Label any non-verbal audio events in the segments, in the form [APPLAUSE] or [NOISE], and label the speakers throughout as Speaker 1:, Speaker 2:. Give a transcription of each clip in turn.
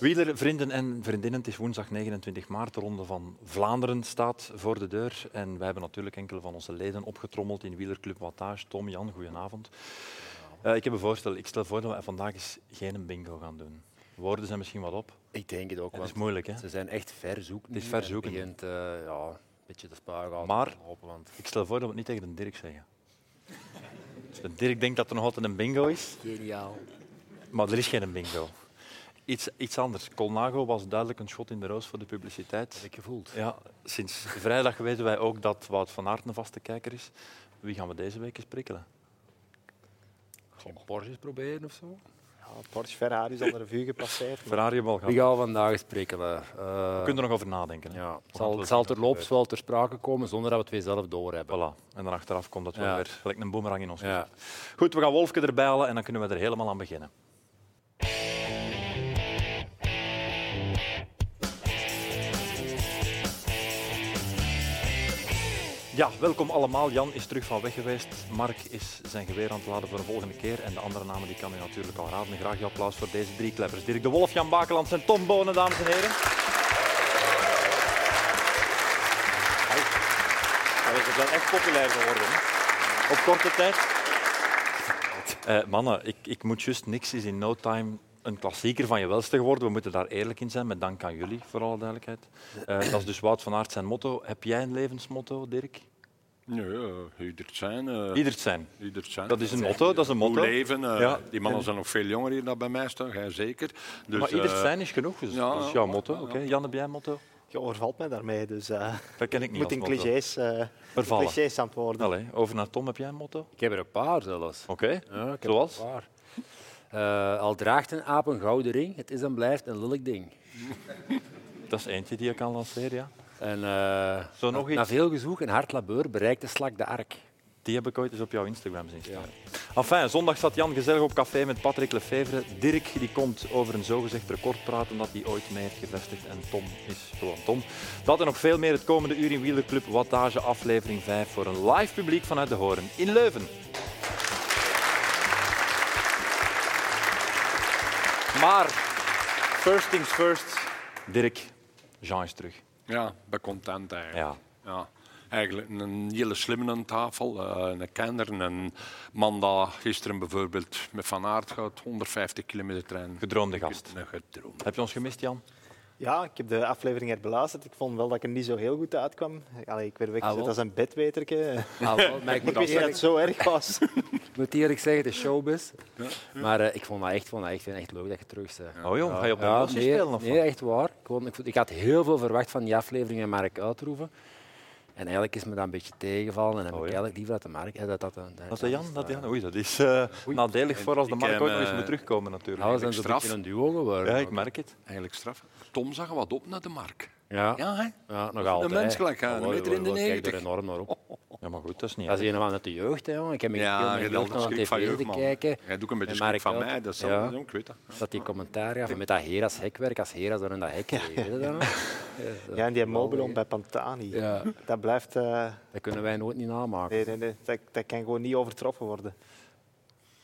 Speaker 1: Wielervrienden en vriendinnen, het is woensdag 29 maart. De Ronde van Vlaanderen staat voor de deur. En wij hebben natuurlijk enkele van onze leden opgetrommeld in Wielerclub Wattage. Tom, Jan, goedenavond. Eh, ik heb een voorstel. Ik stel voor dat we vandaag eens geen bingo gaan doen. Woorden zijn misschien wat op.
Speaker 2: Ik denk het ook,
Speaker 1: Het is
Speaker 2: want
Speaker 1: moeilijk, hè?
Speaker 2: ze zijn echt ver zoeken.
Speaker 1: Het is
Speaker 2: nu
Speaker 1: ver
Speaker 2: en
Speaker 1: zoeken.
Speaker 2: begint, eh, ja, een beetje de spaargaten
Speaker 1: Maar-
Speaker 2: te lopen, want
Speaker 1: Ik stel voor dat we het niet tegen de Dirk zeggen. [LAUGHS] Als de Dirk denkt dat er nog altijd een bingo is,
Speaker 3: Geniaal.
Speaker 1: maar er is geen bingo. Iets, iets anders. Colnago was duidelijk een schot in de roos voor de publiciteit.
Speaker 2: heb ik gevoeld.
Speaker 1: Ja, sinds vrijdag weten wij ook dat Wout van Aert een vaste kijker is. Wie gaan we deze week eens prikkelen?
Speaker 2: Misschien Porsches proberen of zo?
Speaker 3: Ja, Porsche Ferrari is al de revue gepasseerd. maar
Speaker 1: Ferrari wel gaan.
Speaker 2: Wie
Speaker 1: We
Speaker 2: gaan we vandaag spreken? We, Eh,
Speaker 1: kunnen er nog over nadenken. hè.
Speaker 2: ja,
Speaker 1: gaan het
Speaker 2: zal,
Speaker 1: wel
Speaker 2: zal
Speaker 1: zien
Speaker 2: terloops wel ter sprake komen zonder dat we het weer zelf doorhebben.
Speaker 1: Voilà. En dan achteraf komt dat wel
Speaker 2: Ja.
Speaker 1: weer gelijk een boemerang in ons.
Speaker 2: Ja.
Speaker 1: Goed, we gaan Wolfke erbij halen en dan kunnen we er helemaal aan beginnen. Ja, welkom allemaal. Jan is terug van weg geweest. Mark is zijn geweer aan het laden voor de volgende keer. En de andere namen die kan u natuurlijk al raden. Graag je applaus voor deze drie kleppers. Dirk de Wolf, Jan Bakelands en Tom Bonen, dames en heren.
Speaker 3: Ze
Speaker 1: dus
Speaker 3: zijn echt populair geworden. hè.
Speaker 1: op korte tijd. Eh, mannen, ik, ik moet juist niks is in no time een klassieker van je welste geworden. We moeten daar eerlijk in zijn, met dank aan jullie, voor alle duidelijkheid.
Speaker 2: [CLEARS THROAT]
Speaker 1: Eh, dat is dus Wout van Aert zijn motto. Heb jij een levensmotto, Dirk?
Speaker 4: Nee, eh, ieder het zijn. eh,
Speaker 1: Ieder het zijn.
Speaker 4: ieder het zijn.
Speaker 1: Dat is een motto, dat is een
Speaker 4: Hoe
Speaker 1: motto.
Speaker 4: leven. eh,
Speaker 1: Ja.
Speaker 4: Die mannen zijn nog veel jonger hier dan bij mij staan, jij zeker. Dus,
Speaker 1: maar ieder het
Speaker 4: eh,
Speaker 1: zijn is genoeg, dus
Speaker 4: ja,
Speaker 1: dat is
Speaker 4: ja,
Speaker 1: jouw
Speaker 4: ja,
Speaker 1: motto.
Speaker 4: ja.
Speaker 1: Oké, Jan, heb jij een motto?
Speaker 3: Je overvalt mij daarmee, dus eh,
Speaker 1: Dat ken ik
Speaker 3: ik
Speaker 1: niet
Speaker 3: moet in
Speaker 1: als motto.
Speaker 3: clichés, eh,
Speaker 1: Vervallen. Oh.
Speaker 3: clichés antwoorden.
Speaker 1: Allee, over naar Tom, heb jij een motto?
Speaker 2: Ik heb er een paar zelfs.
Speaker 1: Oké,
Speaker 2: Ja, ik heb
Speaker 1: zoals?
Speaker 2: er een paar. Eh, al draagt een aap een gouden ring, het is en blijft een lelijk ding.
Speaker 1: Dat is eentje die je kan lanceren, ja.
Speaker 2: En, eh,
Speaker 1: Zo
Speaker 2: na,
Speaker 1: nog iets?
Speaker 2: na veel gezoek en hard labeur bereikt de slak de
Speaker 1: [LAUGHS]
Speaker 2: ark.
Speaker 1: Die heb ik ooit eens op jouw Instagram zien staan. Enfin, zondag zat Jan gezellig op café met Patrick Lefevre. Dirk die komt over een zogezegd record praten dat hij ooit mee heeft gevestigd. En Tom is gewoon Tom. Dat en nog veel meer het komende uur in Wielerclub Wattage aflevering 5 voor een live publiek vanuit de Horen in Leuven. Maar, first things first, Dirk, Jean is terug.
Speaker 4: Ja, bij content eigenlijk.
Speaker 1: Ja.
Speaker 4: Ja. Eigenlijk een hele slimme aan tafel, eh, een kenner, een man dat gisteren bijvoorbeeld met Van Aert gaat, 150 kilometer trein.
Speaker 1: Gedroomde gast.
Speaker 4: Een gedroomd.
Speaker 1: Heb je ons gemist, Jan?
Speaker 3: Ja, ik heb de aflevering herbeluisterd. Ik vond wel dat ik er niet zo heel goed uitkwam. Allee, ik werd weggezet
Speaker 2: Ah, wel.
Speaker 3: als een bedweterke.
Speaker 2: Ah, wel, maar [LAUGHS] ik
Speaker 3: Ik
Speaker 2: moet
Speaker 3: wist niet dat het zo
Speaker 2: [LAUGHS]
Speaker 3: erg was.
Speaker 2: Ik moet eerlijk zeggen, de showbiz. Maar eh, ik vond dat echt, vond dat echt, echt leuk dat je terug bent.
Speaker 1: Oh jong, ga je op een
Speaker 2: Ja,
Speaker 1: emotie
Speaker 2: nee,
Speaker 1: spelen? Of
Speaker 2: nee,
Speaker 1: wat?
Speaker 2: echt waar. Ik, vond- ik, vond- ik had heel veel verwacht van die aflevering met Mark Uitroeven. En eigenlijk is me dat een beetje tegengevallen. En heb
Speaker 1: Oh,
Speaker 2: ik
Speaker 1: ja.
Speaker 2: eigenlijk liever dat de Mark... eh, Dat, dat, dat,
Speaker 1: Dat is de Jan, dat Jan. Oei, dat is eh, nadelig voor als de
Speaker 4: Ik
Speaker 1: Mark
Speaker 4: heb,
Speaker 1: ooit nog eens
Speaker 4: eh,
Speaker 1: moet terugkomen natuurlijk.
Speaker 2: Nou, we zijn zo'n
Speaker 4: straf.
Speaker 2: beetje een duo geworden.
Speaker 1: Ja, ik merk het.
Speaker 4: Eigenlijk straf. Tom zag wat op naar de mark.
Speaker 2: Ja, ja.
Speaker 4: Ja, hè?
Speaker 2: nog
Speaker 4: is
Speaker 2: altijd.
Speaker 4: een mens gelijk, hè.
Speaker 2: Oh,
Speaker 4: Een
Speaker 2: oh,
Speaker 4: meter in de
Speaker 2: oh, oh, Ik kijk
Speaker 4: 90.
Speaker 2: er enorm naar op.
Speaker 1: Ja, maar goed, dat is niet
Speaker 2: Dat
Speaker 1: erg.
Speaker 2: is een van uit de jeugd, hè, jongen. Ik heb me
Speaker 4: Ja,
Speaker 2: ja,
Speaker 4: je
Speaker 2: heel
Speaker 4: hebt
Speaker 2: mijn
Speaker 4: altijd
Speaker 2: jeugd aan
Speaker 4: schrik van
Speaker 2: tv
Speaker 4: jeugd,
Speaker 2: te
Speaker 4: man.
Speaker 2: kijken.
Speaker 4: Jij doet een beetje
Speaker 2: Met
Speaker 4: schrik
Speaker 2: Mark
Speaker 4: van
Speaker 2: Elder.
Speaker 4: mij, dat is
Speaker 2: Ja.
Speaker 4: ja. ik weet dat.
Speaker 2: Dat die commentaar ja, van met dat Hera's hekwerk, als Hera's door in dat hek reed, weet je dat nog?
Speaker 3: Ja, en die molballon bij Pantani.
Speaker 2: Ja,
Speaker 3: Dat blijft... eh,
Speaker 2: dat kunnen wij nooit niet namaken.
Speaker 3: nee, nee, nee. Dat, dat kan gewoon niet overtroffen worden.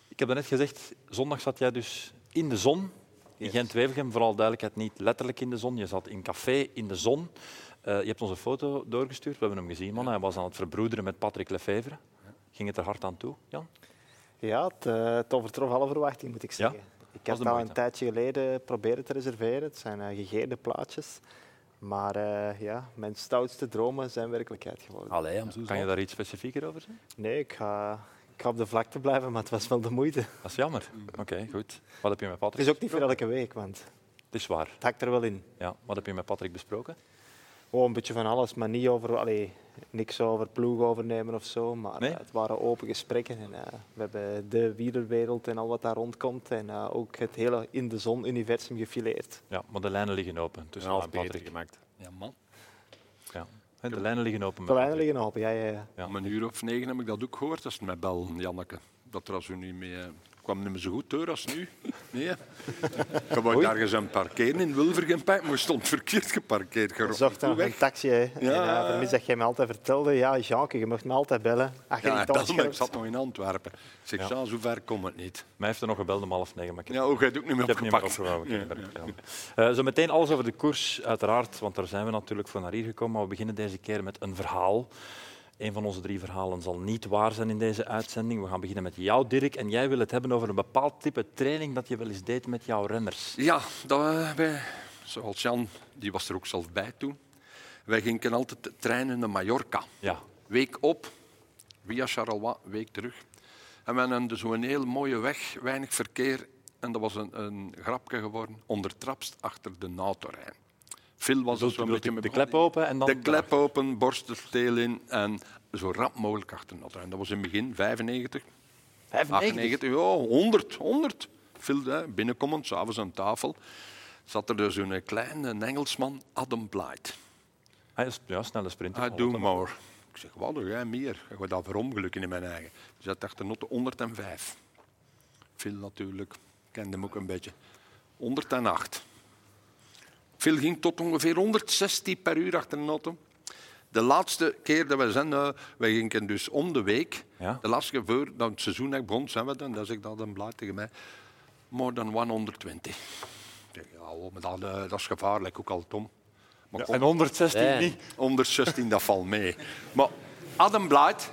Speaker 1: Ik heb net gezegd, zondag zat jij dus in de zon. In
Speaker 3: Yes.
Speaker 1: Gent-Wevelgem, vooral duidelijkheid, niet letterlijk in de zon. Je zat in café in de zon. Eh, je hebt ons een foto doorgestuurd, we hebben hem gezien, man. Hij was aan het verbroederen met Patrick Lefevre. Ging het er hard aan toe, Jan?
Speaker 3: Ja, het, eh, het overtrof alle verwachting, moet ik zeggen. Ik
Speaker 1: was
Speaker 3: had
Speaker 1: de
Speaker 3: het al
Speaker 1: moeite.
Speaker 3: een tijdje geleden proberen te reserveren. Het zijn eh, gegeerde plaatjes. Maar eh, ja, mijn stoutste dromen zijn werkelijkheid geworden.
Speaker 2: Allee, om zo
Speaker 1: Kan je
Speaker 2: zo.
Speaker 1: daar iets specifieker over zeggen?
Speaker 3: Nee, ik ga, ik ga op de vlakte blijven, maar het was wel de moeite.
Speaker 1: Dat is jammer. Oké, goed. Wat heb je met
Speaker 3: Het
Speaker 1: Patrick
Speaker 3: is ook niet voor elke week, want
Speaker 1: Het is waar.
Speaker 3: het hakt er wel in.
Speaker 1: Ja. Wat heb je met Patrick besproken?
Speaker 3: Gewoon een beetje van alles, maar niet over, allee, niks over ploeg overnemen of zo. Maar
Speaker 1: Nee?
Speaker 3: eh, het waren open gesprekken. En, eh, we hebben de wielerwereld en al wat daar rondkomt. En eh, ook het hele in de zon-universum gefileerd.
Speaker 1: Ja, maar de lijnen liggen open tussen jou en Patrick.
Speaker 2: gemaakt.
Speaker 4: Ja, man.
Speaker 1: Ja. Hè, De lijnen liggen open. met
Speaker 3: De lijnen
Speaker 1: Patrick.
Speaker 3: liggen open, ja, ja, ja.
Speaker 1: Ja.
Speaker 4: Om een uur of negen heb ik dat ook gehoord. Dat is met bellen, Janneke. Dat er als u niet mee... eh, kwam niet meer zo goed door als nu. Nee.
Speaker 1: [LAUGHS]
Speaker 4: hè. Ik wou ergens een parkeren in Wilvergen, maar ik stond verkeerd geparkeerd.
Speaker 3: Ik
Speaker 4: Gerot.
Speaker 3: zocht
Speaker 4: Goed
Speaker 3: nog
Speaker 4: weg.
Speaker 3: een taxi. hè. En,
Speaker 4: Ja.
Speaker 3: eh, vermis dat jij me altijd vertelde. Ja, Jeanke, je mag me altijd bellen. Als je
Speaker 4: Ja,
Speaker 3: niet
Speaker 4: bel me, ik
Speaker 3: aanscherpt.
Speaker 4: zat nog in Antwerpen. Ik zeg,
Speaker 1: Ja.
Speaker 4: ja. zo ver komt het niet.
Speaker 1: Mij heeft er nog gebeld om half negen, maar ik heb
Speaker 4: Ja, ook, jij hebt ook niet meer
Speaker 1: Ik heb niet meer
Speaker 4: opgepakt.
Speaker 1: opgehouden. Ik heb het werk gedaan. Eh, zo meteen alles over de koers, uiteraard, want daar zijn we natuurlijk voor naar hier gekomen. Maar we beginnen deze keer met een verhaal. Een van onze drie verhalen zal niet waar zijn in deze uitzending. We gaan beginnen met jou, Dirk. En jij wil het hebben over een bepaald type training dat je wel eens deed met jouw renners.
Speaker 4: Ja, dat, eh, wij, zoals Jan, die was er ook zelf bij toen. Wij gingen altijd trainen naar Mallorca.
Speaker 1: Ja,
Speaker 4: Week op, via Charleroi, week terug. En we hadden dus zo'n heel mooie weg, weinig verkeer. En dat was een, een grapje geworden, ondertrapst achter de NATO-terrein. Phil was dus
Speaker 1: dus
Speaker 4: zo'n
Speaker 1: de,
Speaker 4: beetje
Speaker 1: de,
Speaker 4: met
Speaker 1: de klep open en dan...
Speaker 4: de klep open, borst de steel in en zo rap mogelijk achter de NATO-terrein. Dat was in het begin, 95.
Speaker 1: 95.
Speaker 4: 98, ja, 100, 100. Veel, hè, binnenkomend, s'avonds aan tafel, zat er dus een kleine Engelsman, Adam Blight.
Speaker 1: Hij is Ah, ja, snelle sprinter.
Speaker 4: I do more. Ik zeg, wat doe jij meer? Ik word daar verongelukken in mijn eigen. Dus dat dacht de notte 105. Phil natuurlijk, kende hem ook een beetje. 108. Phil ging tot ongeveer 160 per uur achter de notte. De laatste keer dat we zijn, eh, wij gingen dus om de week.
Speaker 1: Ja.
Speaker 4: De laatste keer voor dat het seizoen echt begon, zijn we dan. Dat zegt dat een blaad tegen mij. More than 120. Ik zeg, ja, oh, maar dat, eh, dat is gevaarlijk, ook al Tom. Maar kom,
Speaker 1: En 116
Speaker 2: Ja.
Speaker 1: niet.
Speaker 4: Onder 16, dat valt mee. Maar Adam Blight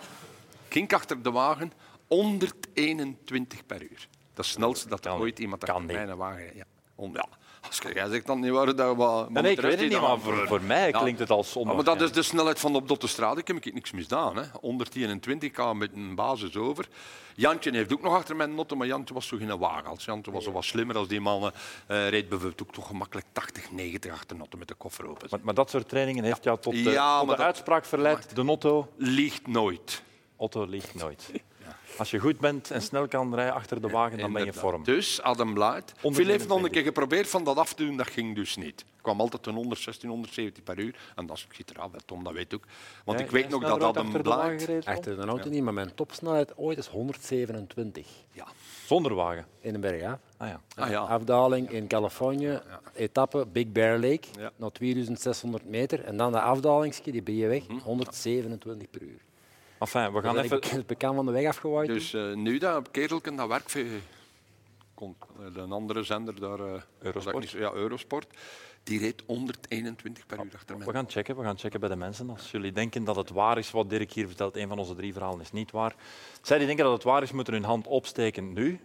Speaker 4: ging achter de wagen 121 per uur. Dat is het snelste dat er
Speaker 1: Kan
Speaker 4: ooit iemand
Speaker 1: Kan
Speaker 4: achter
Speaker 1: niet.
Speaker 4: mijn wagen... Ja. On- ja. Als je- jij zegt dan niet waar dat... Wat,
Speaker 1: Nee, nee, ik weet het niet, maar voor, voor mij
Speaker 4: Ja.
Speaker 1: klinkt het als
Speaker 4: Ja,
Speaker 1: zondag.
Speaker 4: maar dat is de snelheid van op de straat. Ik heb ik niks misdaan. Hè. 121 kwam met een basis over. Jantje heeft ook nog achter mijn noten, maar Jantje was toch in een wagen. Als Jantje was al wat slimmer als die mannen. eh reed bijvoorbeeld ook toch gemakkelijk 80, 90 achter noten met de koffer open.
Speaker 1: Maar, maar dat soort trainingen heeft jou tot, eh,
Speaker 4: Ja,
Speaker 1: tot de
Speaker 4: maar dat-
Speaker 1: uitspraak verleid. De notto,
Speaker 4: Liegt nooit.
Speaker 1: Otto ligt nooit. Als je goed bent en snel kan rijden achter de wagen, dan ben je
Speaker 4: Inderdaad.
Speaker 1: vorm.
Speaker 4: Dus Adam Light.
Speaker 1: Onder
Speaker 4: Phil heeft nog een
Speaker 1: 21.
Speaker 4: keer geprobeerd van dat af te doen, dat ging dus niet. Er kwam altijd een 116, 117 per uur. En dat schiet eraf, hè, ah, Tom, dat weet ook. Want ik weet nog dat Adam Light...
Speaker 2: Achter de auto niet, maar mijn topsnelheid ooit is 127
Speaker 4: Ja.
Speaker 1: Zonder wagen.
Speaker 2: in een berg. af.
Speaker 1: Ah, ja.
Speaker 4: Ah, ja.
Speaker 2: Afdaling in Californië, etappe Big Bear Lake,
Speaker 4: Ja.
Speaker 2: nog 2600 meter. En dan de afdalingsje, die ben je weg,
Speaker 4: Hm.
Speaker 2: 127 per uur.
Speaker 1: Enfin, we
Speaker 2: Dan
Speaker 1: gaan
Speaker 2: ben
Speaker 1: even...
Speaker 2: ik het bekend van de weg afgewaaid.
Speaker 4: Dus eh, nu dat kerelken, dat werkt voor kon- eh, een andere zender daar... eh,
Speaker 1: Eurosport.
Speaker 4: dat ik niet- Ja, Eurosport. Die reed 121 per uur achter mij.
Speaker 1: We gaan checken, we gaan checken bij de mensen. Als jullie denken dat het waar is wat Dirk hier vertelt, een van onze drie verhalen is niet waar. Zij die denken dat het waar is, moeten hun hand opsteken nu.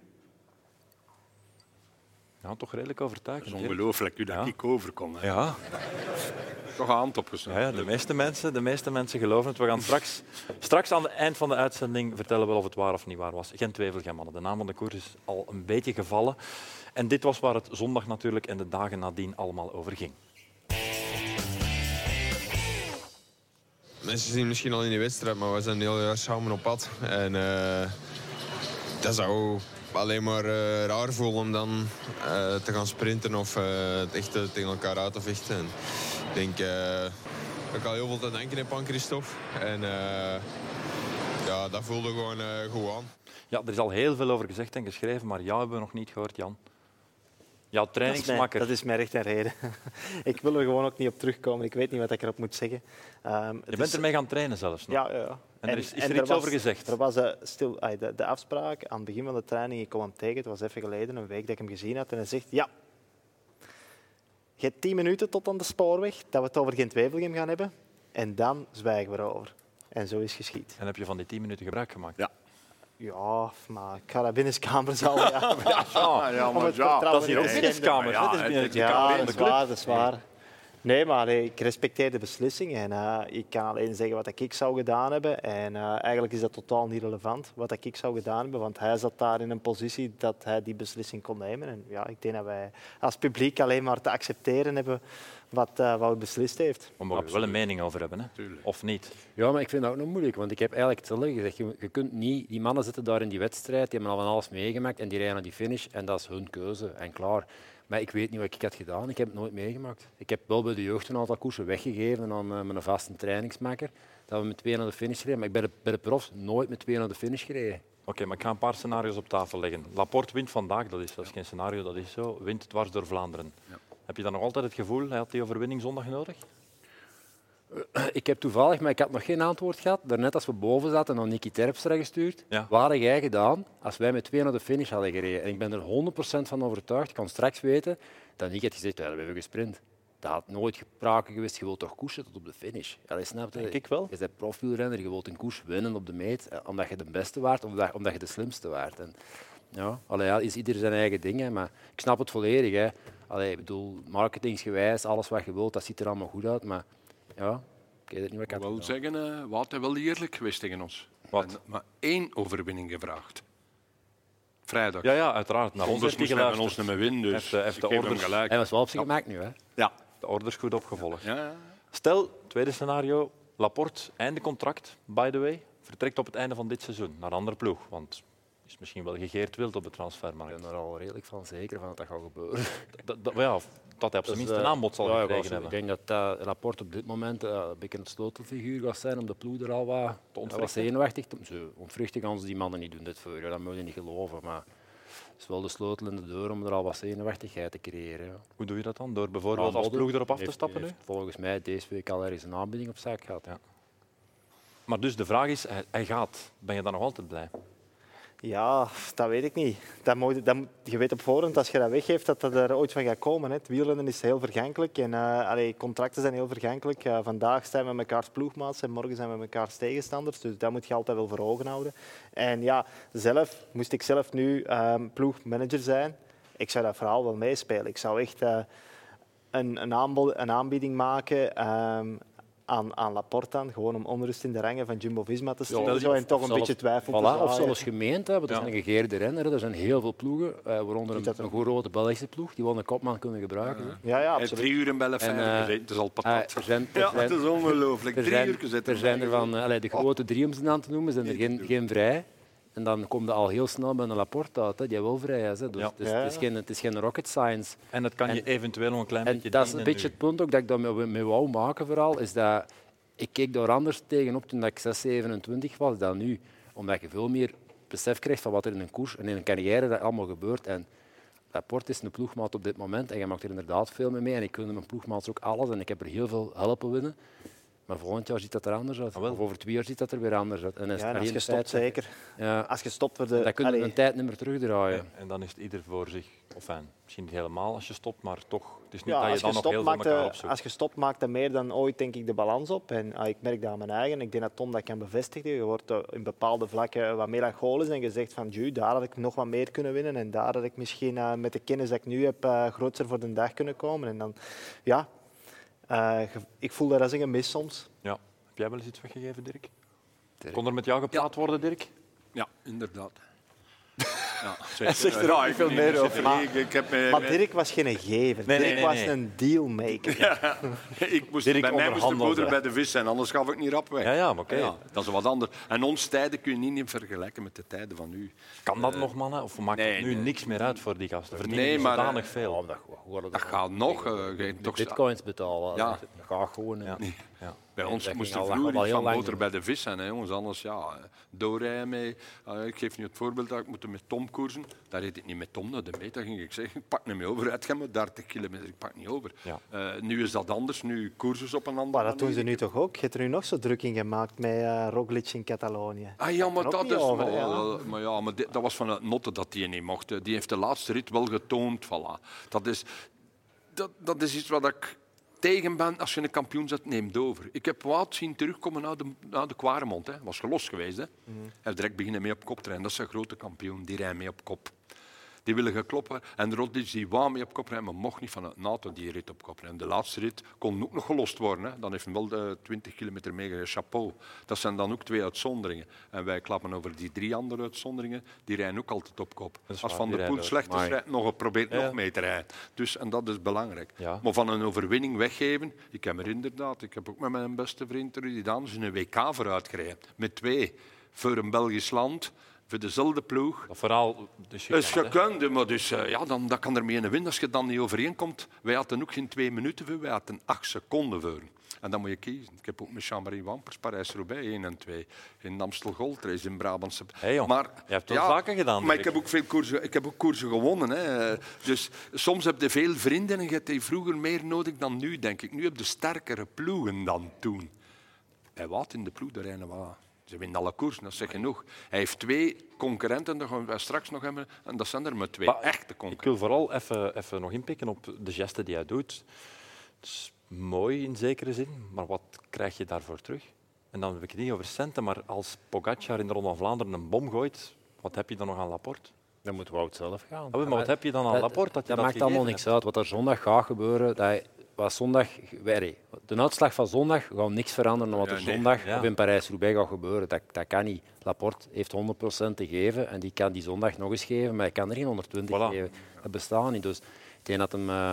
Speaker 1: Ja, toch redelijk overtuigend.
Speaker 4: Dat is
Speaker 1: Dirk.
Speaker 4: ongelooflijk, hoe dat
Speaker 1: Ja.
Speaker 4: ik overkom. Hè.
Speaker 1: Ja,
Speaker 4: Toch een hand opgesneden.
Speaker 1: Nou ja, ja, de, meeste mensen, de meeste mensen geloven het. We gaan straks, straks aan het eind van de uitzending vertellen wel of het waar of niet waar was. Geen twijfel, geen mannen. De naam van de koers is al een beetje gevallen. En dit was waar het zondag natuurlijk en de dagen nadien allemaal over ging.
Speaker 5: Mensen zien misschien al in de wedstrijd, maar we zijn heel jaar samen op pad. En eh, dat zou alleen maar eh, raar voelen om dan eh, te gaan sprinten of eh, het echt eh, tegen elkaar uit te vechten. En ik denk eh, dat ik al heel veel te denken heb aan Christophe. En eh, ja, dat voelde gewoon eh, goed aan.
Speaker 1: Ja, er is al heel veel over gezegd en geschreven, maar jou hebben we nog niet gehoord, Jan. Jouw
Speaker 3: Dat is, mijn,
Speaker 1: trainingsmakker.
Speaker 3: dat is mijn recht en reden. [LAUGHS] ik wil er gewoon ook niet op terugkomen. Ik weet niet wat ik erop moet zeggen. Ehm, het
Speaker 1: Je bent
Speaker 3: is-
Speaker 1: ermee gaan trainen zelfs. nog.
Speaker 3: Ja, ja, ja.
Speaker 1: En er is- is er iets
Speaker 3: was-
Speaker 1: over gezegd?
Speaker 3: Er was eh, stil, ai, de, de afspraak aan het begin van de training. Ik kwam hem tegen, het was even geleden, een week dat ik hem gezien had. En hij zegt, ja, je hebt tien minuten tot aan de spoorweg, dat we het over Gent-Wevelgem gaan hebben. En dan zwijgen we erover. En zo is geschied.
Speaker 1: En heb je van die tien minuten gebruik gemaakt?
Speaker 4: Ja.
Speaker 3: Ja, maar ik ga dat binnenkamers al.
Speaker 1: [LAUGHS]
Speaker 3: Ja.
Speaker 4: Ah, ja,
Speaker 3: Om
Speaker 4: maar
Speaker 3: het
Speaker 4: ja.
Speaker 3: vertrouwen
Speaker 1: Dat is hier ook
Speaker 3: in te
Speaker 1: binnenkamer.
Speaker 4: Ja,
Speaker 1: Dit is
Speaker 4: het-
Speaker 1: binnen de
Speaker 4: je kan
Speaker 3: Ja,
Speaker 1: kamer
Speaker 3: dat
Speaker 1: van de
Speaker 3: is
Speaker 1: club.
Speaker 3: waar, dat is waar. Nee, maar allee, ik respecteer de beslissing en eh, ik kan alleen zeggen wat ik zou gedaan hebben. En eh, eigenlijk is dat totaal niet relevant wat ik zou gedaan hebben, want hij zat daar in een positie dat hij die beslissing kon nemen. En ja, ik denk dat wij als publiek alleen maar te accepteren hebben wat, eh, wat hij beslist heeft.
Speaker 1: We mogen er wel een mening over hebben, hè? of niet?
Speaker 2: Ja, maar ik vind dat ook nog moeilijk, want ik heb eigenlijk hetzelfde gezegd. Je, je kunt niet, die mannen zitten daar in die wedstrijd, die hebben al van alles meegemaakt en die rijden naar die finish en dat is hun keuze en klaar. Maar ik weet niet wat ik had gedaan, ik heb het nooit meegemaakt. Ik heb wel bij de jeugd een aantal koersen weggegeven aan eh, mijn vaste trainingsmakker. Dat dat we met 2 naar de finish reden. Maar ik ben de, bij de profs nooit met 2 naar de finish gereden.
Speaker 1: Oké, maar ik ga een paar scenario's op tafel leggen. Laporte wint vandaag, dat is, dat is geen scenario, dat is zo. Wint dwars door Vlaanderen. Heb je dan nog altijd het gevoel, hij had die overwinning zondag nodig?
Speaker 2: Eh, Ik heb toevallig, maar ik had nog geen antwoord gehad. Daarnet als we boven zaten en naar Nicky Terpstra gestuurd.
Speaker 1: Ja.
Speaker 2: Wat had jij gedaan als wij met twee naar de finish hadden gereden? En ik ben er 100% van overtuigd, ik kan straks weten, dat Nicky had gezegd, "Ja, we hebben gesprint. Dat had nooit gepraken geweest. Je wilt toch koersen tot op de finish? Allee, snap je?
Speaker 3: Denk ik wel.
Speaker 2: Je bent profielrenner, je wilt een koers winnen op de meet. eh, Omdat je de beste waart, omdat, omdat je de slimste waart. En, ja, allee, ja, is ieder zijn eigen ding, hè, maar ik snap het volledig. Hè. Allee, ik bedoel, marketingsgewijs, alles wat je wilt, dat ziet er allemaal goed uit. Maar ja, ik weet het niet wat ik
Speaker 4: Ik
Speaker 2: had
Speaker 4: wil
Speaker 2: gedaan.
Speaker 4: zeggen, eh Wout heeft wel eerlijk geweest tegen ons.
Speaker 1: Wat?
Speaker 4: En maar één overwinning gevraagd. Vrijdag.
Speaker 1: Ja, ja, uiteraard. Naar ons
Speaker 4: Anders
Speaker 1: heeft hij
Speaker 4: moest hij van ons
Speaker 1: geluisterd.
Speaker 4: niet meer winnen, dus
Speaker 1: Heeft, eh, heeft
Speaker 4: ik
Speaker 1: de
Speaker 4: geef hem
Speaker 1: orders.
Speaker 4: gelijk.
Speaker 2: Hij was wel op zich gemaakt nu, hè?
Speaker 3: Ja.
Speaker 1: De orders goed opgevolgd.
Speaker 4: Ja, ja.
Speaker 1: Stel, tweede scenario, Laporte, einde contract, by the way, vertrekt op het einde van dit seizoen naar een andere ploeg. Want is misschien wel gegeerd wild op de
Speaker 2: Ik
Speaker 1: transfermarkt.
Speaker 2: ben er al redelijk van zeker van dat dat gaat gebeuren.
Speaker 1: Dat, dat, maar ja, dat
Speaker 2: Dus,
Speaker 1: hij op zijn minst een aanbod zal gekregen
Speaker 2: eh, Ik
Speaker 1: hebben.
Speaker 2: denk dat dat rapport op dit moment eh, een beetje een sleutelfiguur gaat zijn om de ploeg er al wat te
Speaker 1: ontwrichten.
Speaker 2: zenuwachtig te Ze ontwrichten gaan ze die mannen niet doen dit voor dat moet je niet geloven. Maar het is wel de sleutel in de deur om er al wat zenuwachtigheid te creëren. ja.
Speaker 1: Hoe doe je dat dan? Door bijvoorbeeld als ploeg erop af te
Speaker 2: Heeft-
Speaker 1: stappen nu?
Speaker 2: heeft Volgens mij deze week al ergens een aanbieding op zak gehad.
Speaker 1: Ja. Maar dus de vraag is, hij, hij gaat. Ben je dan nog altijd blij?
Speaker 3: Ja, dat weet ik niet. Dat moet, dat, moet- je weet op voorhand, als je dat weggeeft, dat dat er ooit van gaat komen. Hè. Het wielrennen is heel vergankelijk en eh, allee, contracten zijn heel vergankelijk. Eh, vandaag zijn we mekaars ploegmaats en morgen zijn we mekaars tegenstanders. Dus dat moet je altijd wel voor ogen houden. En ja, zelf, moest ik zelf nu eh, ploegmanager zijn, ik zou dat verhaal wel meespelen. Ik zou echt... eh, een, een, aanbod, een aanbieding maken ehm, aan, aan Laporte, dan, gewoon om onrust in de rangen van Jumbo-Visma te
Speaker 1: dat
Speaker 3: stellen
Speaker 1: is-
Speaker 3: zo, en
Speaker 1: of-
Speaker 3: toch
Speaker 1: of
Speaker 3: een
Speaker 1: zelfs-
Speaker 3: beetje twijfel te
Speaker 2: Voilà, of
Speaker 3: zaaien.
Speaker 2: zelfs gemeente, want dat is
Speaker 1: Ja.
Speaker 2: een gegeerde renner. hè. Er zijn heel veel ploegen, eh, waaronder
Speaker 3: Niet
Speaker 2: een,
Speaker 3: dat er-
Speaker 2: een goede rode Belgische ploeg, die wel een kopman kunnen gebruiken. hè.
Speaker 3: Ja, ja,
Speaker 4: Hij heeft
Speaker 3: absoluut.
Speaker 4: drie uur in Bellefontaine
Speaker 2: En, eh,
Speaker 4: gezeten. Het is al
Speaker 2: Ah,
Speaker 4: patat.
Speaker 2: er zijn, er
Speaker 4: ja,
Speaker 2: zijn-
Speaker 4: het is ongelooflijk.
Speaker 2: Er
Speaker 4: Drie
Speaker 2: zijn
Speaker 4: uur gezeten.
Speaker 2: er, zijn er van eh, allee, de grote drie om ze aan te noemen, zijn er geen, geen vrij. En dan komt er al heel snel bij een Laporte uit, hè, die wel vrij is. Hè. Dus
Speaker 1: Ja.
Speaker 2: het, is, het is
Speaker 3: Ja.
Speaker 2: geen, het is geen rocket science.
Speaker 1: En dat kan je
Speaker 2: En-
Speaker 1: eventueel nog een klein
Speaker 2: En
Speaker 1: beetje
Speaker 2: dat is een
Speaker 1: dienen
Speaker 2: beetje
Speaker 1: nu.
Speaker 2: het punt ook dat ik daar mee, mee wou maken vooral, is dat ik keek daar anders tegenop toen ik 6, 27 was dan nu. Omdat je veel meer besef krijgt van wat er in een koers en in een carrière dat allemaal gebeurt. En Laporte is een ploegmaat op dit moment en je maakt er inderdaad veel mee mee. En ik gun mijn ploegmaats ook alles en ik heb er heel veel helpen winnen. Maar volgend jaar ziet dat er anders uit.
Speaker 1: Ah, wel.
Speaker 2: of over twee jaar ziet dat er weer anders uit. En dat is
Speaker 3: Ja, en
Speaker 2: alleen
Speaker 3: als
Speaker 2: de
Speaker 3: je stopt,
Speaker 2: tijd-
Speaker 3: zeker.
Speaker 2: Ja,
Speaker 3: Als je stopt voor de...
Speaker 2: dat kunnen we
Speaker 3: Allee,
Speaker 2: een tijd niet meer terugdraaien.
Speaker 1: Ja, En dan is het ieder voor zich. Of fijn, misschien niet helemaal als je stopt, maar toch. Het is niet
Speaker 3: ja,
Speaker 1: dat je
Speaker 3: als, je
Speaker 1: dan nog heel veel
Speaker 3: stopt, maakt,
Speaker 1: elkaar
Speaker 3: de-
Speaker 1: opzoekt.
Speaker 3: als je stopt, maakt dat meer dan ooit denk ik de balans op. En ah, ik merk dat aan mijn eigen. Ik denk dat Tom dat kan bevestigen. Je wordt eh, in bepaalde vlakken wat melancholisch en je zegt van, "Ju, daar had ik nog wat meer kunnen winnen en daar had ik misschien eh, met de kennis dat ik nu heb eh groter voor de dag kunnen komen. En dan, ja, eh, ge- ik voel dat als een gemis soms.
Speaker 1: Ja. Heb jij wel eens iets weggegeven, Dirk?
Speaker 2: Dirk.
Speaker 1: Kon er met jou gepraat worden, Dirk?
Speaker 4: Ja, [LAUGHS] inderdaad. Ja,
Speaker 1: zegt er
Speaker 4: niet veel meer over.
Speaker 3: Maar-
Speaker 4: ik, ik heb mij,
Speaker 3: Maar Dirk was geen gever.
Speaker 1: Nee, nee,
Speaker 3: Dirk
Speaker 1: nee,
Speaker 3: was
Speaker 1: nee.
Speaker 3: een dealmaker.
Speaker 4: [LAUGHS] ik moest,
Speaker 1: Dirk
Speaker 4: bij mij moest de
Speaker 1: onderhandelde.
Speaker 4: boter bij de vis zijn, anders gaf ik niet rap weg.
Speaker 1: Ja, ja, maar oké.
Speaker 4: Ja, dat is wat anders. En ons tijden kun je niet vergelijken met de tijden van nu.
Speaker 1: Kan dat nog, mannen? Of maakt
Speaker 4: Eh, nee,
Speaker 1: het nu
Speaker 4: nee.
Speaker 1: niks meer uit voor die gasten? Verdienen
Speaker 4: Nee,
Speaker 1: die
Speaker 4: maar,
Speaker 1: zodanig
Speaker 4: eh,
Speaker 1: veel.
Speaker 2: dat,
Speaker 4: Dat gaat nog. eh, geen- toch,
Speaker 2: bitcoins betalen.
Speaker 4: Ja.
Speaker 2: Dat gaat gewoon. hè.
Speaker 1: Ja. Ja.
Speaker 4: bij ons
Speaker 2: dat
Speaker 4: moest
Speaker 2: ging
Speaker 4: de
Speaker 2: al- dat
Speaker 4: vloer
Speaker 2: gaat al
Speaker 4: iets
Speaker 2: heel
Speaker 4: van
Speaker 2: lang
Speaker 4: boter
Speaker 2: doen.
Speaker 4: bij de vis zijn. Hè, jongens. Anders, ja, eh, doorrijden mee. Eh, ik geef nu het voorbeeld dat ik moet met Tom koersen. Daar reed ik niet met Tom naar de meet. Dan ging ik zeggen, ik pak niet mee over. Het gaat me 30 kilometer, ik pak niet over.
Speaker 1: Ja.
Speaker 4: Eh, nu is dat anders. Nu koersen ze op een andere
Speaker 3: Maar dat doen ze nu toch ook? Je hebt er nu nog zo druk in gemaakt met eh, Roglic in Catalonië.
Speaker 4: Ah, ja, maar
Speaker 3: kan ook
Speaker 4: dat
Speaker 3: niet
Speaker 4: is.
Speaker 3: over,
Speaker 4: maar,
Speaker 3: ja.
Speaker 4: eh, maar ja, maar dit- dat was vanuit Notte dat die niet mocht. hè. Die heeft de laatste rit wel getoond. Voilà. Dat, is, dat, dat is iets wat ik tegen ben. Als je een kampioen zet, neemt over. Ik heb Wout zien terugkomen naar de, naar de Kwaremond. Hè. Was gelost geweest. Hè.
Speaker 3: Mhm.
Speaker 4: Hij heeft direct beginnen mee op kop te rijden. Dat is een grote kampioen. Die rijdt mee op kop. Die willen gekloppen. En Rodlic die wou mee op kop rijden, maar mocht niet vanuit NATO die rit op kop rijden. De laatste rit kon ook nog gelost worden. Hè. Dan heeft hij wel de 20 kilometer meegereden. Chapeau. Dat zijn dan ook twee uitzonderingen. En wij klappen over die drie andere uitzonderingen. Die rijden ook altijd op kop.
Speaker 1: Dat is
Speaker 4: Als
Speaker 1: waar,
Speaker 4: Van
Speaker 1: die
Speaker 4: der Poel
Speaker 1: rijden
Speaker 4: slecht is,
Speaker 1: Amai.
Speaker 4: rijdt nog, probeert
Speaker 1: Ja.
Speaker 4: nog mee te rijden. Dus, en dat is belangrijk.
Speaker 1: Ja.
Speaker 4: Maar van een overwinning weggeven, ik heb er inderdaad, ik heb ook met mijn beste vriend Rudy Daan een WK vooruit gereden. Met twee. Voor een Belgisch land, voor dezelfde ploeg.
Speaker 1: Dat verhaal is
Speaker 4: Is
Speaker 1: gekend, hè.
Speaker 4: gekund, maar dus, eh, ja, dan, dat kan er mee in de wind als je dan niet overeenkomt. Wij hadden ook geen twee minuten voor, wij hadden acht seconden voor. En dan moet je kiezen. Ik heb ook met Chambéry Wampers, Parijs-Roubaix 1 en 2. In Amstel Goldrace, in Brabantse...
Speaker 1: Hey, jong. Je hebt het wel vaker gedaan,
Speaker 4: Maar
Speaker 1: Dirk.
Speaker 4: ik heb ook veel koersen, ik heb ook koersen gewonnen. Hè. Dus soms heb je veel vrienden en je hebt die vroeger meer nodig dan nu, denk ik. Nu heb je sterkere ploegen dan toen. Bij Wout in de ploeg, de Reine Walla. Ze winnen alle koersen, dat is genoeg. Hij heeft twee concurrenten, daar gaan we straks nog hebben. En dat zijn er maar twee
Speaker 1: Maar
Speaker 4: echte
Speaker 1: Ik
Speaker 4: concurrenten.
Speaker 1: wil vooral even, even nog inpikken op de gesten die hij doet. Het is mooi in zekere zin, maar wat krijg je daarvoor terug? En dan heb ik het niet over centen, maar als Pogacar in de Ronde van Vlaanderen een bom gooit, wat heb je dan nog aan Laporte?
Speaker 2: Dan moet Wout zelf gaan.
Speaker 1: Ah, wel, maar wat heb je dan aan Laporte? Dat, je
Speaker 2: dat maakt allemaal
Speaker 1: gegeven
Speaker 2: niks
Speaker 1: hebt?
Speaker 2: uit. Wat er zondag gaat gebeuren, dat was zondag, wij- nee, de uitslag van zondag gaat niks veranderen dan wat er
Speaker 4: Ja, nee,
Speaker 2: zondag
Speaker 1: ja.
Speaker 2: of in Parijs-Roubaix gaat gebeuren. Dat, dat kan niet. Laporte heeft 100% te geven en die kan die zondag nog eens geven, maar hij kan er geen 120
Speaker 1: Voilà.
Speaker 2: geven. Dat bestaat niet. Dus ik denk dat hem eh,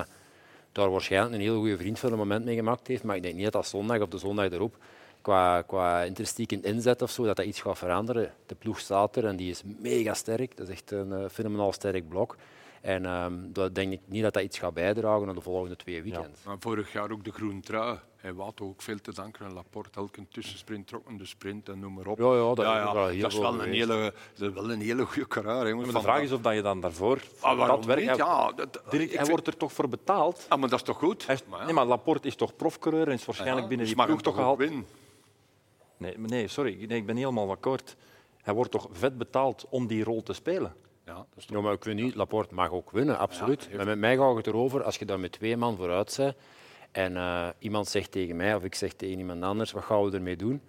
Speaker 2: daar waarschijnlijk een heel goede vriend voor het moment mee gemaakt heeft, maar ik denk niet dat dat zondag of de zondag erop qua, qua intrinsiek in inzet of zo, dat dat iets gaat veranderen. De ploeg staat er en die is mega sterk. Dat is echt een eh, fenomenaal sterk blok. En ehm dat denk ik niet dat dat iets gaat bijdragen aan de volgende twee weekends.
Speaker 4: Maar vorig jaar ook de groen trui. Hij had ook veel te danken aan Laporte. Elke tussensprint trok hem de sprint en noem maar op.
Speaker 2: Ja, ja, dat is wel heel
Speaker 4: dat is
Speaker 2: goed
Speaker 4: wel een
Speaker 2: geweest.
Speaker 4: hele, dat is wel een hele goede carrière. jongens.
Speaker 1: Maar
Speaker 4: Van
Speaker 1: de vraag
Speaker 4: dat-
Speaker 1: is of dat je dan daarvoor
Speaker 4: Ah, waarom
Speaker 1: dat werk
Speaker 4: niet? Ja, dat,
Speaker 1: Dirk,
Speaker 4: ik
Speaker 1: hij
Speaker 4: vind-
Speaker 1: wordt er toch voor betaald?
Speaker 4: Ah, maar dat is toch goed?
Speaker 1: Hij is-
Speaker 4: Maar ja.
Speaker 1: Nee, maar Laporte is toch profcoureur en is
Speaker 4: Ja,
Speaker 1: waarschijnlijk binnen
Speaker 4: dus
Speaker 1: die
Speaker 4: mag hem
Speaker 1: ploeg toch
Speaker 4: ook
Speaker 1: gehaald.
Speaker 4: winnen.
Speaker 1: Nee, maar nee, sorry, nee, ik ben niet helemaal akkoord. Hij wordt toch vet betaald om die rol te spelen?
Speaker 4: Ja, dat is toch-
Speaker 2: Ja, maar ik weet niet, Laporte mag ook winnen, absoluut. maar met mij gaat het erover, als je dan met twee man vooruit bent en eh, iemand zegt tegen mij of ik zeg tegen iemand anders, wat gaan we ermee doen?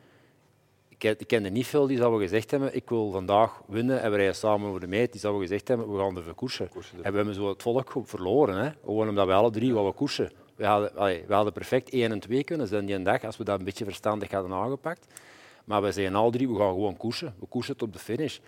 Speaker 2: Ik ken, ik ken er niet veel die zouden gezegd hebben, ik wil vandaag winnen en we rijden samen over de meet. Die zouden gezegd hebben, we gaan ervoor koersen. En we hebben zo het volk verloren, hè? gewoon omdat we alle drie wouden koersen. We hadden, allee, we hadden perfect 1 en 2 kunnen zijn die een dag, als we dat een beetje verstandig hadden aangepakt. Maar we zijn al drie, we gaan gewoon koersen. We koersen tot op de finish.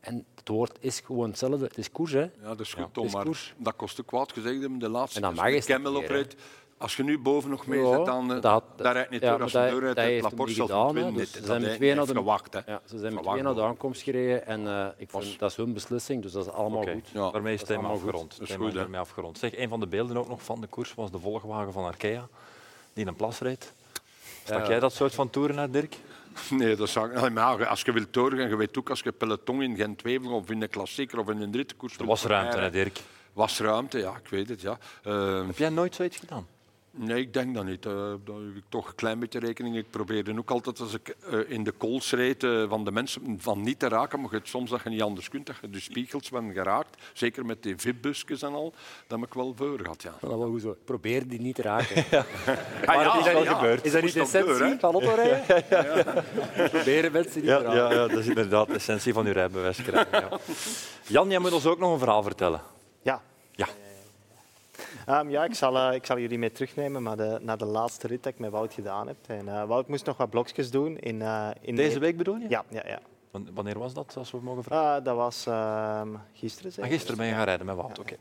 Speaker 2: En het woord is gewoon hetzelfde. Het is koers, hè?
Speaker 4: Ja, dat is goed, Tom.
Speaker 2: is
Speaker 4: maar
Speaker 2: koers.
Speaker 4: dat kost ook wat gezegd hebben. De laatste
Speaker 2: En dan
Speaker 4: is
Speaker 2: mag je
Speaker 4: de
Speaker 2: het niet meer,
Speaker 4: Kemmel
Speaker 2: hè.
Speaker 4: oprijdt. Als je nu boven nog mee
Speaker 2: Ja,
Speaker 4: zit, dan eh,
Speaker 2: dat had-
Speaker 4: daar rijdt niet
Speaker 2: ja,
Speaker 4: door.
Speaker 2: maar
Speaker 4: Als je
Speaker 2: dat-
Speaker 4: doorrijdt,
Speaker 2: dat
Speaker 4: rijdt
Speaker 2: heeft hem
Speaker 4: Laporte
Speaker 2: niet
Speaker 4: zelf
Speaker 2: gedaan,
Speaker 4: niet
Speaker 2: hè.
Speaker 4: winnen.
Speaker 2: Dus
Speaker 4: Dit-
Speaker 2: ze
Speaker 4: dat
Speaker 2: zijn met
Speaker 4: hij-
Speaker 2: twee
Speaker 4: hij
Speaker 2: naar
Speaker 4: heeft
Speaker 2: de-
Speaker 4: gewacht. Hè.
Speaker 2: Ja, ze zijn met
Speaker 4: Verwacht
Speaker 2: twee naar de
Speaker 4: wel.
Speaker 2: aankomst gereden en eh, ik vind, dat is hun beslissing, dus dat is allemaal
Speaker 1: Oké,
Speaker 2: goed.
Speaker 4: Ja.
Speaker 1: Daarmee is het thema
Speaker 2: allemaal goed.
Speaker 1: afgerond.
Speaker 4: is
Speaker 1: Thema
Speaker 4: goed,
Speaker 1: is
Speaker 4: hè?
Speaker 1: daarmee afgerond. Zeg, een van de beelden ook nog van de koers was de volgwagen van Arkea, die in een plas reed. Stak jij dat soort van toeren uit, Dirk?
Speaker 4: Nee, dat zou ik nou, maar Als je wilt doorgaan, je weet ook als je peloton in gent wevelgem of in de klassieker of in een rittenkoers...
Speaker 1: Er was ruimte, hè, Dirk.
Speaker 4: Was ruimte, ja, ik weet het, ja. Eh,
Speaker 1: Heb jij nooit zoiets gedaan?
Speaker 4: Nee, ik denk dat niet. Eh daar heb ik toch een klein beetje rekening. Ik probeerde ook altijd als ik eh, in de kools reed eh, van de mensen van niet te raken, maar je hebt soms dat je niet anders kunt, dat je de spiegels bent geraakt. Zeker met die VIP-busjes en al, dat heb ik wel voor gehad, ja.
Speaker 2: Dat is wel goed zo. Probeer die niet te
Speaker 4: [LAUGHS]
Speaker 2: raken.
Speaker 4: Ah, Maar
Speaker 1: het is wel gebeurd.
Speaker 2: Is dat niet de essentie van autorijden?
Speaker 4: [LAUGHS]
Speaker 2: Proberen mensen niet te raken.
Speaker 1: dat is inderdaad de essentie van uw rijbewijs krijgen. ja. Jan, jij moet ons ook nog een verhaal vertellen.
Speaker 3: Ja.
Speaker 1: Ja.
Speaker 3: Ehm, ja, ik zal, eh, ik zal jullie mee terugnemen maar de, naar de laatste rit dat ik met Wout gedaan heb. En, eh, Wout moest nog wat blokjes doen. In, eh, in
Speaker 1: Deze week bedoel je?
Speaker 3: Ja, ja, ja.
Speaker 1: Wan- Wanneer was dat, als we mogen vragen?
Speaker 3: Eh, dat was ehm, gisteren
Speaker 1: Ah,
Speaker 3: zeker?
Speaker 1: gisteren ben je gaan rijden met Wout. Oké.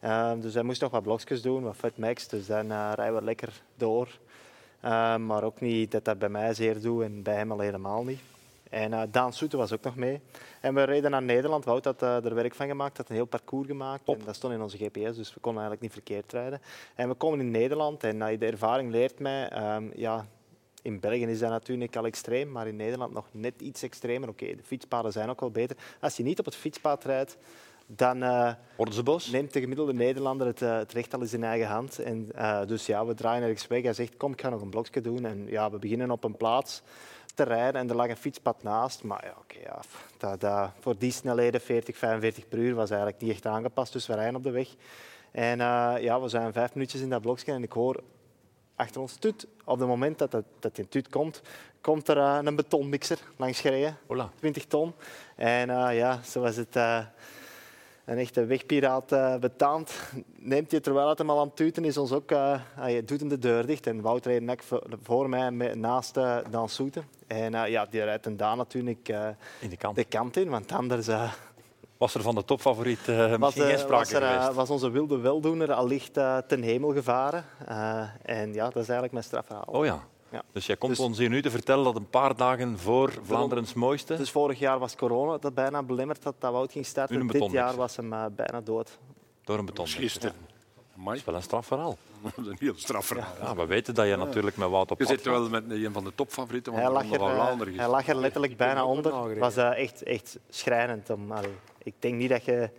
Speaker 3: Ehm, dus hij moest nog wat blokjes doen, wat fat max. Dus dan eh, rijden we lekker door. Ehm, maar ook niet dat dat bij mij zeer doet en bij hem al helemaal niet. En eh, Daan Soete was ook nog mee. En we reden naar Nederland. Wout had eh, er werk van gemaakt, had een heel parcours gemaakt. En dat stond in onze GPS, dus we konden eigenlijk niet verkeerd rijden. En we komen in Nederland en eh, de ervaring leert mij... ehm, ja, in België is dat natuurlijk al extreem, maar in Nederland nog net iets extremer. Oké, de fietspaden zijn ook wel beter. Als je niet op het fietspad rijdt, dan... eh,
Speaker 1: Worden ze boos?
Speaker 3: Neemt de gemiddelde Nederlander het, eh, het recht al eens in eigen hand. En, eh, dus ja, we draaien ergens weg. Hij zegt, kom, ik ga nog een blokje doen. En ja, we beginnen op een plaats te rijden en er lag een fietspad naast. Maar ja, oké, ja, pff, dat, dat, voor die snelheden, 40, 45 per uur, was eigenlijk niet echt aangepast. Dus we rijden op de weg. En eh, ja, we zijn vijf minuutjes in dat blokje en ik hoor achter ons tut. Op het moment dat, dat, dat die tut komt, komt er eh, een betonmixer langs gereden.
Speaker 1: Voilà.
Speaker 3: 20 ton. En eh, ja, zo was het. eh, een echte wegpiraat eh betaamt. Neemt je terwijl het hem al aan het tuten is, ons ook, eh, hij doet hem de deur dicht. En Wouter reed net voor- voor mij met- naast eh Dan Soete. En eh, ja, die rijdt hem daar natuurlijk eh,
Speaker 1: In de kant.
Speaker 3: de kant in, want anders eh,
Speaker 1: Was er van de topfavoriet eh
Speaker 3: was,
Speaker 1: misschien geen
Speaker 3: eh,
Speaker 1: sprake
Speaker 3: was, er, eh,
Speaker 1: geweest?
Speaker 3: was onze wilde weldoener allicht eh, ten hemel gevaren. Eh, en ja, dat is eigenlijk mijn strafverhaal.
Speaker 1: Oh ja.
Speaker 3: Ja.
Speaker 1: Dus jij komt
Speaker 3: Dus-
Speaker 1: ons hier nu te vertellen dat een paar dagen voor Vlaanderens mooiste...
Speaker 3: Dus vorig jaar was corona dat bijna belemmerd dat dat Wout ging starten.
Speaker 1: Nu een
Speaker 3: Dit jaar
Speaker 1: betonmixer.
Speaker 3: was hem eh, bijna dood.
Speaker 1: Door een beton.
Speaker 4: Gisteren.
Speaker 1: is wel een straf verhaal.
Speaker 4: [LAUGHS] Dat is een heel straf verhaal.
Speaker 1: Ja, we weten dat je natuurlijk met Wout op
Speaker 4: Je
Speaker 1: pad
Speaker 4: zit
Speaker 1: gaat.
Speaker 4: wel met een van de topfavorieten van de
Speaker 3: Hij lag,
Speaker 4: Ronde
Speaker 3: er,
Speaker 4: van
Speaker 3: eh,
Speaker 4: Vlaanderen.
Speaker 3: hij lag er letterlijk bijna onder. Het
Speaker 2: nagereden.
Speaker 3: was eh, echt, echt schrijnend. Om, allee, ik denk niet dat je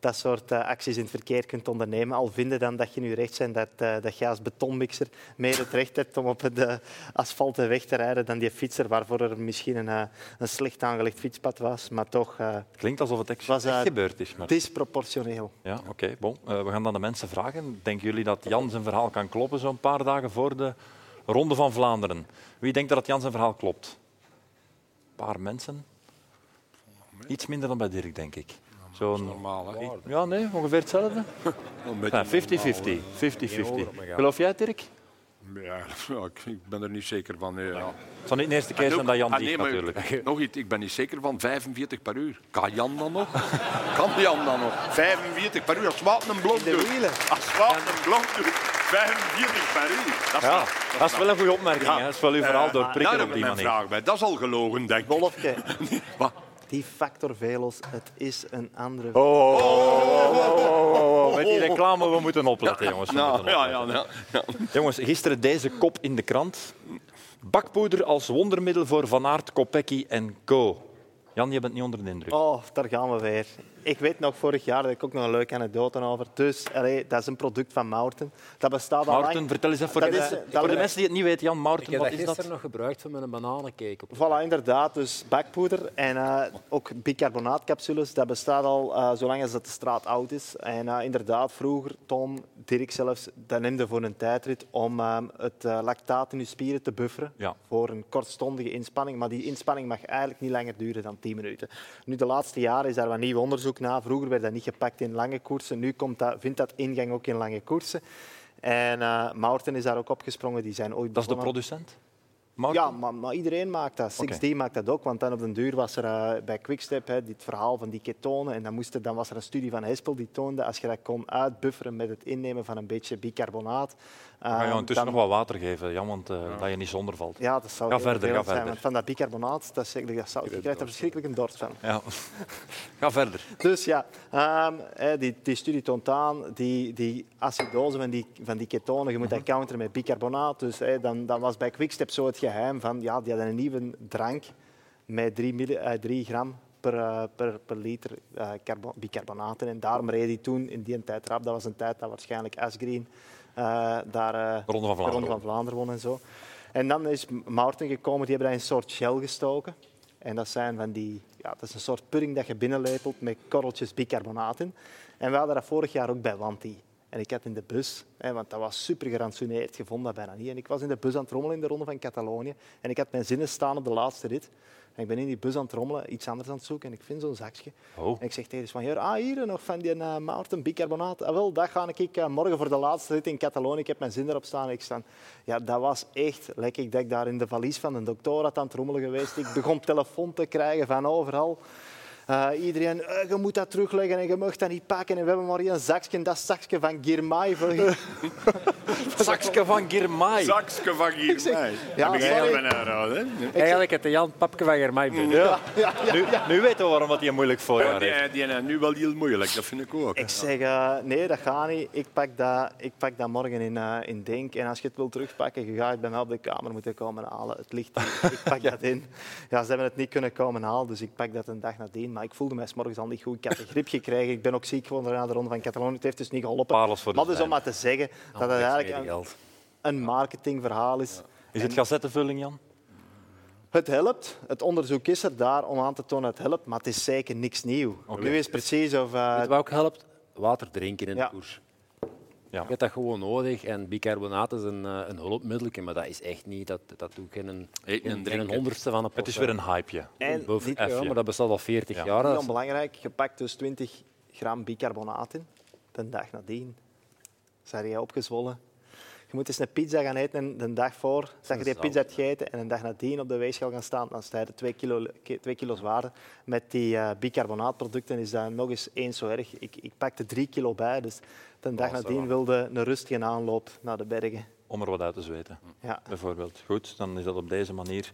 Speaker 3: dat soort eh, acties in het verkeer kunt ondernemen. Al vinden dan dat je nu recht bent dat, eh, dat je als betonmixer meer het recht hebt om op het eh, asfalt de weg te rijden dan die fietser, waarvoor er misschien een, eh, een slecht aangelegd fietspad was. Maar toch eh,
Speaker 1: Het klinkt alsof het echt
Speaker 3: Was, eh,
Speaker 1: echt gebeurd is. Maar...
Speaker 3: disproportioneel.
Speaker 1: Ja, oké. bon. Eh, we gaan dan de mensen vragen. Denken jullie dat Jan zijn verhaal kan kloppen zo'n paar dagen voor de Ronde van Vlaanderen? Wie denkt dat Jan zijn verhaal klopt? Een paar mensen. Iets minder dan bij Dirk, denk ik. Zo'n...
Speaker 4: Normaal, hè?
Speaker 1: Ja, nee, ongeveer hetzelfde.
Speaker 4: Een beetje
Speaker 1: Ja, 50-50. 50-50. Geloof jij het, Dirk?
Speaker 4: Ja, [LAUGHS] ja, ik- ik ben er niet zeker van. nee, ja.
Speaker 1: Het zal niet de eerste keer
Speaker 4: En
Speaker 1: zijn
Speaker 4: ook-
Speaker 1: dat Jan
Speaker 4: ah,
Speaker 1: dicht,
Speaker 4: nee, maar
Speaker 1: natuurlijk.
Speaker 4: [LAUGHS] Nog iets, ik ben niet zeker van 45 per uur. Kan Jan dan nog? [LAUGHS] kan Jan dan nog? 45 per uur, als Wout een blok
Speaker 3: In de
Speaker 4: doet.
Speaker 3: wielen.
Speaker 4: Als Wout een blok doet, 45 per uur. Dat is
Speaker 1: Ja,
Speaker 4: wel-
Speaker 1: dat is wel een goede opmerking.
Speaker 4: Ja.
Speaker 1: hè. Dat is wel uw verhaal
Speaker 4: Eh,
Speaker 1: doorprikken
Speaker 4: daar
Speaker 1: op die
Speaker 4: heb ik
Speaker 1: manier.
Speaker 4: mijn vraag bij. Dat is al gelogen, denk ik. [LAUGHS]
Speaker 3: Wolfke,
Speaker 4: Wat?
Speaker 3: die factor Velos, het is een andere...
Speaker 1: Oh, met die reclame, we moeten opletten, jongens. We
Speaker 4: Nou,
Speaker 1: moeten
Speaker 4: ja,
Speaker 1: opletten.
Speaker 4: ja, ja, ja.
Speaker 1: Jongens, gisteren deze kop in de krant. Bakpoeder als wondermiddel voor Van Aert, Kopecky en Co. Jan, je bent niet onder de indruk.
Speaker 3: Oh, daar gaan we weer. Ik weet nog, vorig jaar had ik ook nog een leuke anekdote over. Dus, allee, dat is een product van Mountain. Dat bestaat al
Speaker 1: Maarten,
Speaker 3: lang.
Speaker 1: vertel eens even voor,
Speaker 3: Dat
Speaker 1: de,
Speaker 3: is-
Speaker 1: mensen,
Speaker 3: dat
Speaker 1: voor de
Speaker 3: is-
Speaker 1: mensen die het niet weten. Jan
Speaker 2: Ik
Speaker 1: Maarten,
Speaker 2: heb
Speaker 1: wat
Speaker 2: dat
Speaker 1: is dat?
Speaker 2: gisteren nog gebruikt voor mijn bananencake. Op.
Speaker 3: Voilà, inderdaad. Dus bakpoeder en eh, ook bicarbonaatcapsules. Dat bestaat al eh, zolang als dat de straat oud is. En eh, inderdaad, vroeger, Tom, Dirk zelfs, dat neemde voor een tijdrit om eh, het eh, lactaat in je spieren te bufferen.
Speaker 1: Ja.
Speaker 3: Voor een kortstondige inspanning. Maar die inspanning mag eigenlijk niet langer duren dan 10 minuten. Nu, de laatste jaren is daar wat nieuw onderzoek naar. Vroeger werd dat niet gepakt in lange koersen. Nu komt dat, vindt dat ingang ook in lange koersen. En eh Maarten is daar ook opgesprongen. Die zijn ooit
Speaker 1: Dat is de
Speaker 3: begonnen-
Speaker 1: producent? Maarten? Ah,
Speaker 3: ja, maar, maar iedereen maakt dat. 6D
Speaker 1: Oké.
Speaker 3: maakt dat ook, want dan op den duur was er eh, bij Quickstep hè, dit verhaal van die ketonen. En dan, moest er, dan was er een studie van Hespel die toonde als je dat kon uitbufferen met het innemen van een beetje bicarbonaat.
Speaker 1: Ik ga je
Speaker 3: eh,
Speaker 1: Ah, intussen
Speaker 3: dan-
Speaker 1: nog wat water geven, Jan, want eh, dat je niet zonder valt.
Speaker 3: Ja, dat zou
Speaker 1: Ga
Speaker 3: heel
Speaker 1: verder,
Speaker 3: vervelend
Speaker 1: ga verder.
Speaker 3: zijn, want van dat bicarbonaat, dat is, eigenlijk- dat zou, je krijgt er verschrikkelijk een dorst van.
Speaker 1: Ja. [LAUGHS] Ga verder.
Speaker 3: Dus ja, ehm, hè, die, die studie toont aan, die, die acidose van die, van die ketonen, je moet dat counteren met bicarbonaat. Dus hè, dan, dan was bij Quickstep zo het geheim van, ja, die hadden een nieuwe drank met 3, gram per, eh, per, per liter eh, carbo- bicarbonaten. En daarom reed die toen in die tijd rap. Dat was een tijd dat waarschijnlijk Asgreen eh, daar... eh,
Speaker 1: Ronde van
Speaker 3: de Ronde
Speaker 1: Vlaanderen.
Speaker 3: van Vlaanderen won en zo. En dan is Maarten gekomen, die hebben daar een soort shell gestoken. En dat, zijn van die, ja, dat is een soort pudding dat je binnenlepelt met korreltjes bicarbonaat in. En we hadden dat vorig jaar ook bij Wanti. En ik had in de bus, hè, want dat was super gerantsoeneerd, je vond dat bijna niet. En ik was in de bus aan het rommelen in de Ronde van Catalonië. En ik had mijn zinnen staan op de laatste rit. En ik ben in die bus aan het rommelen, iets anders aan het zoeken. En ik vind zo'n zakje.
Speaker 1: Oh.
Speaker 3: En ik zeg tegen de van, ah, hier nog van die eh, Maarten bicarbonaat. Ah, wel, dat ga ik eh, morgen voor de laatste rit in Catalonië. Ik heb mijn zin erop staan. Ik sta, ja, dat was echt lekker. Ik dat ik daar in de valies van een dokter had aan het rommelen geweest. Ik begon telefoon te krijgen van overal. Eh, iedereen, eh, je moet dat terugleggen en je mag dat niet pakken. En we hebben maar hier een zakje, dat zakje van Girmay. voor je.
Speaker 1: Zakske van Girmay.
Speaker 4: Zakske van hier.
Speaker 3: ja,
Speaker 4: Ja,
Speaker 3: sorry.
Speaker 4: ja, hè?
Speaker 2: Eigenlijk het de Jan Papke van Germay.
Speaker 4: Mm.
Speaker 1: Ja. Nu, nu weten we waarom dat hij een moeilijk
Speaker 4: Ja,
Speaker 1: voorjaar heeft.
Speaker 4: die, die zijn nu wel heel moeilijk, dat vind ik ook.
Speaker 3: Ik zeg, eh, nee, dat gaat niet. Ik pak dat, ik pak dat morgen in, eh, in Denk. En als je het wil terugpakken, je gaat het bij mij op de kamer moeten komen halen. Het ligt
Speaker 1: [LAUGHS]
Speaker 3: hier. Ik pak dat in. Ja, ze hebben het niet kunnen komen halen, dus ik pak dat een dag nadien. Maar ik voelde mij 's morgens al niet goed. Ik had de griep gekregen. Ik ben ook ziek geworden na de Ronde van Catalonië. Het heeft dus niet geholpen.
Speaker 1: Parels voor de Nou,
Speaker 3: maar dus om
Speaker 1: zwijnen.
Speaker 3: maar te zeggen dat het eigenlijk een,
Speaker 2: geld.
Speaker 3: een marketingverhaal is.
Speaker 1: Is het gazettenvulling, Jan?
Speaker 3: Het helpt. Het onderzoek is er daar om aan te tonen dat het helpt, maar het is zeker niks nieuw. Nu is precies of... eh,
Speaker 2: Wat ook helpt, water drinken in de
Speaker 3: Ja.
Speaker 2: koers.
Speaker 1: Ja.
Speaker 2: Je hebt dat gewoon nodig en bicarbonaat is een, eh, een hulpmiddel, maar dat is echt niet, dat, dat doe ik in een,
Speaker 4: Eten en
Speaker 2: in- in
Speaker 4: drinken.
Speaker 2: een honderdste van een
Speaker 1: Het is weer een hypeje.
Speaker 3: en
Speaker 2: boven
Speaker 3: niet-
Speaker 2: ja,
Speaker 1: F'je.
Speaker 2: maar dat bestaat al 40
Speaker 1: Ja.
Speaker 2: jaar.
Speaker 3: Niet
Speaker 2: Dat is-
Speaker 3: onbelangrijk, je pakt dus 20 gram bicarbonaat in. De dag nadien zijn jij opgezwollen. Je moet eens een pizza gaan eten en de dag voor dat je die pizza hebt gegeten en een dag nadien op de weegschaal gaan staan, dan sta je er twee kilo, ki- twee kilo zwaarder. Met die eh, bicarbonaatproducten is dat nog eens eens zo erg. Ik, ik pakte drie kilo bij, dus de dag nadien wilde een rustige aanloop naar de bergen.
Speaker 1: Om er wat uit te zweten.
Speaker 3: Ja.
Speaker 1: bijvoorbeeld. Goed, dan is dat op deze manier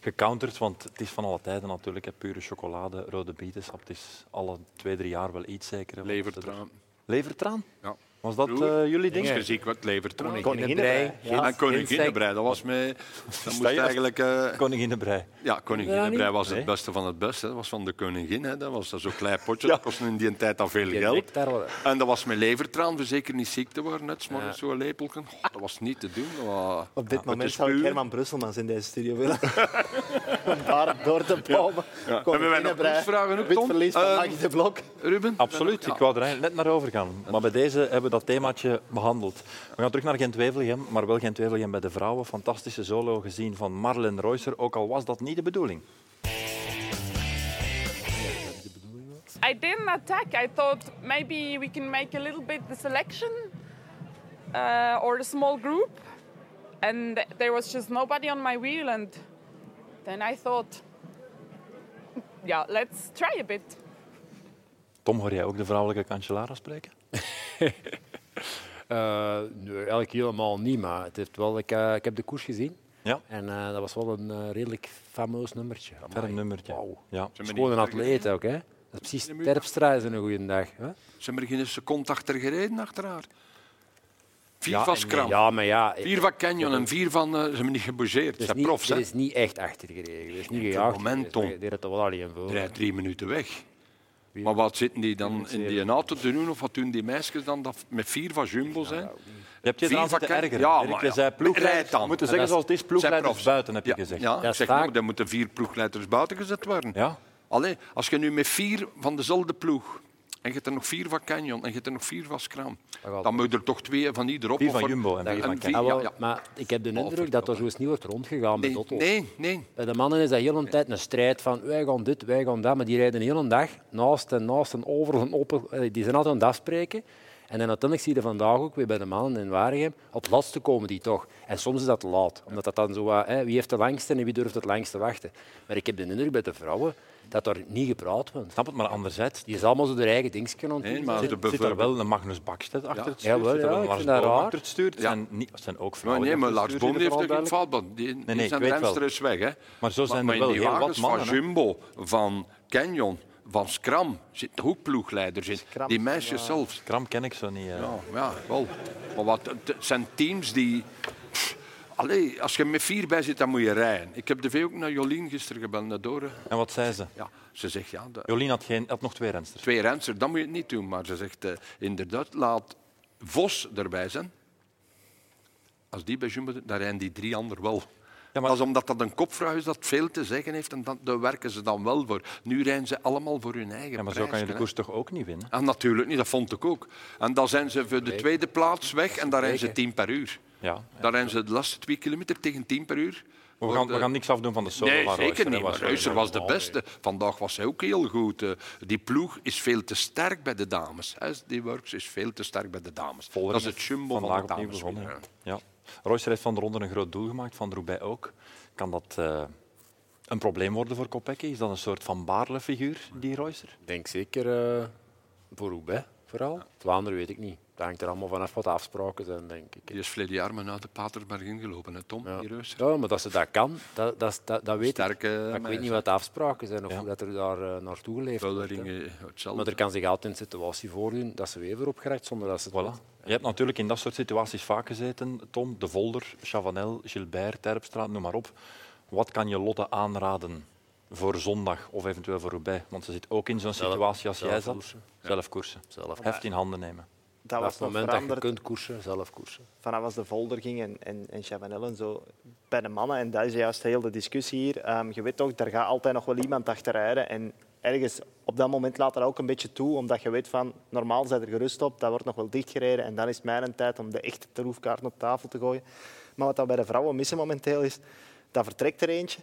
Speaker 1: gecounterd, want het is van alle tijden natuurlijk. Hè, pure chocolade, rode bietensap, het is alle twee, drie jaar wel iets zeker. hè, want ze er-
Speaker 4: Levertraan.
Speaker 1: Levertraan?
Speaker 4: Ja.
Speaker 1: Was dat
Speaker 4: Broer,
Speaker 1: eh, jullie ding?
Speaker 4: Eens gezien wat levert er aan.
Speaker 3: Koningin Brei. Ja.
Speaker 4: En koninginnenbrei, dat was mij... Dat moest eigenlijk... eh,
Speaker 1: Koningin de Brei.
Speaker 4: ja, koninginnenbrei was
Speaker 1: Nee.
Speaker 4: het beste van het beste. Dat was van de koningin. Hè. Dat was zo'n klein
Speaker 2: [LAUGHS]
Speaker 4: potje. Dat kostte in die tijd al veel geld.
Speaker 2: Direct daar wel-
Speaker 4: En dat was mijn levertraan, we zeker niet ziek te worden. Net s'morgens zo'n lepelken. Goh, dat was niet te doen. Dat was-
Speaker 3: Op dit
Speaker 4: Ja, het
Speaker 3: moment
Speaker 4: is
Speaker 3: zou ik
Speaker 4: puur.
Speaker 3: Herman Brusselmans in deze studio willen. [LAUGHS] Om daar door te palmen.
Speaker 4: Hebben wij nog quizvragen ook,
Speaker 3: Wit
Speaker 4: Tom?
Speaker 3: verlies van
Speaker 4: Eh,
Speaker 3: Aggie de Blok.
Speaker 4: Ruben?
Speaker 1: Absoluut, ik wou er eigenlijk net naar overgaan. Maar bij deze hebben we dat themaatje behandeld. We gaan terug naar Gent-Wevelgem, maar wel Gent-Wevelgem bij de vrouwen. Fantastische solo gezien van Marlen Reusser, ook al was dat niet de bedoeling.
Speaker 6: I didn't attack. I thought maybe we can make a little bit the selection uh, or a small group. And th- there was just nobody on my wheel. And then I thought, [LAUGHS] yeah, let's try a bit.
Speaker 1: Tom, hoor jij ook de vrouwelijke kanselara spreken?
Speaker 2: Eh, nee, eigenlijk helemaal niet, maar het heeft wel, ik, eh, ik heb de koers gezien.
Speaker 1: Ja.
Speaker 2: En eh, dat was wel een eh, redelijk fameus nummertje. Amai.
Speaker 1: Ferm nummertje.
Speaker 2: Wauw.
Speaker 1: Ja.
Speaker 2: Het is gewoon een atleet ook, hè? Dat is precies Terpstra is een goede dag. Hè?
Speaker 4: Zijn er geen seconde achter gereden, achterhaar? Vier
Speaker 2: Ja,
Speaker 4: van
Speaker 2: en-
Speaker 4: Scram,
Speaker 2: Ja, maar ja,
Speaker 4: vier van Canyon en vier van... eh, ze hebben niet gebougeerd.
Speaker 2: het
Speaker 4: Ze
Speaker 2: is
Speaker 4: zijn
Speaker 2: Dus niet,
Speaker 4: profs,
Speaker 2: er
Speaker 4: hè?
Speaker 2: is niet echt achter gereden. Er is niet
Speaker 4: Enkel
Speaker 2: gejaagd.
Speaker 4: moment,
Speaker 2: Tom.
Speaker 4: Tom.
Speaker 2: Die reed er wel alleen voor.
Speaker 4: Die rijdt drie minuten weg.
Speaker 2: Wie-
Speaker 4: Maar wat zitten die dan in die auto te doen? Of wat doen die meisjes dan dat met vier van Jumbo zijn?
Speaker 1: Je hebt je
Speaker 4: Vier
Speaker 1: eraan
Speaker 4: van
Speaker 1: zitten
Speaker 4: Ken-
Speaker 1: ergeren.
Speaker 4: Ja,
Speaker 1: Dirk,
Speaker 4: maar
Speaker 1: je
Speaker 4: ja.
Speaker 1: zei
Speaker 4: Rijd
Speaker 1: ploegleiders
Speaker 4: dan.
Speaker 1: We moeten
Speaker 2: Maar
Speaker 1: zeggen
Speaker 2: dat
Speaker 1: zoals het
Speaker 2: is-
Speaker 1: is,
Speaker 4: Zijn
Speaker 1: ploegleiders
Speaker 4: profs.
Speaker 1: buiten, heb je
Speaker 4: Ja,
Speaker 1: gezegd.
Speaker 4: Ja,
Speaker 2: Dat is
Speaker 4: zeg, maar,
Speaker 2: vaak-
Speaker 4: dan moeten vier ploegleiders buiten gezet worden.
Speaker 1: Ja?
Speaker 4: Allee, als je nu met vier van dezelfde ploeg en je hebt er nog vier van Canyon en je hebt er nog vier van Scram,
Speaker 2: gaat-
Speaker 4: dan moet je er toch twee van ieder op.
Speaker 1: Vier van Jumbo en
Speaker 4: en
Speaker 1: vier van
Speaker 4: vier-
Speaker 1: Ken.
Speaker 2: Ah,
Speaker 4: ja,
Speaker 2: wel,
Speaker 4: ja.
Speaker 2: Maar ik heb de indruk dat er
Speaker 4: verdomme.
Speaker 2: zo eens niet wordt rondgegaan met
Speaker 4: Nee,
Speaker 2: Otto.
Speaker 4: nee, nee.
Speaker 2: Bij de mannen is dat heel een tijd een strijd van wij gaan dit, wij gaan dat. Maar die rijden heel een dag naast en naast en over en op. Eh, Die zijn altijd aan het afspreken. En dan uiteindelijk zie je vandaag ook weer bij de mannen in Waregem, op het laatste komen die toch. En soms is dat te laat, omdat dat dan zo wat, hè, wie heeft de langste en wie durft het langste wachten. Maar ik heb de indruk bij de vrouwen dat daar niet gepraat wordt.
Speaker 1: Snap het, maar anderzijds
Speaker 2: Die is allemaal zo haar eigen dingetje aan het
Speaker 4: Nee,
Speaker 2: doen.
Speaker 4: maar-
Speaker 1: zit, zit er wel een Magnus Bakstedt achter het stuur.
Speaker 2: Jawel,
Speaker 1: zit er
Speaker 2: ja,
Speaker 1: wel
Speaker 2: ik
Speaker 1: Lars
Speaker 2: vind dat
Speaker 1: Boom
Speaker 2: raar.
Speaker 1: achter het stuur.
Speaker 4: Ja.
Speaker 1: En niet, het zijn ook
Speaker 4: Maar,
Speaker 1: vrouwen.
Speaker 4: nee, maar
Speaker 1: die
Speaker 4: Lars
Speaker 1: achter het
Speaker 4: Boom
Speaker 1: stuur
Speaker 4: heeft
Speaker 1: zitten,
Speaker 4: ook een
Speaker 1: vooral
Speaker 4: foutband. Die, die
Speaker 1: nee, ik
Speaker 4: zijn
Speaker 1: weet wel.
Speaker 4: renster is weg. Hè.
Speaker 1: Maar zo zijn er
Speaker 4: maar in
Speaker 1: wel
Speaker 4: die
Speaker 1: heel wat
Speaker 4: wagens
Speaker 1: mannen, hè.
Speaker 4: Van Jumbo, van Canyon, van Scram zitten ook ploegleiders in.
Speaker 3: Scram,
Speaker 4: Die meisjes
Speaker 1: eh,
Speaker 4: zelfs.
Speaker 1: Kram ken ik zo niet. eh.
Speaker 4: Ja, ja, wel. Maar wat, het- het zijn teams die... Pff, Allee, als je met vier bij zit, dan moet je rijden. Ik heb de V ook naar Jolien gisteren gebeld, naar Dore.
Speaker 1: En wat zei ze?
Speaker 4: Ja, ze zegt, ja, de
Speaker 1: Jolien had, geen, had nog twee rensters.
Speaker 4: twee rensters, dan moet je het niet doen. Maar ze zegt, eh, inderdaad, laat Vos erbij zijn. Als die bij Jumbo, dan rijden die drie anderen wel.
Speaker 1: Ja, maar-
Speaker 4: Dat is omdat dat een kopvrouw is dat veel te zeggen heeft en dat, daar werken ze dan wel voor. Nu rijden ze allemaal voor hun eigen
Speaker 1: Ja, maar zo kan je de
Speaker 4: prijsje, hè.
Speaker 1: koers toch ook niet winnen?
Speaker 4: Ah, natuurlijk niet, dat vond ik ook. En dan zijn ze voor de tweede plaats weg en daar rijden ze 10 per uur.
Speaker 1: Ja.
Speaker 4: Daar rijden ze de laatste twee kilometer tegen 10 per uur. eh,
Speaker 1: We gaan, we gaan niks afdoen van de solo
Speaker 4: Nee,
Speaker 1: van
Speaker 4: zeker
Speaker 1: Royster,
Speaker 4: niet.
Speaker 1: hè,
Speaker 4: Maar
Speaker 1: was-
Speaker 4: Ruijser was de beste. Vandaag was hij ook heel goed. Eh, Die ploeg is veel te sterk bij de dames. hè. Die Works is veel te sterk bij de dames.
Speaker 1: Vollering
Speaker 4: Dat is het
Speaker 1: heeft
Speaker 4: jumbo van
Speaker 1: vandaag
Speaker 4: de
Speaker 1: opnieuw
Speaker 4: dames.
Speaker 1: begonnen.
Speaker 4: Ja.
Speaker 1: Ja. Royster heeft van de ronde een groot doel gemaakt, van Roubaix ook. Kan dat eh, een probleem worden voor Kopecky? Is dat een soort van Baarle-figuur, die Royster?
Speaker 2: Ik denk zeker eh, voor Roubaix vooral. Vlaanderen weet ik niet. Dat hangt er allemaal vanaf wat de afspraken zijn, denk ik.
Speaker 4: Die is verleden jaar maar uit de Paterberg ingelopen, hè, Tom? Die Ruijser.
Speaker 2: Ja, maar dat ze dat kan, dat, dat, dat, dat weet ik.
Speaker 4: Sterke eh,
Speaker 2: Maar ik weet
Speaker 4: meisje.
Speaker 2: niet wat de afspraken zijn of
Speaker 1: Ja.
Speaker 2: hoe dat er daar eh, naartoe geleefd wordt. hè.
Speaker 4: Vullering, eh, hetzelfde.
Speaker 2: Maar er kan zich altijd een situatie voordoen dat ze weer voorop geraakt zonder dat ze het
Speaker 1: Voilà. Je hebt natuurlijk in dat soort situaties vaak gezeten, Tom. De Volder, Chavanel, Gilbert, Terpstra, noem maar op. Wat kan je Lotte aanraden voor zondag of eventueel voor Roubaix? Want ze zit ook in zo'n situatie als jij zat. Zelf koersen.
Speaker 2: Zelf.
Speaker 1: Heft in handen nemen.
Speaker 3: Dat
Speaker 2: Op
Speaker 3: was
Speaker 2: het
Speaker 3: nog
Speaker 2: moment dat je
Speaker 3: veranderd
Speaker 2: kunt koersen, zelf koersen.
Speaker 3: vanaf als de Volder ging en, en, en Chavanel en zo bij de mannen. En dat is juist heel de discussie hier. Ehm, je weet toch, daar gaat altijd nog wel iemand achterrijden. En ergens op dat moment laat dat ook een beetje toe, omdat je weet van normaal zijn er gerust op, dat wordt nog wel dichtgereden. En dan is het mijn tijd om de echte troefkaart op tafel te gooien. Maar wat dat bij de vrouwen missen momenteel is, dat vertrekt er eentje.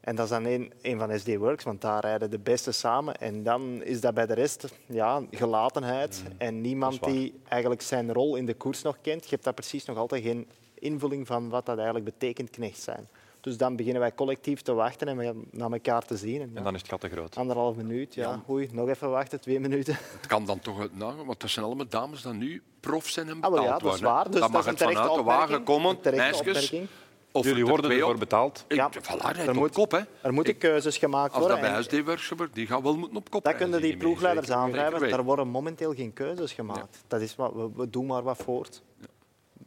Speaker 3: En dat is dan een, een van SD Works, want daar rijden de beste samen. En dan is dat bij de rest ja, gelatenheid
Speaker 4: Mhm.
Speaker 3: en niemand die eigenlijk zijn rol in de koers nog kent. Je hebt daar precies nog altijd geen invulling van wat dat eigenlijk betekent knecht zijn. Dus dan beginnen wij collectief te wachten en we- naar elkaar te zien. En, ja,
Speaker 1: En dan is het gat te groot.
Speaker 3: Anderhalf minuut, ja. Oei, nog even wachten, twee minuten. [LAUGHS]
Speaker 4: Het kan dan toch uit nou, want dat zijn allemaal dames die nu prof zijn en
Speaker 3: Ah,
Speaker 4: betaald
Speaker 3: wel ja, dat is
Speaker 4: worden. hè.
Speaker 3: waar. Dus
Speaker 4: dan
Speaker 3: dat
Speaker 4: mag
Speaker 3: is een
Speaker 4: het vanuit
Speaker 3: terechte
Speaker 4: de wagen
Speaker 3: opmerking.
Speaker 4: komen.
Speaker 3: Een terechte
Speaker 4: Meisjes,
Speaker 3: opmerking.
Speaker 4: Of
Speaker 1: Jullie
Speaker 4: er
Speaker 1: worden
Speaker 4: twee
Speaker 1: ervoor
Speaker 4: op-
Speaker 1: betaald.
Speaker 4: Ik,
Speaker 3: Ja.
Speaker 4: voilà, hij rijdt
Speaker 3: Er
Speaker 4: op
Speaker 3: moet-
Speaker 4: kop. Hè.
Speaker 3: Er moeten keuzes gemaakt
Speaker 4: Als dat
Speaker 3: worden.
Speaker 4: bij
Speaker 3: en-
Speaker 4: huisdeelwerk gebeurt, die gaan wel moeten op kop
Speaker 3: Dat
Speaker 4: rijden,
Speaker 3: kunnen die
Speaker 4: mensen,
Speaker 3: ploegleiders
Speaker 4: mensen.
Speaker 3: aangrijpen.
Speaker 4: Zeker
Speaker 3: Daar
Speaker 4: weten.
Speaker 3: worden momenteel geen keuzes gemaakt. Dat is wat, we, we doen maar wat voort.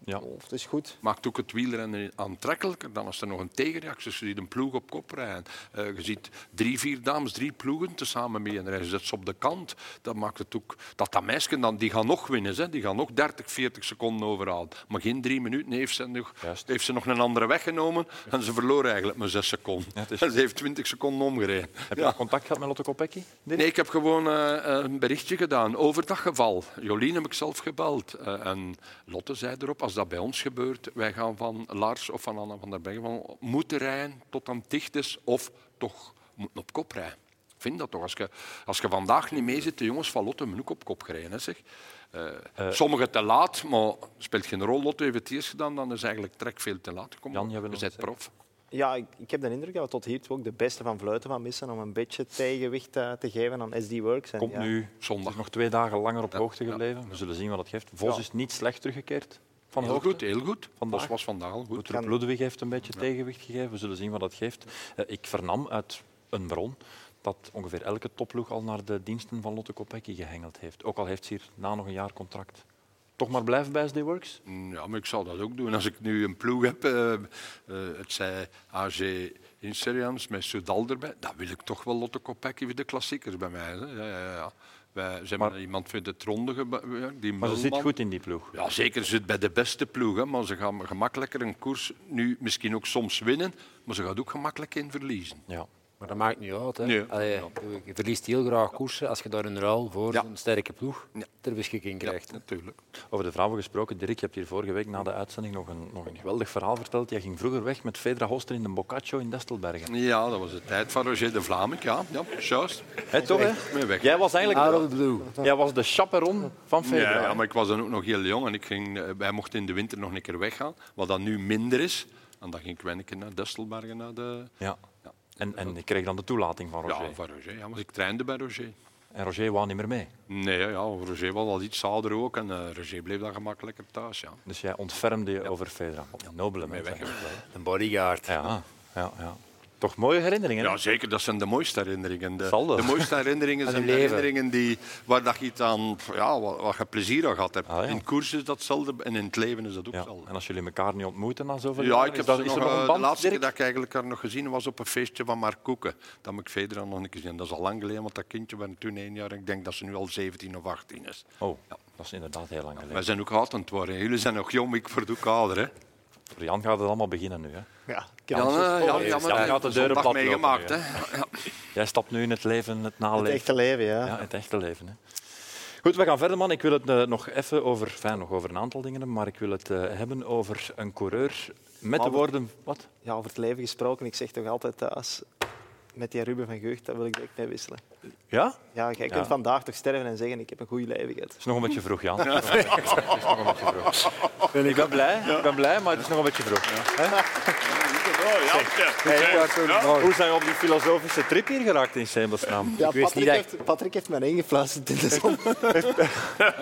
Speaker 1: Ja.
Speaker 3: Of het is goed.
Speaker 4: Maakt ook het wielrennen aantrekkelijker dan als er nog een tegenreactie is. Je ziet een ploeg op kop rijden. Eh, je ziet drie, vier dames, drie ploegen tezamen mee en rijden. Zet ze op de kant. Dat maakt het ook... Dat dat meisje dan... Die gaan nog winnen. Hè. Die gaan nog 30, 40 seconden overhalen. Maar geen drie minuten heeft ze nog,
Speaker 1: Juist.
Speaker 4: heeft ze nog een andere weggenomen. En ze verloor eigenlijk maar zes seconden.
Speaker 1: Ja, het is-
Speaker 4: En ze heeft 20 seconden omgereden.
Speaker 1: Heb je
Speaker 4: Ja.
Speaker 1: nog contact gehad met Lotte Kopecky?
Speaker 4: Nee, ik heb gewoon eh, een berichtje gedaan over dat geval. Jolien heb ik zelf gebeld. Eh, en Lotte zei erop, als dat bij ons gebeurt, wij gaan van Lars of van Anna van der Bergen van moeten rijden tot aan het dicht is of toch moeten op kop rijden. Ik vind dat toch. Als je, als je vandaag niet mee zit, de jongens van Lotte hebben ook op kop gereden. Hè, zeg. Eh, Sommigen te laat, maar speelt geen rol. Lotte heeft het eerst gedaan, dan is eigenlijk trek veel te laat gekomen.
Speaker 1: Jan, jij wil
Speaker 4: je
Speaker 1: nog
Speaker 4: bent
Speaker 1: iets zeggen?
Speaker 4: prof.
Speaker 3: Ja, ik, ik heb de indruk dat we tot hier toe ook de beste van Vleuten van missen om een beetje tegenwicht eh, te geven aan SD Works. En
Speaker 1: Komt
Speaker 3: ja,
Speaker 1: nu
Speaker 4: Zondag.
Speaker 1: zondag nog twee dagen langer op hoogte
Speaker 4: ja.
Speaker 1: gebleven. We zullen zien wat dat geeft. Vos is niet slecht teruggekeerd van
Speaker 4: Heel
Speaker 1: hoogte.
Speaker 4: goed, heel goed.
Speaker 1: Vandaag.
Speaker 4: Bos was vandaag al goed.
Speaker 1: Goed, Ruud Ludwig heeft een beetje tegenwicht gegeven. We zullen zien wat dat geeft. Eh, ik vernam uit een bron dat ongeveer elke topploeg al naar de diensten van Lotte Kopecky gehengeld heeft. Ook al heeft ze hier na nog een jaar contract. Toch maar blijven bij SD Works?
Speaker 4: Ja, maar ik zou dat ook doen. Als ik nu een ploeg heb, eh, eh, het zij AG Inserians met Soudal erbij, dan wil ik toch wel Lotte Kopecky voor de klassiekers bij mij. Hè. Ja, ja, ja. Wij zijn maar,
Speaker 1: Maar-
Speaker 4: iemand voor de tronde gewerkt, eh, die
Speaker 1: Maar ze zit
Speaker 4: Mulman.
Speaker 1: goed in die ploeg.
Speaker 4: Ja, zeker. Ze zit bij de beste ploeg, hè, maar ze gaan gemakkelijker een koers nu misschien ook soms winnen, maar ze gaat ook gemakkelijk in verliezen.
Speaker 1: Ja.
Speaker 2: Maar dat maakt niet uit. Hè.
Speaker 4: Nee.
Speaker 2: Allee, je verliest heel graag koersen als je daar een ruil voor
Speaker 4: Ja.
Speaker 2: een sterke ploeg
Speaker 4: Ja.
Speaker 2: ter beschikking krijgt. hè.
Speaker 4: Natuurlijk.
Speaker 1: Over de vrouwen gesproken, Dirk, je hebt hier vorige week na de uitzending nog een, nog een geweldig verhaal verteld. Jij ging vroeger weg met Fedra Hoster in de Boccaccio in Destelbergen.
Speaker 4: Ja, dat was de tijd van Roger de Vlaming. Ja, ja juist.
Speaker 1: Hé, toch, hè?
Speaker 4: Mee weg.
Speaker 1: Jij was eigenlijk
Speaker 2: Out of the blue.
Speaker 1: de, jij was de chaperon van Fedra.
Speaker 4: Ja, ja, maar ik was dan ook nog heel jong en ik ging, eh, wij mochten in de winter nog een keer weggaan, wat dan nu minder is. En dan ging ik wel een keer naar Destelbergen, naar de...
Speaker 1: Ja. En, en je kreeg dan de toelating van Roger.
Speaker 4: Ja, van Roger. Ja, want ik trainde bij Roger.
Speaker 1: En Roger wou niet meer mee.
Speaker 4: Nee, ja, Roger was al iets ouder ook en eh, Roger bleef dan gemakkelijker thuis. Ja.
Speaker 1: Dus jij ontfermde je over Fedra. Nobele
Speaker 4: Mee
Speaker 1: mensen.
Speaker 4: weg.
Speaker 2: Een bodyguard.
Speaker 1: Ja, ja, ja. Toch mooie herinneringen. hè?
Speaker 4: Ja, zeker. Dat zijn de mooiste herinneringen. De,
Speaker 1: Zal dat?
Speaker 4: de mooiste
Speaker 1: [LAUGHS]
Speaker 4: herinneringen
Speaker 2: Aan
Speaker 4: zijn de
Speaker 2: uw leven.
Speaker 4: herinneringen die, waar dat je iets aan, ja, wat, wat je plezier aan gehad hebt.
Speaker 1: Ah, ja.
Speaker 4: In koers is dat hetzelfde en in het leven is dat ook
Speaker 1: Ja,
Speaker 4: hetzelfde.
Speaker 1: En als jullie elkaar niet ontmoeten na zoveel
Speaker 4: Ja,
Speaker 1: jaar,
Speaker 4: ik heb
Speaker 1: dat,
Speaker 4: ze
Speaker 1: is er
Speaker 4: nog,
Speaker 1: nog
Speaker 4: eh,
Speaker 1: een
Speaker 4: de
Speaker 1: band,
Speaker 4: laatste
Speaker 1: Dirk?
Speaker 4: keer dat ik eigenlijk haar nog gezien was op een feestje van Mark Koeken. Dat moet ik Fedra nog een keer zien. Dat is al lang geleden, want dat kindje was toen één jaar. Ik denk dat ze nu al 17 of 18 is.
Speaker 1: Oh, dat is inderdaad heel lang geleden.
Speaker 4: Wij zijn ook oud aan het worden. Jullie zijn nog jong, ik word ook ouder. Hè?
Speaker 1: Voor Jan gaat het allemaal beginnen nu. Hè.
Speaker 3: Ja,
Speaker 4: Jan,
Speaker 3: kansen.
Speaker 4: eh, Jan, Jan,
Speaker 1: eerst.
Speaker 4: Jan
Speaker 1: Jan gaat de deuren
Speaker 4: zondag
Speaker 1: platlopen
Speaker 4: meegemaakt.
Speaker 1: nu,
Speaker 4: Hè? Ja.
Speaker 1: Jij stapt nu in het leven, het
Speaker 3: het
Speaker 1: naleven.
Speaker 3: echte eh, leven, ja.
Speaker 1: Ja, het echte leven. Hè. Goed, we gaan verder, man. Ik wil het eh, nog even over, fijn, nog over een aantal dingen hebben, maar ik wil het eh, hebben over een coureur met de
Speaker 3: Albert.
Speaker 1: woorden... Wat?
Speaker 3: Ja, over het leven gesproken. Ik zeg toch altijd thuis, met die Ruben van Geucht, daar wil ik direct mee wisselen.
Speaker 1: Ja? Het
Speaker 3: Ja, jij kunt vandaag toch sterven en zeggen, ik heb een goed leven gehad.
Speaker 1: is nog een beetje [LAUGHS] vroeg, Jan. Het is nog een beetje vroeg. Ik ben blij, ik ben blij, maar het is nog een beetje vroeg. Hoe zijn we op die filosofische trip hier geraakt in Semelsnaam?
Speaker 3: Ja,
Speaker 2: Ik wist
Speaker 3: Patrick,
Speaker 2: niet dat ik-
Speaker 3: heeft, Patrick heeft mij ingefluisterd in de [LAUGHS] zon.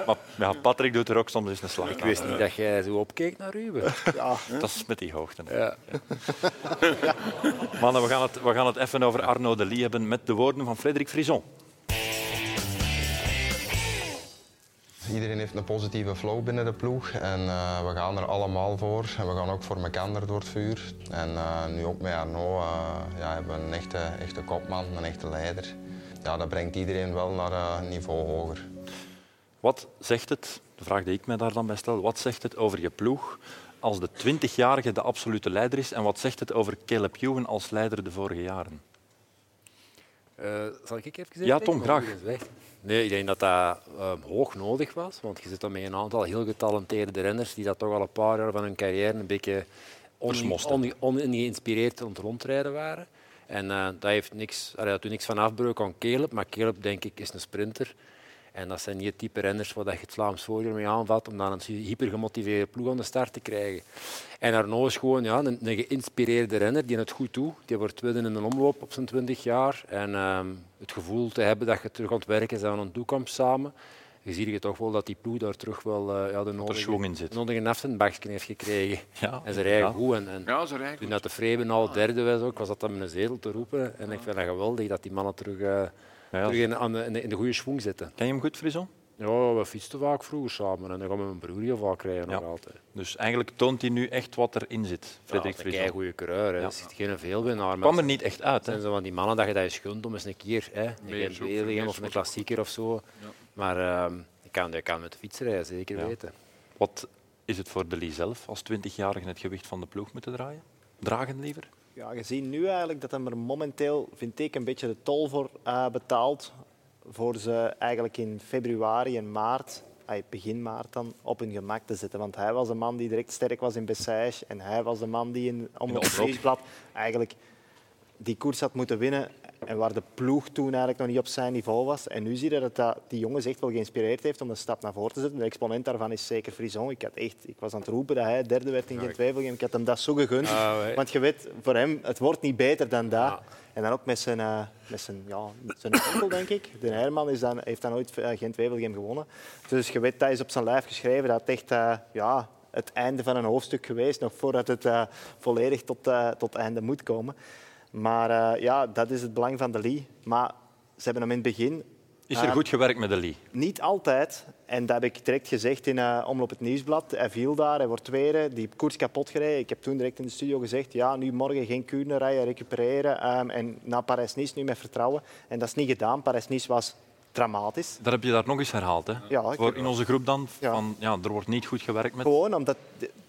Speaker 1: Maar ja, Patrick doet er ook soms eens een slag
Speaker 2: Ik wist niet dat jij zo opkeek naar Ruben.
Speaker 3: Ja,
Speaker 1: Dat is met die hoogte. [LAUGHS] Ja. Mannen, we gaan, het, we gaan het even over Arno de Lee hebben met de woorden van Frederik Frison.
Speaker 5: Iedereen heeft een positieve flow binnen de ploeg en eh, we gaan er allemaal voor. En we gaan ook voor elkaar door het vuur. En eh, nu ook met Arno eh, ja, hebben we een echte, echte kopman, een echte leider. Ja, dat brengt iedereen wel naar eh, een niveau hoger.
Speaker 1: Wat zegt het, de vraag die ik mij daar dan bij stel, wat zegt het over je ploeg als de 20-jarige de absolute leider is en wat zegt het over Caleb Ewan als leider de vorige jaren?
Speaker 2: Eh, zal ik even zeggen?
Speaker 1: Ja, Tom,
Speaker 2: Of
Speaker 1: graag.
Speaker 2: is het weg? Nee, ik denk dat dat eh, hoog nodig was. Want je zit dan met een aantal heel getalenteerde renners die dat toch al een paar jaar van hun carrière een beetje onge-
Speaker 1: Versmost, hè?
Speaker 2: onge- ongeïnspireerd aan het rondrijden waren. En eh, dat heeft niks, allee, dat doet niks van afbreuk aan Caleb. Maar Caleb, denk ik, is een sprinter. En dat zijn niet het type renners waar dat je het Vlaams voorjaar mee aanvat om dan een hypergemotiveerde ploeg aan de start te krijgen. En Arno is gewoon ja, een, een geïnspireerde renner die het goed doet. Die wordt tweede in de omloop op zijn 20 jaar. En ehm, het gevoel te hebben dat je terug aan het werken bent aan een toekomst samen. je ziet je toch wel dat die ploeg daar terug wel eh, ja, de
Speaker 1: schwung
Speaker 2: nodige,
Speaker 1: in zit.
Speaker 2: de nodige neftenbakje heeft gekregen.
Speaker 1: Ja,
Speaker 2: En ze rijden
Speaker 1: ja.
Speaker 2: goed. En, en
Speaker 4: Ja, ze rijden
Speaker 2: toen
Speaker 4: goed.
Speaker 2: dat de Vreven al derde was, ook, was dat dan met een zetel te roepen. En ik vind dat geweldig dat die mannen terug, eh,
Speaker 1: ja.
Speaker 2: terug in, aan de, in de- in de goede schwung zitten.
Speaker 1: Ken je hem goed, Frison?
Speaker 2: Ja, we fietsten vaak vroeger samen en dan gaan we mijn broer heel vaak rijden
Speaker 1: Ja.
Speaker 2: nog altijd.
Speaker 1: Dus eigenlijk toont hij nu echt wat erin zit, Frederik
Speaker 2: ja,
Speaker 1: Frison.
Speaker 2: een goede coureur. hè.
Speaker 1: Ja.
Speaker 2: Er zit geen veelwinnaar. maar
Speaker 1: kwam er niet echt uit.
Speaker 2: Het zijn
Speaker 1: Hè?
Speaker 2: zo van die mannen dat je dat je gunt om eens een keer hè,
Speaker 4: Meer
Speaker 2: een
Speaker 4: zoeken,
Speaker 2: Belgium
Speaker 4: meer
Speaker 2: of een klassieker of zo. Maar ehm, ik kan, ik kan met de fiets rijden, zeker
Speaker 1: Ja.
Speaker 2: weten.
Speaker 1: Wat is het voor Delis zelf als 20-jarige het gewicht van de ploeg moeten draaien? Dragen liever?
Speaker 3: Ja, je ziet nu eigenlijk dat hem er momenteel, vind ik, een beetje de tol voor eh, betaalt. Voor ze eigenlijk in februari en maart, ay, begin maart dan, op hun gemak te zetten. Want hij was de man die direct sterk was in Bessage. En hij was de man die in, om
Speaker 1: In de
Speaker 3: op
Speaker 1: oploop.
Speaker 3: het Friesblad eigenlijk die koers had moeten winnen. En waar de ploeg toen eigenlijk nog niet op zijn niveau was. En nu zie je dat, dat die jongens echt wel geïnspireerd heeft om een stap naar voren te zetten. De exponent daarvan is zeker Frison. Ik, had echt, ik was aan het roepen dat hij derde werd in geen twijfel. Ik had hem dat zo gegund.
Speaker 2: Ah, wij-
Speaker 3: Want je weet, voor hem, het wordt niet beter dan dat. En dan ook met zijn, eh, met zijn, ja, met zijn enkel, denk ik. De Herman is dan, heeft dan ooit eh, Gent Wevelgem gewonnen. Dus je weet, dat is op zijn lijf geschreven. Dat het echt eh, ja, het einde van een hoofdstuk geweest. Nog voordat het eh, volledig tot, eh, tot einde moet komen. Maar eh, ja, dat is het belang van de Lee. Maar ze hebben hem in het begin
Speaker 1: Is er
Speaker 3: Ehm,
Speaker 1: goed gewerkt met Delis?
Speaker 3: niet altijd. En dat heb ik direct gezegd in eh, Omloop het Nieuwsblad. Hij viel daar, hij wordt tweede, die koers kapot gereden. Ik heb toen direct in de studio gezegd, ja, nu morgen geen Kuurne rijden, recupereren. ehm, en naar Parijs-Nice nu met vertrouwen. En dat is niet gedaan. Parijs-Nice was dramatisch.
Speaker 1: Dat heb je daar nog eens herhaald. Hè?
Speaker 3: Ja, ik
Speaker 1: voor
Speaker 3: heb-
Speaker 1: in onze groep dan.
Speaker 3: Ja.
Speaker 1: Van, ja, er wordt niet goed gewerkt met.
Speaker 3: Gewoon omdat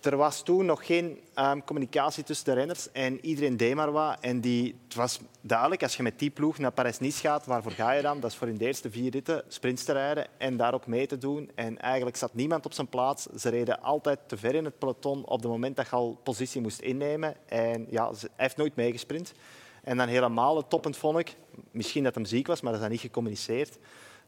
Speaker 3: d- er was toen nog geen ehm, communicatie tussen de renners en iedereen deed maar wat. En die, het was duidelijk, als je met die ploeg naar Parijs-Nice gaat, waarvoor ga je dan? Dat is voor in de eerste vier ritten sprints te rijden en daar ook mee te doen. En eigenlijk zat niemand op zijn plaats. Ze reden altijd te ver in het peloton op het moment dat je al positie moest innemen. En ja, ze, hij heeft nooit meegesprint. En dan helemaal het toppunt vond ik, misschien dat hem ziek was, maar dat is dan niet gecommuniceerd.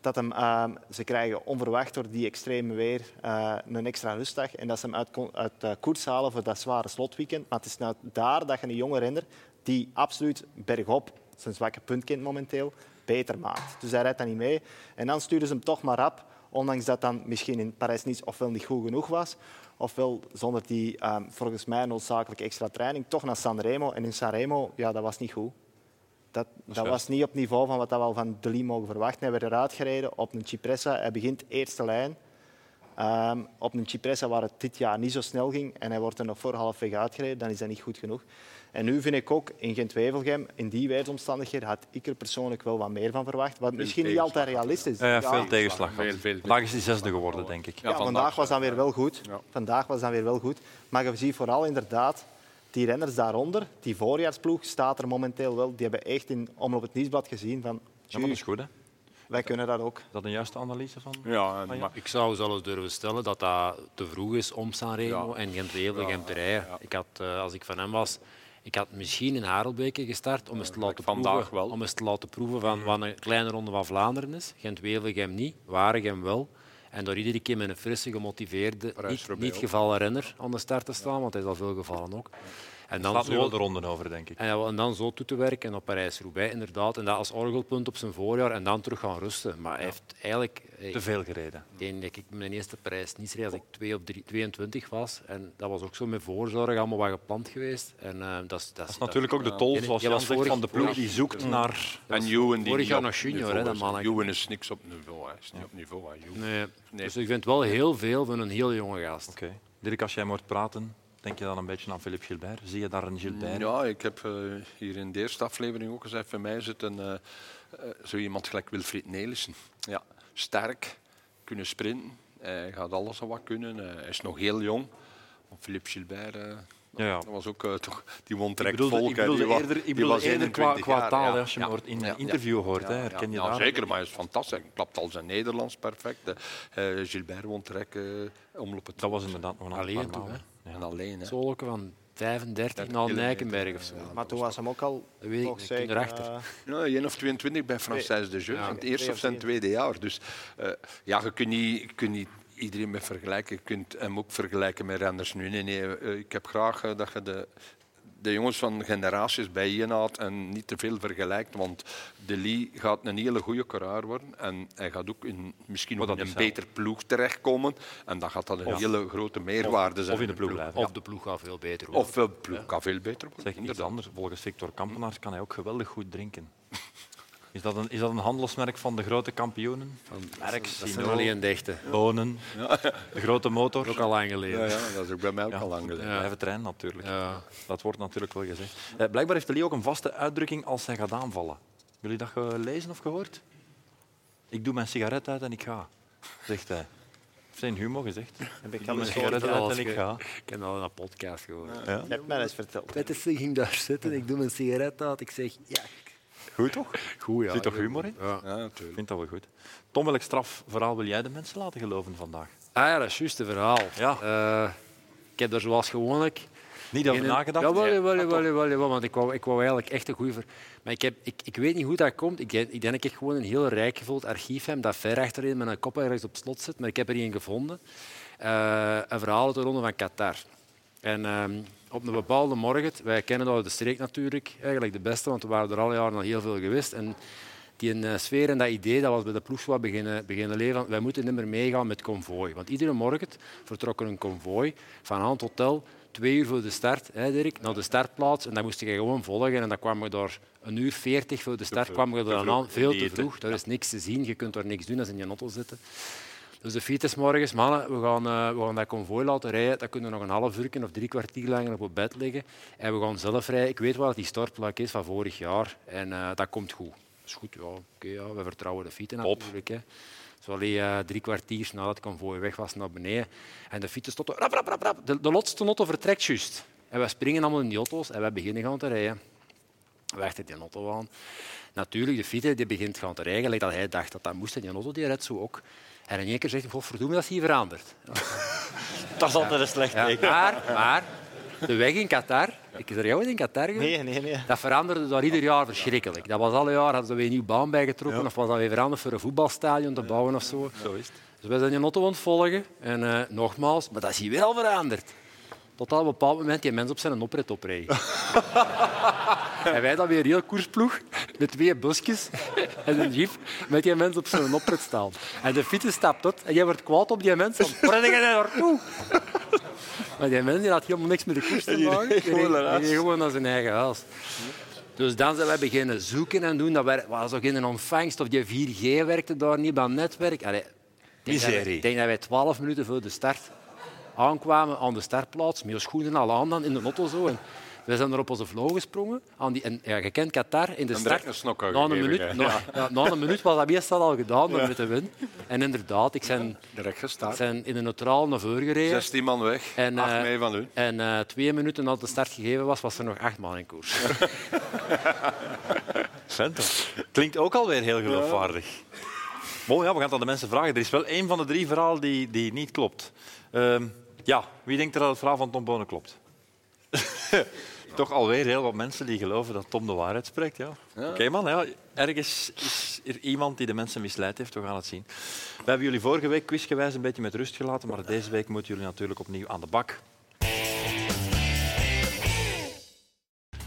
Speaker 3: Dat hem, ehm, ze krijgen onverwacht door die extreme weer eh, een extra rustdag. En dat ze hem uit, ko- uit eh, koers halen voor dat zware slotweekend. Maar het is nou daar dat je een jonge renner, die absoluut bergop zijn zwakke punt kent momenteel, beter maakt. Dus hij rijdt dan niet mee. En dan sturen ze hem toch maar rap. Ondanks dat dan misschien in Parijs niet ofwel niet goed genoeg was, ofwel zonder die ehm, volgens mij noodzakelijke extra training, toch naar Sanremo. En in Sanremo, ja, dat was niet goed. Dat, dat
Speaker 1: juist.
Speaker 3: was niet op niveau van wat dat we al van Delis mogen verwachten. Hij werd eruit gereden op een Cipressa. Hij begint eerste lijn. Ehm, op een Cipressa waar het dit jaar niet zo snel ging en hij wordt er nog voor halfweg uitgereden, dan is dat niet goed genoeg. En nu vind ik ook in Gent-Wevelgem, in die weersomstandigheden, had ik er persoonlijk wel wat meer van verwacht. Wat misschien niet altijd realistisch is.
Speaker 1: Eh,
Speaker 3: Ja.
Speaker 1: veel tegenslag.
Speaker 4: Veel,
Speaker 1: gehad.
Speaker 4: veel.
Speaker 1: Vandaag is hij zesde geworden, denk ik.
Speaker 4: Ja,
Speaker 3: Ja, vandaag,
Speaker 4: vandaag,
Speaker 3: was dan weer wel goed.
Speaker 4: Ja.
Speaker 3: Vandaag was dan weer wel goed. Maar je ziet vooral inderdaad die renners daaronder. Die voorjaarsploeg staat er momenteel wel. Die hebben echt in Omloop het Nieuwsblad gezien van...
Speaker 1: Ja, maar dat is goed. Hè?
Speaker 3: Wij kunnen dat ook.
Speaker 1: Is dat een juiste analyse van?
Speaker 4: Ja,
Speaker 1: ja.
Speaker 4: maar
Speaker 2: Ik zou zelfs durven stellen dat dat te vroeg is om Sanremo
Speaker 4: Ja.
Speaker 2: en gent wevelgem te rijden. Ik had, eh, als ik van hem was, ik had misschien in Harelbeke gestart om eens te laten
Speaker 4: vandaag
Speaker 2: proeven,
Speaker 4: wel.
Speaker 2: om eens te laten proeven van wat een kleine ronde van Vlaanderen is. gent niet, Waregem wel. En door iedere keer met een frisse, gemotiveerde, niet,
Speaker 4: Parijs-Roubaix
Speaker 2: niet
Speaker 4: ook.
Speaker 2: gevallen renner aan de start te staan, want hij is al veel gevallen ook. En dan
Speaker 1: Laat nu
Speaker 2: zo-
Speaker 1: wel de ronden over, denk ik.
Speaker 2: en, ja, en dan zo toe te werken en op Parijs-Roubaix inderdaad. En dat als orgelpunt op zijn voorjaar en dan terug gaan rusten. Maar hij heeft eigenlijk... eh,
Speaker 1: Te veel gereden.
Speaker 2: Ik denk dat ik mijn eerste prijs niet reed als ik 2 of drie- 22 was. En dat was ook zo met voorzorg allemaal wat gepland geweest. En, eh, dat, is, dat,
Speaker 1: Dat is natuurlijk ook de tol,
Speaker 2: Jij-
Speaker 1: zoals
Speaker 2: jij
Speaker 1: Jan
Speaker 2: was
Speaker 1: zegt,
Speaker 2: vorig-
Speaker 1: van de ploeg die zoekt naar...
Speaker 4: en Juwen die
Speaker 2: vorig
Speaker 4: niet
Speaker 2: jaar
Speaker 4: op
Speaker 2: nog junior,
Speaker 4: niveau
Speaker 2: hè, dat
Speaker 4: is.
Speaker 2: mannetje.
Speaker 4: Juwen is niks op niveau. Hij is niet op niveau. Hè. Juwen.
Speaker 2: Nee.
Speaker 4: Nee.
Speaker 2: Dus ik vind wel heel veel van een heel jonge gast.
Speaker 1: Oké. Dirk, als jij hem hoort praten, denk je dan een beetje aan Philippe Gilbert? Zie je daar een Gilbert? in?
Speaker 4: Ja, ik heb eh, hier in de eerste aflevering ook gezegd, voor mij zit een, eh, eh, zo iemand gelijk Wilfried Nelissen. Ja, sterk, kunnen sprinten, hij gaat alles al wat kunnen, eh, hij is nog heel jong. Want Philippe Gilbert, eh,
Speaker 1: Ja, ja.
Speaker 4: dat was ook, eh, toch, die won
Speaker 1: Ik
Speaker 4: direct
Speaker 1: bedoelde,
Speaker 4: volk.
Speaker 1: ik
Speaker 4: hè. Die
Speaker 1: bedoelde
Speaker 4: wa-
Speaker 1: eerder, ik
Speaker 4: die
Speaker 1: bedoelde
Speaker 4: was
Speaker 1: eerder qua,
Speaker 4: 21
Speaker 1: qua
Speaker 4: jaar,
Speaker 1: taal,
Speaker 4: ja.
Speaker 1: hè, als je hem
Speaker 4: Ja,
Speaker 1: hoort in
Speaker 4: ja,
Speaker 1: een interview hoort. hè,
Speaker 4: ja,
Speaker 1: herken je
Speaker 4: ja,
Speaker 1: daar?
Speaker 4: Zeker, maar hij is fantastisch. Hij klapt al zijn Nederlands perfect. eh. Eh, Gilbert won direct eh, omloop het
Speaker 1: Dat was inderdaad nog een
Speaker 2: Alleen
Speaker 1: paar
Speaker 2: toen,
Speaker 1: maanden.
Speaker 4: en alleen. Hè.
Speaker 2: Zoloke van 35 naar
Speaker 4: kilometer,
Speaker 2: Nijkenberg of zo.
Speaker 3: Maar toen was hem ook al...
Speaker 2: Dat weet ik
Speaker 3: nog
Speaker 2: niet,
Speaker 3: zeker,
Speaker 2: kinderachter.
Speaker 3: eh,
Speaker 4: Ja, 1 of 22 bij Française de Jeu, van het eerste of zijn tweede jaar. Dus eh, ja, je kunt niet, je kunt niet iedereen mee vergelijken. Je kunt hem ook vergelijken met renners nu. Nee, nee, eh, ik heb graag eh, dat je de, de jongens van generaties bijeenhaalt en niet te veel vergelijkt. Want De Lee gaat een hele goede coureur worden. En hij gaat ook in, misschien
Speaker 1: Maar
Speaker 4: ook in
Speaker 1: Oh, dat
Speaker 4: een
Speaker 1: is hij.
Speaker 4: beter ploeg terechtkomen. En dan gaat dat een
Speaker 1: Of-
Speaker 4: hele grote meerwaarde zijn.
Speaker 1: of in de ploeg blijven.
Speaker 2: Of de ploeg gaat veel beter worden.
Speaker 4: Of de ploeg kan veel beter worden.
Speaker 1: Zeg, iets
Speaker 4: inderdaad.
Speaker 1: anders. Volgens Victor Kampenaars kan hij ook geweldig goed drinken. Is dat een, is dat een handelsmerk van de grote kampioenen? Van Merck,
Speaker 2: dat is
Speaker 1: Sino,
Speaker 2: nog niet een dichte.
Speaker 1: Bonen, de grote motor.
Speaker 2: Ook al lang geleden.
Speaker 4: Ja, ja, dat is ook bij mij ook
Speaker 1: Ja,
Speaker 4: al lang geleden.
Speaker 1: Blijven trainen natuurlijk.
Speaker 2: Ja.
Speaker 1: Dat wordt natuurlijk wel gezegd. Eh, blijkbaar heeft de Lee ook een vaste uitdrukking als hij gaat aanvallen. Jullie dat gelezen of gehoord? Ik doe mijn sigaret uit en ik ga, zegt hij. Heeft zijn humor gezegd?
Speaker 3: Heb ik
Speaker 1: Ik doe
Speaker 3: al
Speaker 1: mijn
Speaker 3: eens
Speaker 1: sigaret
Speaker 3: gehoord.
Speaker 1: uit en
Speaker 2: Ik
Speaker 1: ik ga.
Speaker 2: Ik heb al in een podcast gehoord.
Speaker 3: Je hebt mij eens verteld.
Speaker 2: Peter ging daar zitten, ik doe mijn sigaret uit, ik zeg ja.
Speaker 1: Goed toch?
Speaker 2: [LAUGHS] Goed, ja.
Speaker 1: Zit toch humor in?
Speaker 2: Ja.
Speaker 4: Ja,
Speaker 1: Ik
Speaker 4: natuurlijk.
Speaker 1: vind dat wel goed. Tom, welk strafverhaal wil jij de mensen laten geloven vandaag?
Speaker 2: Ah ja, dat is juist het verhaal.
Speaker 1: Ja.
Speaker 2: Eh, ik heb er zoals gewoonlijk
Speaker 1: Niet over
Speaker 2: Geen-
Speaker 1: nagedacht.
Speaker 2: Jawel,
Speaker 1: Nee,
Speaker 2: jawel,
Speaker 1: maar
Speaker 2: jawel,
Speaker 1: toch.
Speaker 2: jawel, jawel, want ik wou, ik wou eigenlijk echt een goede... Ver... Maar ik, heb, ik, ik weet niet hoe dat komt. Ik, denk- ik denk dat ik gewoon een heel rijk gevuld archief heb dat ver achterin met een kop ergens op slot zit. Maar ik heb er één gevonden. Eh, een verhaal uit de Ronde van Qatar. En ehm, op een bepaalde morgen... Wij kennen dat uit de streek natuurlijk. Eigenlijk de beste, want we waren er alle jaren al heel veel geweest. En die eh, sfeer en dat idee dat was bij de ploeg zo wat beginnen, beginnen leven. van, Wij moeten niet meer meegaan met konvooi. Want iedere morgen vertrok er een konvooi van aan het hotel, twee uur voor de start, hè, Dirk, naar de startplaats. En dat moest je gewoon volgen. En dan kwam je door een uur veertig voor de start, kwam je er dan aan. Veel te vroeg, daar is niks te zien. Je kunt er niks doen als in je auto zitten. Dus de fiets is morgens, mannen, we gaan, eh, we gaan dat konvooi laten rijden. Dan kunnen we nog een half uur of drie kwartier langer op bed liggen. En we gaan zelf rijden. Ik weet wel dat die startplak is van vorig jaar. En eh, dat komt goed. Dat is goed, ja. Oké, ja. We vertrouwen de fiets natuurlijk. Hè. Dus we alleen eh, drie kwartier nadat het konvooi weg was naar beneden. En de fiets stond... er- Rap, rap, rap, rap. De, de lotste auto vertrekt juist. En we springen allemaal in die auto's en we beginnen gaan te rijden. Wacht in die auto aan. Natuurlijk, de fiets die begint gaan te rijden, gelijk dat hij dacht dat dat moest. En die auto die redt zo ook. En in één keer zegt hij, godverdomme, dat is hier veranderd.
Speaker 3: [LAUGHS] Dat is altijd een slecht
Speaker 2: Ja,
Speaker 3: teken.
Speaker 2: maar, maar, de weg in Qatar, ik is er jou in Qatar geweest?
Speaker 3: Nee, nee, nee.
Speaker 2: Dat veranderde daar ieder jaar verschrikkelijk. Dat was alle jaar, hadden ze weer een nieuwe baan bijgetrokken of was dat weer veranderd voor een voetbalstadion te bouwen of zo.
Speaker 1: Zo is het.
Speaker 2: Dus wij zijn die auto aan het volgen. En eh, nogmaals, maar dat is hier weer al veranderd. Tot op een bepaald moment die mens op zijn oprit oprijden. en wij dan weer heel koersploeg met twee busjes en een jeep met die mens op zijn oprit staan. En de fietsen stapt uit en jij wordt kwaad op die mens. Dan breng je naar naartoe. Maar die mens die had helemaal niks met de koers te maken. Die reed- die reed gewoon naar zijn eigen huis. Dus dan zijn wij beginnen zoeken en doen. Dat wer- was ook in een ontvangst of die 4G werkte daar niet, dat netwerk. Allee, ik denk dat wij-
Speaker 1: Miserie.
Speaker 2: Ik denk dat wij 12 minuten voor de start aankwamen aan de startplaats. Met je schoenen al aan dan in de auto zo. En wij zijn er op onze vloer gesprongen. Aan die, en, ja, je kent Qatar in de start.
Speaker 4: direct een snok
Speaker 2: na, een
Speaker 4: gegeven,
Speaker 2: minuut,
Speaker 4: hè.
Speaker 2: na, ja, na een minuut was dat meestal al gedaan door met de win. En inderdaad, ik zijn,
Speaker 4: Direct gestart.
Speaker 2: zijn in een neutraal naar voren gereden.
Speaker 4: 16 man weg,
Speaker 2: En,
Speaker 4: acht
Speaker 2: eh,
Speaker 4: mee van u.
Speaker 2: En eh, twee minuten nadat de start gegeven was, was er nog acht man in koers.
Speaker 1: Vent, dat Klinkt ook alweer heel geloofwaardig. Mooi, ja, we gaan het aan de mensen vragen. Er is wel één van de drie verhalen die, die niet klopt. Ehm, ja, wie denkt er dat het verhaal van Tom Bonen klopt? Toch alweer heel wat mensen die geloven dat Tom de waarheid spreekt. Ja. Oké man, ja, ergens is er iemand die de mensen misleid heeft. We gaan het zien. We hebben jullie vorige week quizgewijs een beetje met rust gelaten, maar deze week moeten jullie natuurlijk opnieuw aan de bak.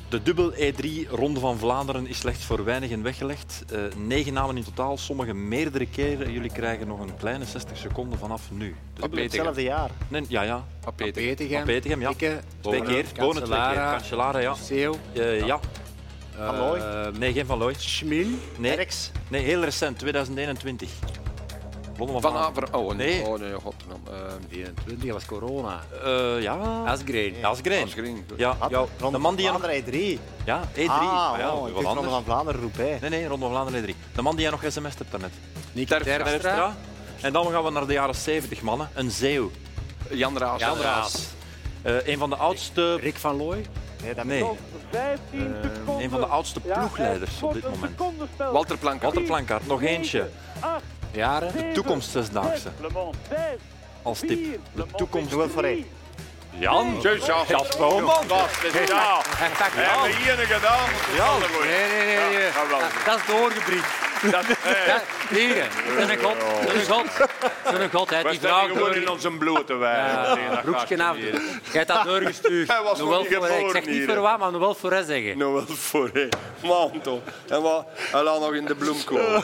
Speaker 1: De dubbel E3 Ronde van Vlaanderen is slechts voor weinigen weggelegd. Eh, negen namen in totaal, sommige meerdere keren. Jullie krijgen nog een kleine 60 seconden vanaf nu. Dus,
Speaker 3: Dubbel Hetzelfde jaar.
Speaker 1: nee, ja, ja.
Speaker 4: Papeter.
Speaker 2: Petegem,
Speaker 1: Petegem, ja. eh,
Speaker 2: Ikke,
Speaker 1: Twee keer. Bonen twee keer.
Speaker 2: Cancellara,
Speaker 1: Cancellara, ja.
Speaker 2: Seeuw,
Speaker 1: Eh, ja.
Speaker 3: Van Looy.
Speaker 1: Eh, nee, geen Van Looy.
Speaker 2: Schmil.
Speaker 1: Nee.
Speaker 3: Erks.
Speaker 1: nee, heel recent, 2021. Ronde van
Speaker 4: Van
Speaker 1: Vlaanderen.
Speaker 4: Aver. Oh
Speaker 1: Nee.
Speaker 4: nee. Oh nee, godverdomme. Eh,
Speaker 2: 24 was corona.
Speaker 1: Eh, ja.
Speaker 2: Asgreen.
Speaker 1: Asgreen.
Speaker 4: Hans Green.
Speaker 1: Ja,
Speaker 3: Had-
Speaker 1: ja,
Speaker 3: Ronde
Speaker 1: de man die...
Speaker 3: van
Speaker 1: je nog-
Speaker 3: Vlaanderen 3.
Speaker 1: Ja, E3.
Speaker 3: Ah,
Speaker 1: Maar ja,
Speaker 3: oh,
Speaker 1: wel
Speaker 3: ik dacht Ronde
Speaker 1: anders.
Speaker 3: van Vlaanderen Roubaix.
Speaker 1: Nee, nee, Ronde van Vlaanderen E3. De man die jij nog sms hebt daarnet.
Speaker 2: Nick
Speaker 1: Terpstra. En dan gaan we naar de jaren 70, mannen. Een zeeuw.
Speaker 4: Jan Raas.
Speaker 2: Jan Raas.
Speaker 1: Eh, een van de oudste,
Speaker 2: Rick van Looy.
Speaker 3: Nee, dat
Speaker 1: nee,
Speaker 3: klopt.
Speaker 7: 15 seconden.
Speaker 1: Eh,
Speaker 7: eh,
Speaker 1: een van de oudste ploegleiders op dit moment.
Speaker 4: Walter Plank.
Speaker 1: Walter Plankaart, nog eentje.
Speaker 2: Jaren.
Speaker 1: De toekomst zesdaagse.
Speaker 7: Le Mans 5,
Speaker 1: Als tip. De toekomst.
Speaker 3: Doe wel voor één.
Speaker 1: Jan.
Speaker 8: Jean,
Speaker 1: Jasper man.
Speaker 8: ja,
Speaker 2: En pak
Speaker 8: we hebben hier een gedaan.
Speaker 1: Ja.
Speaker 8: Dat is wel goed.
Speaker 2: Nee, nee, nee. nee.
Speaker 8: Ja, dat is wel eh.
Speaker 2: Dat, dat is doorgebriefd. Ja, hier, hè. dat is een god. Dat is een
Speaker 8: Oh.
Speaker 2: god. Dat is een god. Hij heeft die vrouw door...
Speaker 8: onze blote
Speaker 2: Ja, broekje af. Jij hebt dat doorgestuurd.
Speaker 8: Hij was nog
Speaker 2: Noël
Speaker 8: niet
Speaker 2: Fauré. Ik
Speaker 8: geboren
Speaker 2: zeg niet
Speaker 8: hier,
Speaker 2: voor
Speaker 8: hè.
Speaker 2: wat, maar nog wel voor hè zeggen.
Speaker 8: Nou wel voor, hé. Man, toch. En wat? Hij laat nog in de bloemkool.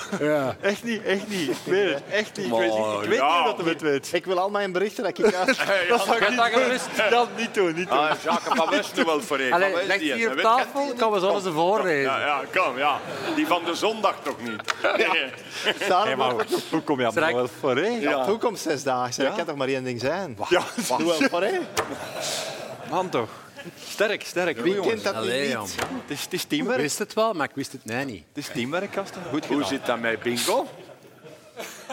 Speaker 3: Echt niet, echt niet. Ik weet het, echt niet. Ik weet, niet- ik weet
Speaker 8: Ja.
Speaker 3: niet dat hij het weet. Ik wil al mijn berichten dat ik uit... Dat zou ik
Speaker 2: Gaat dat gerust?
Speaker 3: niet, dat niet doen, niet doen.
Speaker 8: Ah, Jacques van West nu wel voor, hé. Van
Speaker 2: Allee,
Speaker 8: West
Speaker 2: leg
Speaker 8: die,
Speaker 2: hier
Speaker 8: hè.
Speaker 2: op
Speaker 8: Weet je-
Speaker 2: tafel, kan we zo eens voorlezen.
Speaker 8: Ja, ja, kom, ja. Die van de zondag toch niet? Nee.
Speaker 3: Daarom wordt het
Speaker 1: Hoe kom je aan
Speaker 2: Straks-
Speaker 1: Noël Fauré?
Speaker 3: ja. toekomst zes dagen. zijn. Dat kan toch maar één ding zijn?
Speaker 8: Ja,
Speaker 3: Doe wel voor, hè?
Speaker 1: Man toch. Sterk, sterk.
Speaker 3: Wie kent dat
Speaker 2: Allee,
Speaker 3: niet?
Speaker 2: jong.
Speaker 1: Het is, het is
Speaker 2: Ik
Speaker 1: teamwerk.
Speaker 2: wist het wel, maar ik wist het nee niet.
Speaker 1: Het is teamwerk, Kasten. Goed
Speaker 8: Hoe
Speaker 1: gedaan.
Speaker 8: zit dat met bingo?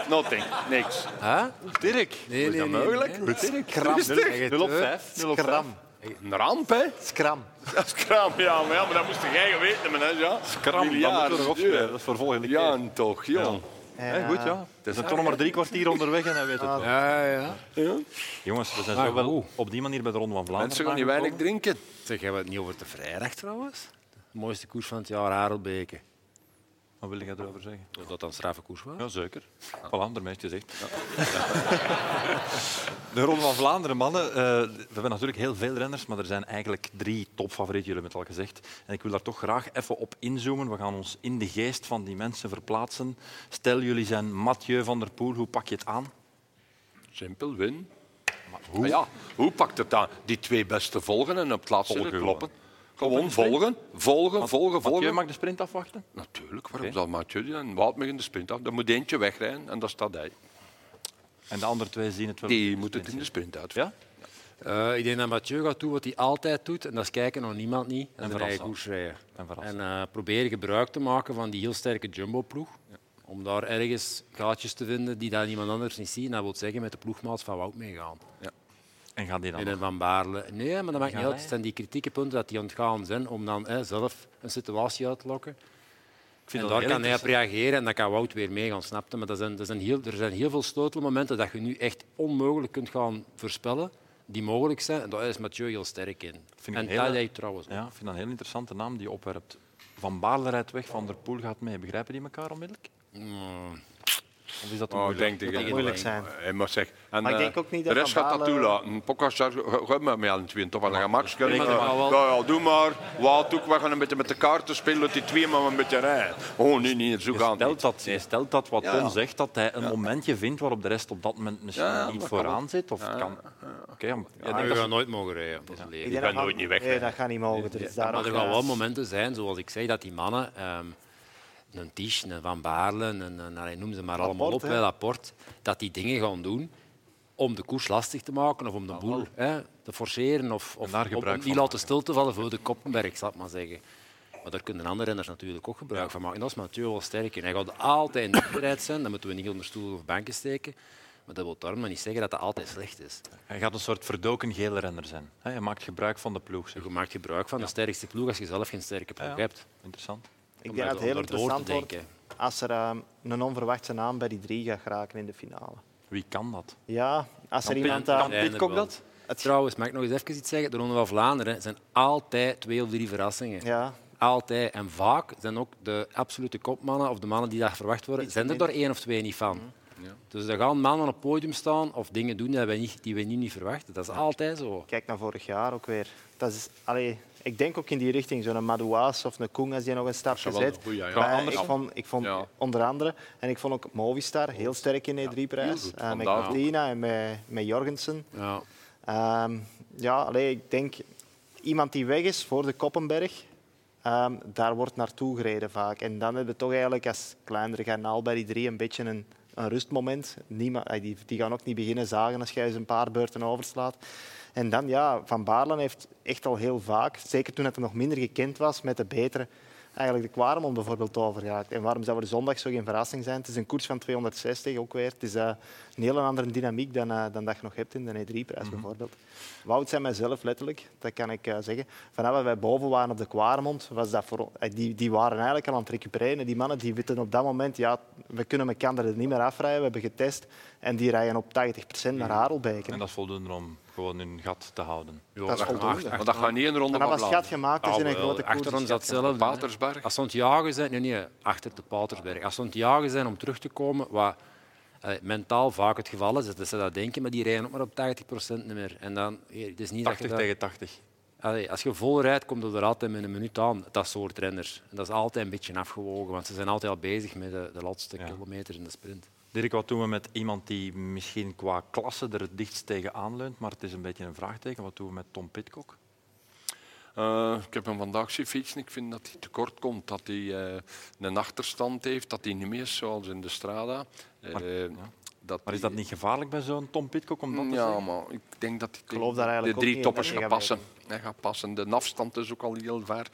Speaker 8: Nothing, niks.
Speaker 2: Huh?
Speaker 1: Dirk?
Speaker 2: Nee, nee, nee.
Speaker 8: Mogelijk?
Speaker 2: nee.
Speaker 3: Kram. zeg
Speaker 1: 0 op
Speaker 3: het, hè.
Speaker 1: 5. 0 op 5.
Speaker 3: Kram.
Speaker 8: Een ramp, hè?
Speaker 3: Skram.
Speaker 8: [LAUGHS] Dat is kraam, ja, maar, ja, maar dat moest jij geweten hebben, hè, ja.
Speaker 1: Kram, dat
Speaker 8: Miljarden
Speaker 1: moeten we nog
Speaker 8: duur.
Speaker 1: opspelen. Dat is voor volgende keer.
Speaker 8: Ja, en toch, joh.
Speaker 1: Hè, goed, ja. Het is toch nog maar drie kwartier onderweg en hij weet het wel.
Speaker 2: Ja, ja.
Speaker 1: Jongens, we zijn zo wel op die manier bij de Ronde van Vlaanderen
Speaker 4: Ah, Mensen gaan niet
Speaker 1: aangekomen.
Speaker 4: weinig drinken.
Speaker 2: Zeg, hebben we het niet over de vrijdag trouwens? De mooiste koers van het jaar, Harelbeke.
Speaker 1: Wat wil jij erover zeggen?
Speaker 2: Of dat dan een straffe koers was?
Speaker 1: Ja, zeker.
Speaker 4: Ah.
Speaker 1: Voilà, daarmee is het gezegd. [LAUGHS] De Ronde van Vlaanderen, mannen. eh, we hebben natuurlijk heel veel renners, maar er zijn eigenlijk drie topfavorieten, jullie hebben het al gezegd. En ik wil daar toch graag even op inzoomen. We gaan ons in de geest van die mensen verplaatsen. Stel, jullie zijn Mathieu van der Poel, hoe pak je het aan?
Speaker 4: Simpel, win.
Speaker 1: Hoe?
Speaker 4: Ah ja, hoe pakt het dan? Die twee beste volgen en op het laatste
Speaker 1: Volgen
Speaker 4: de
Speaker 1: gewoon.
Speaker 4: kloppen. Gewoon volgen, volgen, volgen,
Speaker 1: Mathieu
Speaker 4: volgen.
Speaker 1: mag de sprint afwachten.
Speaker 4: Natuurlijk, waarom zal Mathieu die dan? Wout mag in de sprint af. Dan moet eentje wegrijden en dat staat hij.
Speaker 1: En de andere twee zien het wel.
Speaker 4: Die moet het in de sprint uit.
Speaker 1: Ja?
Speaker 2: Eh, ik denk dat Mathieu gaat doen wat hij altijd doet. En dat is kijken naar niemand niet. En, zijn
Speaker 1: verrassen.
Speaker 2: eigen koers rijden.
Speaker 1: En
Speaker 2: En
Speaker 1: verrassen.
Speaker 2: eh, proberen gebruik te maken van die heel sterke jumbo-ploeg. Om daar ergens gaatjes te vinden die daar niemand anders niet ziet. En dat wil zeggen met de ploegmaats van Wout meegaan.
Speaker 1: En gaat die dan
Speaker 2: In
Speaker 1: nog?
Speaker 2: een Van Baarle. Nee, maar dat maakt niet uit.
Speaker 1: hij?
Speaker 2: Het zijn die kritieke punten dat die ontgaan zijn om dan eh, zelf een situatie uit te lokken.
Speaker 1: Ik vind
Speaker 2: en
Speaker 1: dat
Speaker 2: daar
Speaker 1: heel
Speaker 2: kan hij op
Speaker 1: interessant.
Speaker 2: reageren en dan kan Wout weer mee gaan snapten. Maar dat zijn, dat zijn heel, er zijn heel veel sleutelmomenten dat je nu echt onmogelijk kunt gaan voorspellen, die mogelijk zijn. En daar is Mathieu heel sterk in.
Speaker 1: vind ik
Speaker 2: en
Speaker 1: een hele-
Speaker 2: Tadej trouwens ook.
Speaker 1: Ja, ik vind dat een heel interessante naam die je opwerpt. Van Baarle rijdt weg, Van der Poel gaat mee. Begrijpen die elkaar onmiddellijk? Of is dat
Speaker 4: Oh, ik denk dat
Speaker 3: Dat
Speaker 4: je-
Speaker 3: moet moeilijk zijn.
Speaker 4: Hij mag zeggen. En,
Speaker 3: Maar ik
Speaker 4: eh,
Speaker 3: denk ook niet
Speaker 4: de
Speaker 3: dat
Speaker 4: rest
Speaker 3: Van
Speaker 4: gaat dat
Speaker 3: Baarle-
Speaker 4: toelaten. Pogacar, ga ga maar met allen tweeën toch wel een gemakskeur.
Speaker 2: denk
Speaker 4: Ja,
Speaker 2: dat hij wel-
Speaker 4: ja, doe maar. Wout ook, we gaan een beetje met de kaarten spelen. Laat die twee maar een beetje rijden. Oh, nee, nee, zo
Speaker 1: Je
Speaker 4: gaan
Speaker 1: stelt, Dus dat, je stelt dat wat
Speaker 4: Ja.
Speaker 1: Tom zegt, dat hij een momentje vindt waarop de rest op dat moment misschien niet vooraan zit. Of het kan... Oké, ja, maar jij
Speaker 2: Ja,
Speaker 1: denkt
Speaker 2: je
Speaker 1: dat-
Speaker 2: gaat nooit mogen rijden. Dat is een leven.
Speaker 3: Ik
Speaker 4: ben
Speaker 3: ben
Speaker 4: nooit niet weg,
Speaker 3: Nee,
Speaker 4: hè.
Speaker 3: dat gaat niet mogen. Dus
Speaker 2: Maar
Speaker 3: daarom
Speaker 2: er gaan wel momenten zijn, zoals ik zei, dat die mannen, ehm, een Tisch, een Van Baarle, een, een, allee, noem ze maar allemaal op,
Speaker 3: Laporte,
Speaker 2: hè,
Speaker 3: hè.
Speaker 2: Laporte, dat die dingen gaan doen om de koers lastig te maken of om de boel hè, te forceren of, of
Speaker 1: Ah, daar
Speaker 2: om-
Speaker 1: gebruik
Speaker 2: om
Speaker 1: van
Speaker 2: die laten stil te vallen voor de Koppenberg, zal ik maar zeggen. Maar daar kunnen andere renners natuurlijk ook gebruik van maken. En dat is Mathieu wel sterk in. Hij gaat altijd in de minderheid zijn, dat moeten we niet onder stoelen of banken steken. Maar dat wil daarom nog niet zeggen dat dat altijd slecht is.
Speaker 1: Hij gaat een soort verdoken gele renner zijn. Hè, Hij maakt gebruik van de ploeg. Zeg.
Speaker 2: Dus Je maakt gebruik van de sterkste ploeg als je zelf geen sterke ploeg
Speaker 1: Ja.
Speaker 2: hebt.
Speaker 1: Interessant.
Speaker 3: Ik denk dat het heel
Speaker 2: Om daardoor te
Speaker 3: interessant wordt
Speaker 2: denken.
Speaker 3: als er ehm, een onverwachte naam bij die drie gaat geraken in de finale.
Speaker 1: Wie kan dat?
Speaker 3: Ja, als er
Speaker 1: Kan
Speaker 3: iemand eh,
Speaker 1: Pit-
Speaker 3: daar...
Speaker 1: kan Pitcock dat?
Speaker 2: Trouwens, mag ik nog eens even iets zeggen? De Ronde van Vlaanderen hè, zijn altijd twee of drie verrassingen.
Speaker 3: Ja,
Speaker 2: Altijd. En vaak zijn ook de absolute kopmannen of de mannen die daar verwacht worden,
Speaker 3: Iets
Speaker 2: zijn er
Speaker 3: minder. Mhm.
Speaker 2: daar één of twee niet van. Dus er gaan mannen op het podium staan of dingen doen die we niet, die we nu niet verwachten. Dat is altijd zo.
Speaker 3: kijk naar vorig jaar ook weer. Dat is, allee, ik denk ook in die richting, zo'n Madouas of een Koen als die nog een stapje
Speaker 4: wel een
Speaker 3: zet.
Speaker 4: goeie, ja.
Speaker 3: Maar
Speaker 4: Ja,
Speaker 3: ik
Speaker 4: Anderson.
Speaker 3: vond, ik vond
Speaker 4: Ja.
Speaker 3: onder andere, en ik vond ook Movistar heel sterk in die drie prijs. Eh, met
Speaker 4: Vandaag ook.
Speaker 3: Cortina en met, met Jorgensen.
Speaker 2: Ja.
Speaker 3: Ehm, ja, allee, ik denk iemand die weg is voor de Koppenberg, ehm, daar wordt naartoe gereden vaak. En dan hebben we toch eigenlijk als kleinere garnaal bij die drie een beetje een, een rustmoment. Niema- eh, die, die gaan ook niet beginnen zagen als jij eens een paar beurten overslaat. En dan, ja, Van Baarlen heeft echt al heel vaak, zeker toen het nog minder gekend was met de betere, eigenlijk de Kwaremond bijvoorbeeld overgehaakt. En waarom zou er zondag zo geen verrassing zijn? Het is een koers van 260 ook weer. Het is eh, een hele andere dynamiek dan, eh, dan dat je nog hebt in de E3-prijs
Speaker 2: Mhm.
Speaker 3: bijvoorbeeld. Wout zijn mijzelf letterlijk, dat kan ik eh, zeggen. Vanaf dat wij boven waren op de Kwaremond, was dat voor, on- eh, die, die waren eigenlijk al aan het recupereren. Die mannen die weten op dat moment, ja, we kunnen
Speaker 2: Mhm.
Speaker 3: elkaar er niet meer afrijden, we hebben getest. En die rijden op 80% naar Harelbeke.
Speaker 1: En dat is voldoende om gewoon hun gat te houden.
Speaker 3: dat is voldoende.
Speaker 4: Want dat gaat niet in de ronde
Speaker 3: Maar als
Speaker 4: van
Speaker 3: het gat
Speaker 4: Vlaanderen.
Speaker 3: gemaakt is in een
Speaker 2: Ah, wel,
Speaker 3: grote koers... dus
Speaker 2: achter ons
Speaker 3: is het
Speaker 2: zat
Speaker 3: gat
Speaker 2: hetzelfde. hè.
Speaker 4: Patersberg.
Speaker 2: Als ze aan het jagen zijn, nee, nee, achter de Patersberg. Als ze aan het jagen zijn om terug te komen, wat eh, mentaal vaak het geval is, dat ze dat denken, maar die rijden ook maar op 80% niet meer. En dan, eh, het is niet dat
Speaker 1: 80
Speaker 2: je dat-
Speaker 1: tegen 80.
Speaker 2: Allee, als je vol rijdt, komt het er altijd met een minuut aan, dat soort renners. En dat is altijd een beetje afgewogen, want ze zijn altijd al bezig met de, de laatste
Speaker 1: Ja.
Speaker 2: kilometer in de sprint.
Speaker 1: Dirk, wat doen we met iemand die misschien qua klasse er het dichtst tegen aanleunt, maar het is een beetje een vraagteken. Wat doen we met Tom Pitcock?
Speaker 4: Eh, ik heb hem vandaag zien fietsen. Ik vind dat hij tekort komt. Dat hij eh, een achterstand heeft. Dat hij niet meer is zoals in de Strada. Eh,
Speaker 1: Maar- ja.
Speaker 4: dat
Speaker 1: Maar is
Speaker 4: hij-
Speaker 1: dat niet gevaarlijk bij zo'n Tom Pitcock om dat te
Speaker 4: ja,
Speaker 1: zeggen?
Speaker 4: maar ik denk dat
Speaker 3: Ik geloof daar
Speaker 4: de, de
Speaker 3: eigenlijk ook
Speaker 4: drie
Speaker 3: niet
Speaker 4: toppers
Speaker 3: in dat
Speaker 4: gaan
Speaker 3: hij gaat
Speaker 4: passen. Hij gaat passen. De afstand is ook al heel ver.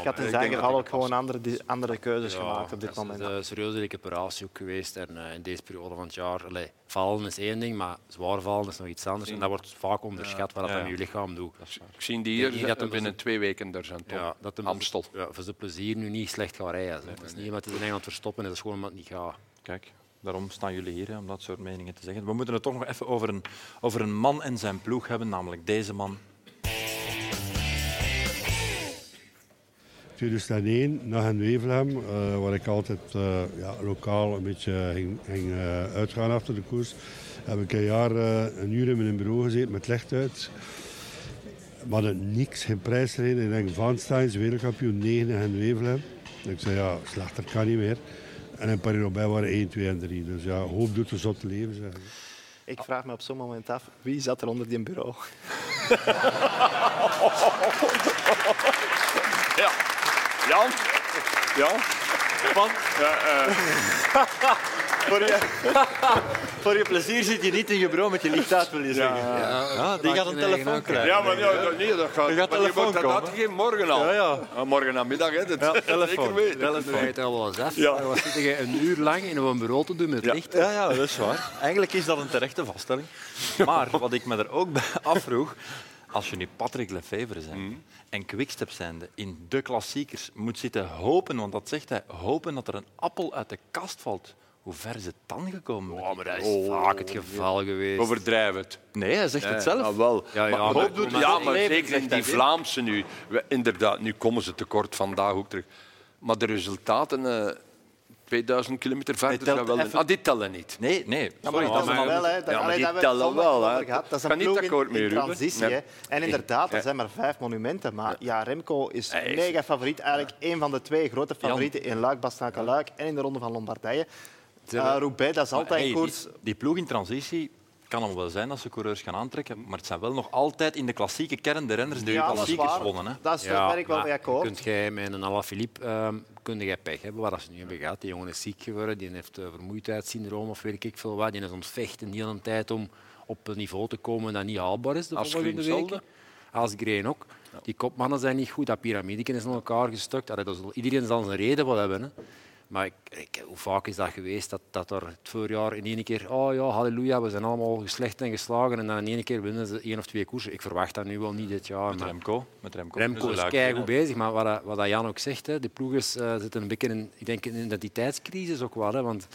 Speaker 3: Ik had in
Speaker 4: ik denk dat
Speaker 3: Zagreb
Speaker 4: hij
Speaker 3: ook
Speaker 4: gaat
Speaker 3: gewoon andere, die- andere keuzes
Speaker 2: Ja,
Speaker 3: gemaakt op dit
Speaker 2: dat is
Speaker 3: moment.
Speaker 2: een serieuze recuperatie ook geweest. En eh, in deze periode van het jaar, allee, vallen is één ding, maar zwaar vallen is nog iets anders. En dat wordt vaak onderschat wat dat
Speaker 1: Ja.
Speaker 2: met je lichaam doet.
Speaker 4: Ik zie die
Speaker 2: denk niet
Speaker 4: hier
Speaker 2: dat hem
Speaker 4: binnen
Speaker 2: zo-
Speaker 4: twee weken daar zijn. Tom.
Speaker 2: Ja, dat hem
Speaker 4: Amstel.
Speaker 2: Ja, voor zijn plezier nu niet slecht gaan rijden. zo. Dat is niet omdat hij zijn eigen aan het verstoppen is, dat is gewoon omdat het niet gaat.
Speaker 1: Kijk, daarom staan jullie hier hè, om dat soort meningen te zeggen. We moeten het toch nog even over een, over een man en zijn ploeg hebben, namelijk deze man.
Speaker 9: 2001 naar in Wevelhem, eh, waar ik altijd eh, ja, lokaal een beetje ging, ging eh, uitgaan achter de koers. Heb ik een jaar eh, een uur in mijn bureau gezeten met licht uit. We hadden niks, geen prijsreden. Ik denk Van Steins, wereldkampioen 9 in Wevelhem. Ik zei ja, slechter kan niet meer. En in Paris-Roubaix waren 1, 2 en 3. Dus ja, hoop doet er zot te leven. Zeg.
Speaker 3: Ik vraag me op zo'n moment af, wie zat er onder die bureau?
Speaker 8: Ja. Jan? Jan?
Speaker 3: voor, je, voor je plezier zit je niet in je bureau met je licht uit, wil je zeggen. Ah,
Speaker 1: Ja, die gaat een telefoon krijgen.
Speaker 8: Ja, maar ja, dat- nee, dat gaat...
Speaker 1: gaat
Speaker 8: maar je
Speaker 1: telefoon
Speaker 8: wordt dat
Speaker 1: komen.
Speaker 8: uitgegeven morgen al.
Speaker 1: Ja, ja.
Speaker 4: Ah, morgen namiddag, hè? Dat
Speaker 1: telefoon.
Speaker 4: Zeker weten.
Speaker 2: Dat rijdt al wel eens af. Wat zit je een uur lang in een bureau te doen met licht?
Speaker 1: Ja, ja, dat is waar. Eigenlijk is dat een terechte vaststelling. Maar wat ik me er ook bij [LAUGHS] afvroeg, als je nu Patrick Lefevre zijn en Quickstep zijnde in de klassiekers moet zitten hopen, want dat zegt hij, hopen dat er een appel uit de kast valt. Hoe ver is het dan gekomen? Oh.
Speaker 2: Ja, maar dat
Speaker 3: Oh,
Speaker 2: is vaak het geval geweest.
Speaker 4: Overdrijven het.
Speaker 1: Nee, hij zegt het
Speaker 4: Ja,
Speaker 1: zelf.
Speaker 4: wel.
Speaker 2: Ja, ja,
Speaker 4: maar,
Speaker 2: maar-
Speaker 4: hoop doet-
Speaker 1: maar-
Speaker 4: ja, maar
Speaker 1: Leven
Speaker 4: zeker
Speaker 1: zegt
Speaker 4: in
Speaker 1: dat,
Speaker 4: die
Speaker 1: hè?
Speaker 4: Vlaamse nu. We- inderdaad, nu komen ze tekort vandaag ook terug. Maar de resultaten, eh, 2000 kilometer verder,
Speaker 1: telt
Speaker 4: zijn wel...
Speaker 1: even-
Speaker 4: Ah, die tellen niet.
Speaker 1: Nee, nee.
Speaker 3: Sorry, dat is
Speaker 1: maar-
Speaker 3: wel, hè. Dat,
Speaker 4: Ja, maar
Speaker 3: allee,
Speaker 4: die
Speaker 3: dat hebben we
Speaker 4: tellen
Speaker 3: zondag
Speaker 4: wel,
Speaker 3: over
Speaker 4: hè.
Speaker 3: gehad. Dat is
Speaker 4: Kan
Speaker 3: een
Speaker 4: niet
Speaker 3: ploeg
Speaker 4: akkoord
Speaker 3: in,
Speaker 4: mee,
Speaker 3: in
Speaker 4: Ruben.
Speaker 3: transitie.
Speaker 4: Nee.
Speaker 3: Hè. En inderdaad, er zijn maar vijf monumenten. Maar ja, Remco is
Speaker 4: Hij is-
Speaker 3: mega favoriet. Eigenlijk één van de twee grote favorieten in Luik, Bastenaken-Luik en in de Ronde van Lombardije. Eh Roubaix, dat is
Speaker 1: Maar
Speaker 3: altijd
Speaker 1: hey,
Speaker 3: een
Speaker 1: die-
Speaker 3: koers.
Speaker 1: Die, ploeg in transitie kan al wel zijn dat ze coureurs gaan aantrekken, maar het zijn wel nog altijd in de klassieke kern de renners die de
Speaker 3: Ja, dat is
Speaker 1: klassiekers
Speaker 3: waar.
Speaker 1: wonnen. Hè.
Speaker 3: Dat is, daar ben ik wel
Speaker 2: maar
Speaker 3: mee akkoord.
Speaker 2: Kunt jij met een Alaphilippe ehm kun jij pech hebben waar ze nu hebben gehad? Die jongen is ziek geworden, die heeft eh, vermoeidheidssyndroom of weet ik veel wat. Die is aan het vechten de hele tijd om op een niveau te komen dat niet haalbaar is de
Speaker 4: Als
Speaker 2: volgende
Speaker 4: Green
Speaker 2: week.
Speaker 4: Solde.
Speaker 2: Als Green ook. Die kopmannen zijn niet goed, dat piramideken is in elkaar gestukt. Allee, dat zal- iedereen zal zijn reden wel hebben. Hè. Maar ik, ik- hoe vaak is dat geweest dat, dat er het voorjaar in één keer, oh ja, halleluja, we zijn allemaal geslecht en geslagen. En dan in één keer winnen ze één of twee koersen. Ik verwacht dat nu wel niet dit jaar.
Speaker 1: Met
Speaker 2: maar-
Speaker 1: Remco. Met Remco,
Speaker 2: Remco
Speaker 1: Dus
Speaker 2: is
Speaker 1: luik,
Speaker 2: keigoed
Speaker 1: hè.
Speaker 2: bezig, maar wat, dat- wat dat Jan ook zegt, hè, de ploeg is, eh, zit een beetje in, ik denk, in een identiteitscrisis ook wel. Hè, want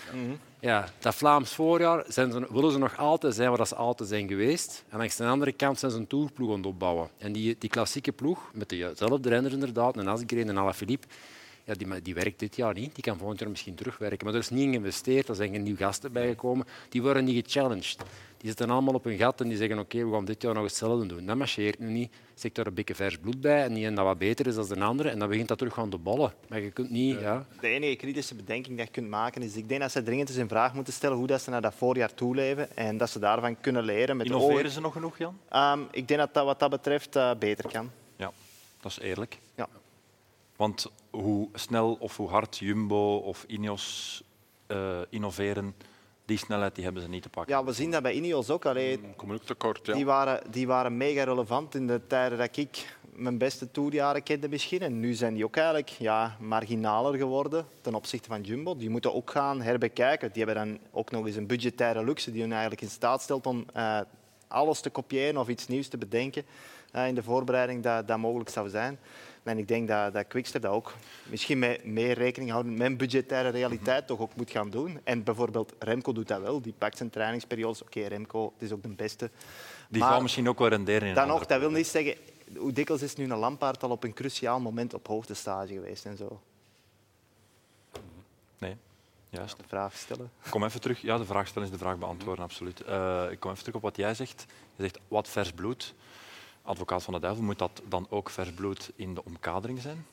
Speaker 2: ja, dat Vlaams voorjaar zijn ze, willen ze nog altijd zijn waar dat ze altijd zijn geweest. En aan de andere kant zijn ze een tourploeg aan het opbouwen. En die, die klassieke ploeg, met dezelfde renners inderdaad, een Asgreen en Alaphilippe, ja, die, ma- die werkt dit jaar niet. Die kan volgend jaar misschien terugwerken. Maar er is niet in geïnvesteerd, er zijn geen nieuwe gasten bijgekomen. Die worden niet gechallenged. Die zitten allemaal op hun gat en die zeggen: Oké, we gaan dit jaar nog hetzelfde doen. Dat marcheert nu niet. Steekt daar een beetje vers bloed bij en die en dat wat beter is dan de andere. En dan begint dat terug aan de ballen. Maar je kunt niet. Ja.
Speaker 3: De enige kritische bedenking die je kunt maken is... Ik denk dat ze dringend eens in vraag moeten stellen hoe dat ze naar dat voorjaar toeleven. En dat ze daarvan kunnen leren. Met de ogen.
Speaker 1: Innoveren ze nog genoeg, Jan?
Speaker 3: Ehm, ik denk dat dat wat dat betreft eh, beter kan.
Speaker 1: Ja, dat is eerlijk.
Speaker 3: Ja.
Speaker 1: Want hoe snel of hoe hard Jumbo of Ineos eh, innoveren, die snelheid die hebben ze niet te pakken.
Speaker 3: ja, we zien dat bij Ineos ook. Allee,
Speaker 4: Kom ook tekort, ja.
Speaker 3: Die waren, die waren mega relevant in de tijden dat ik mijn beste toerjaren kende misschien. En nu zijn die ook eigenlijk ja, marginaler geworden ten opzichte van Jumbo. Die moeten ook gaan herbekijken. Die hebben dan ook nog eens een budgettaire luxe die hun eigenlijk in staat stelt om eh, alles te kopiëren of iets nieuws te bedenken eh, in de voorbereiding dat, dat mogelijk zou zijn. En ik denk dat, dat Quickstep dat ook misschien met meer rekening houden met een budgettaire realiteit toch ook moet gaan doen. En bijvoorbeeld Remco doet dat wel. Die pakt zijn trainingsperiodes. Oké, Remco, het is ook de beste.
Speaker 1: Die
Speaker 3: Maar-
Speaker 1: gaan misschien ook wel renderen. in
Speaker 3: dan
Speaker 1: een
Speaker 3: nog,
Speaker 1: andere
Speaker 3: dat wil niet zeggen... Hoe dikwijls is nu een lampaard al op een cruciaal moment op hoogtestage geweest en zo?
Speaker 1: ploeg. Nee, juist.
Speaker 3: De vraag stellen.
Speaker 1: Kom even terug. Ja, de vraag stellen is de vraag beantwoorden, absoluut. Eh, ik kom even terug op wat jij zegt. Je zegt wat vers bloed. Advocaat van de duivel, moet dat dan ook vers bloed in de omkadering zijn?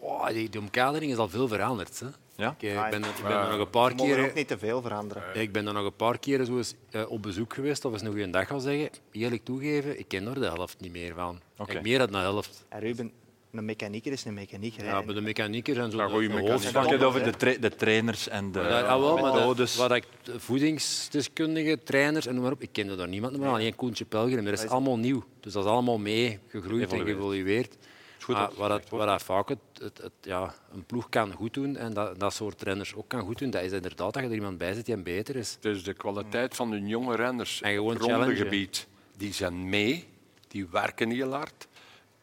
Speaker 2: Boah, die, die omkadering is al veel veranderd. Hè.
Speaker 1: Ja?
Speaker 2: Ik, eh, ik ben, ik ben er nog een
Speaker 3: We
Speaker 2: paar
Speaker 3: Ah, mogen er ook
Speaker 2: keer... eh,
Speaker 3: niet te veel veranderen.
Speaker 1: Eh.
Speaker 2: Ik ben er nog een paar keren zo eens, eh, op bezoek geweest of eens nog een dag gaan zeggen. Eerlijk toegeven, ik ken er de helft niet meer van.
Speaker 1: Oké.
Speaker 2: Ik meer dan de helft.
Speaker 3: En Ruben, een mechanieker is een mechanieker. hè.
Speaker 2: Ja, bij de mechaniekers en zo. de- de
Speaker 1: Ik
Speaker 2: hoofdvakken.
Speaker 1: heb het over de, tra- de trainers en de
Speaker 2: Ja, ah, wel, maar de-
Speaker 1: methodes.
Speaker 2: wat ik, voedingsdeskundigen, trainers en noem maar op, ik kende daar niemand meer van. Alleen Koentje Pelgrim, dat is allemaal nieuw. Dus dat is allemaal mee gegroeid en
Speaker 1: Evolueerd.
Speaker 2: geëvolueerd.
Speaker 1: goed
Speaker 2: Maar
Speaker 1: dat het
Speaker 2: wat, dat,
Speaker 1: gezegd
Speaker 2: wat dat vaak het, het- het- ja, een ploeg kan goed doen en dat, dat soort trainers ook kan goed doen, dat is inderdaad dat je er iemand bij zit die hem beter is.
Speaker 4: Dus de kwaliteit van hun jonge renners
Speaker 2: En gewoon
Speaker 4: op het ronde
Speaker 2: challengen.
Speaker 4: gebied, die zijn mee, die werken heel hard.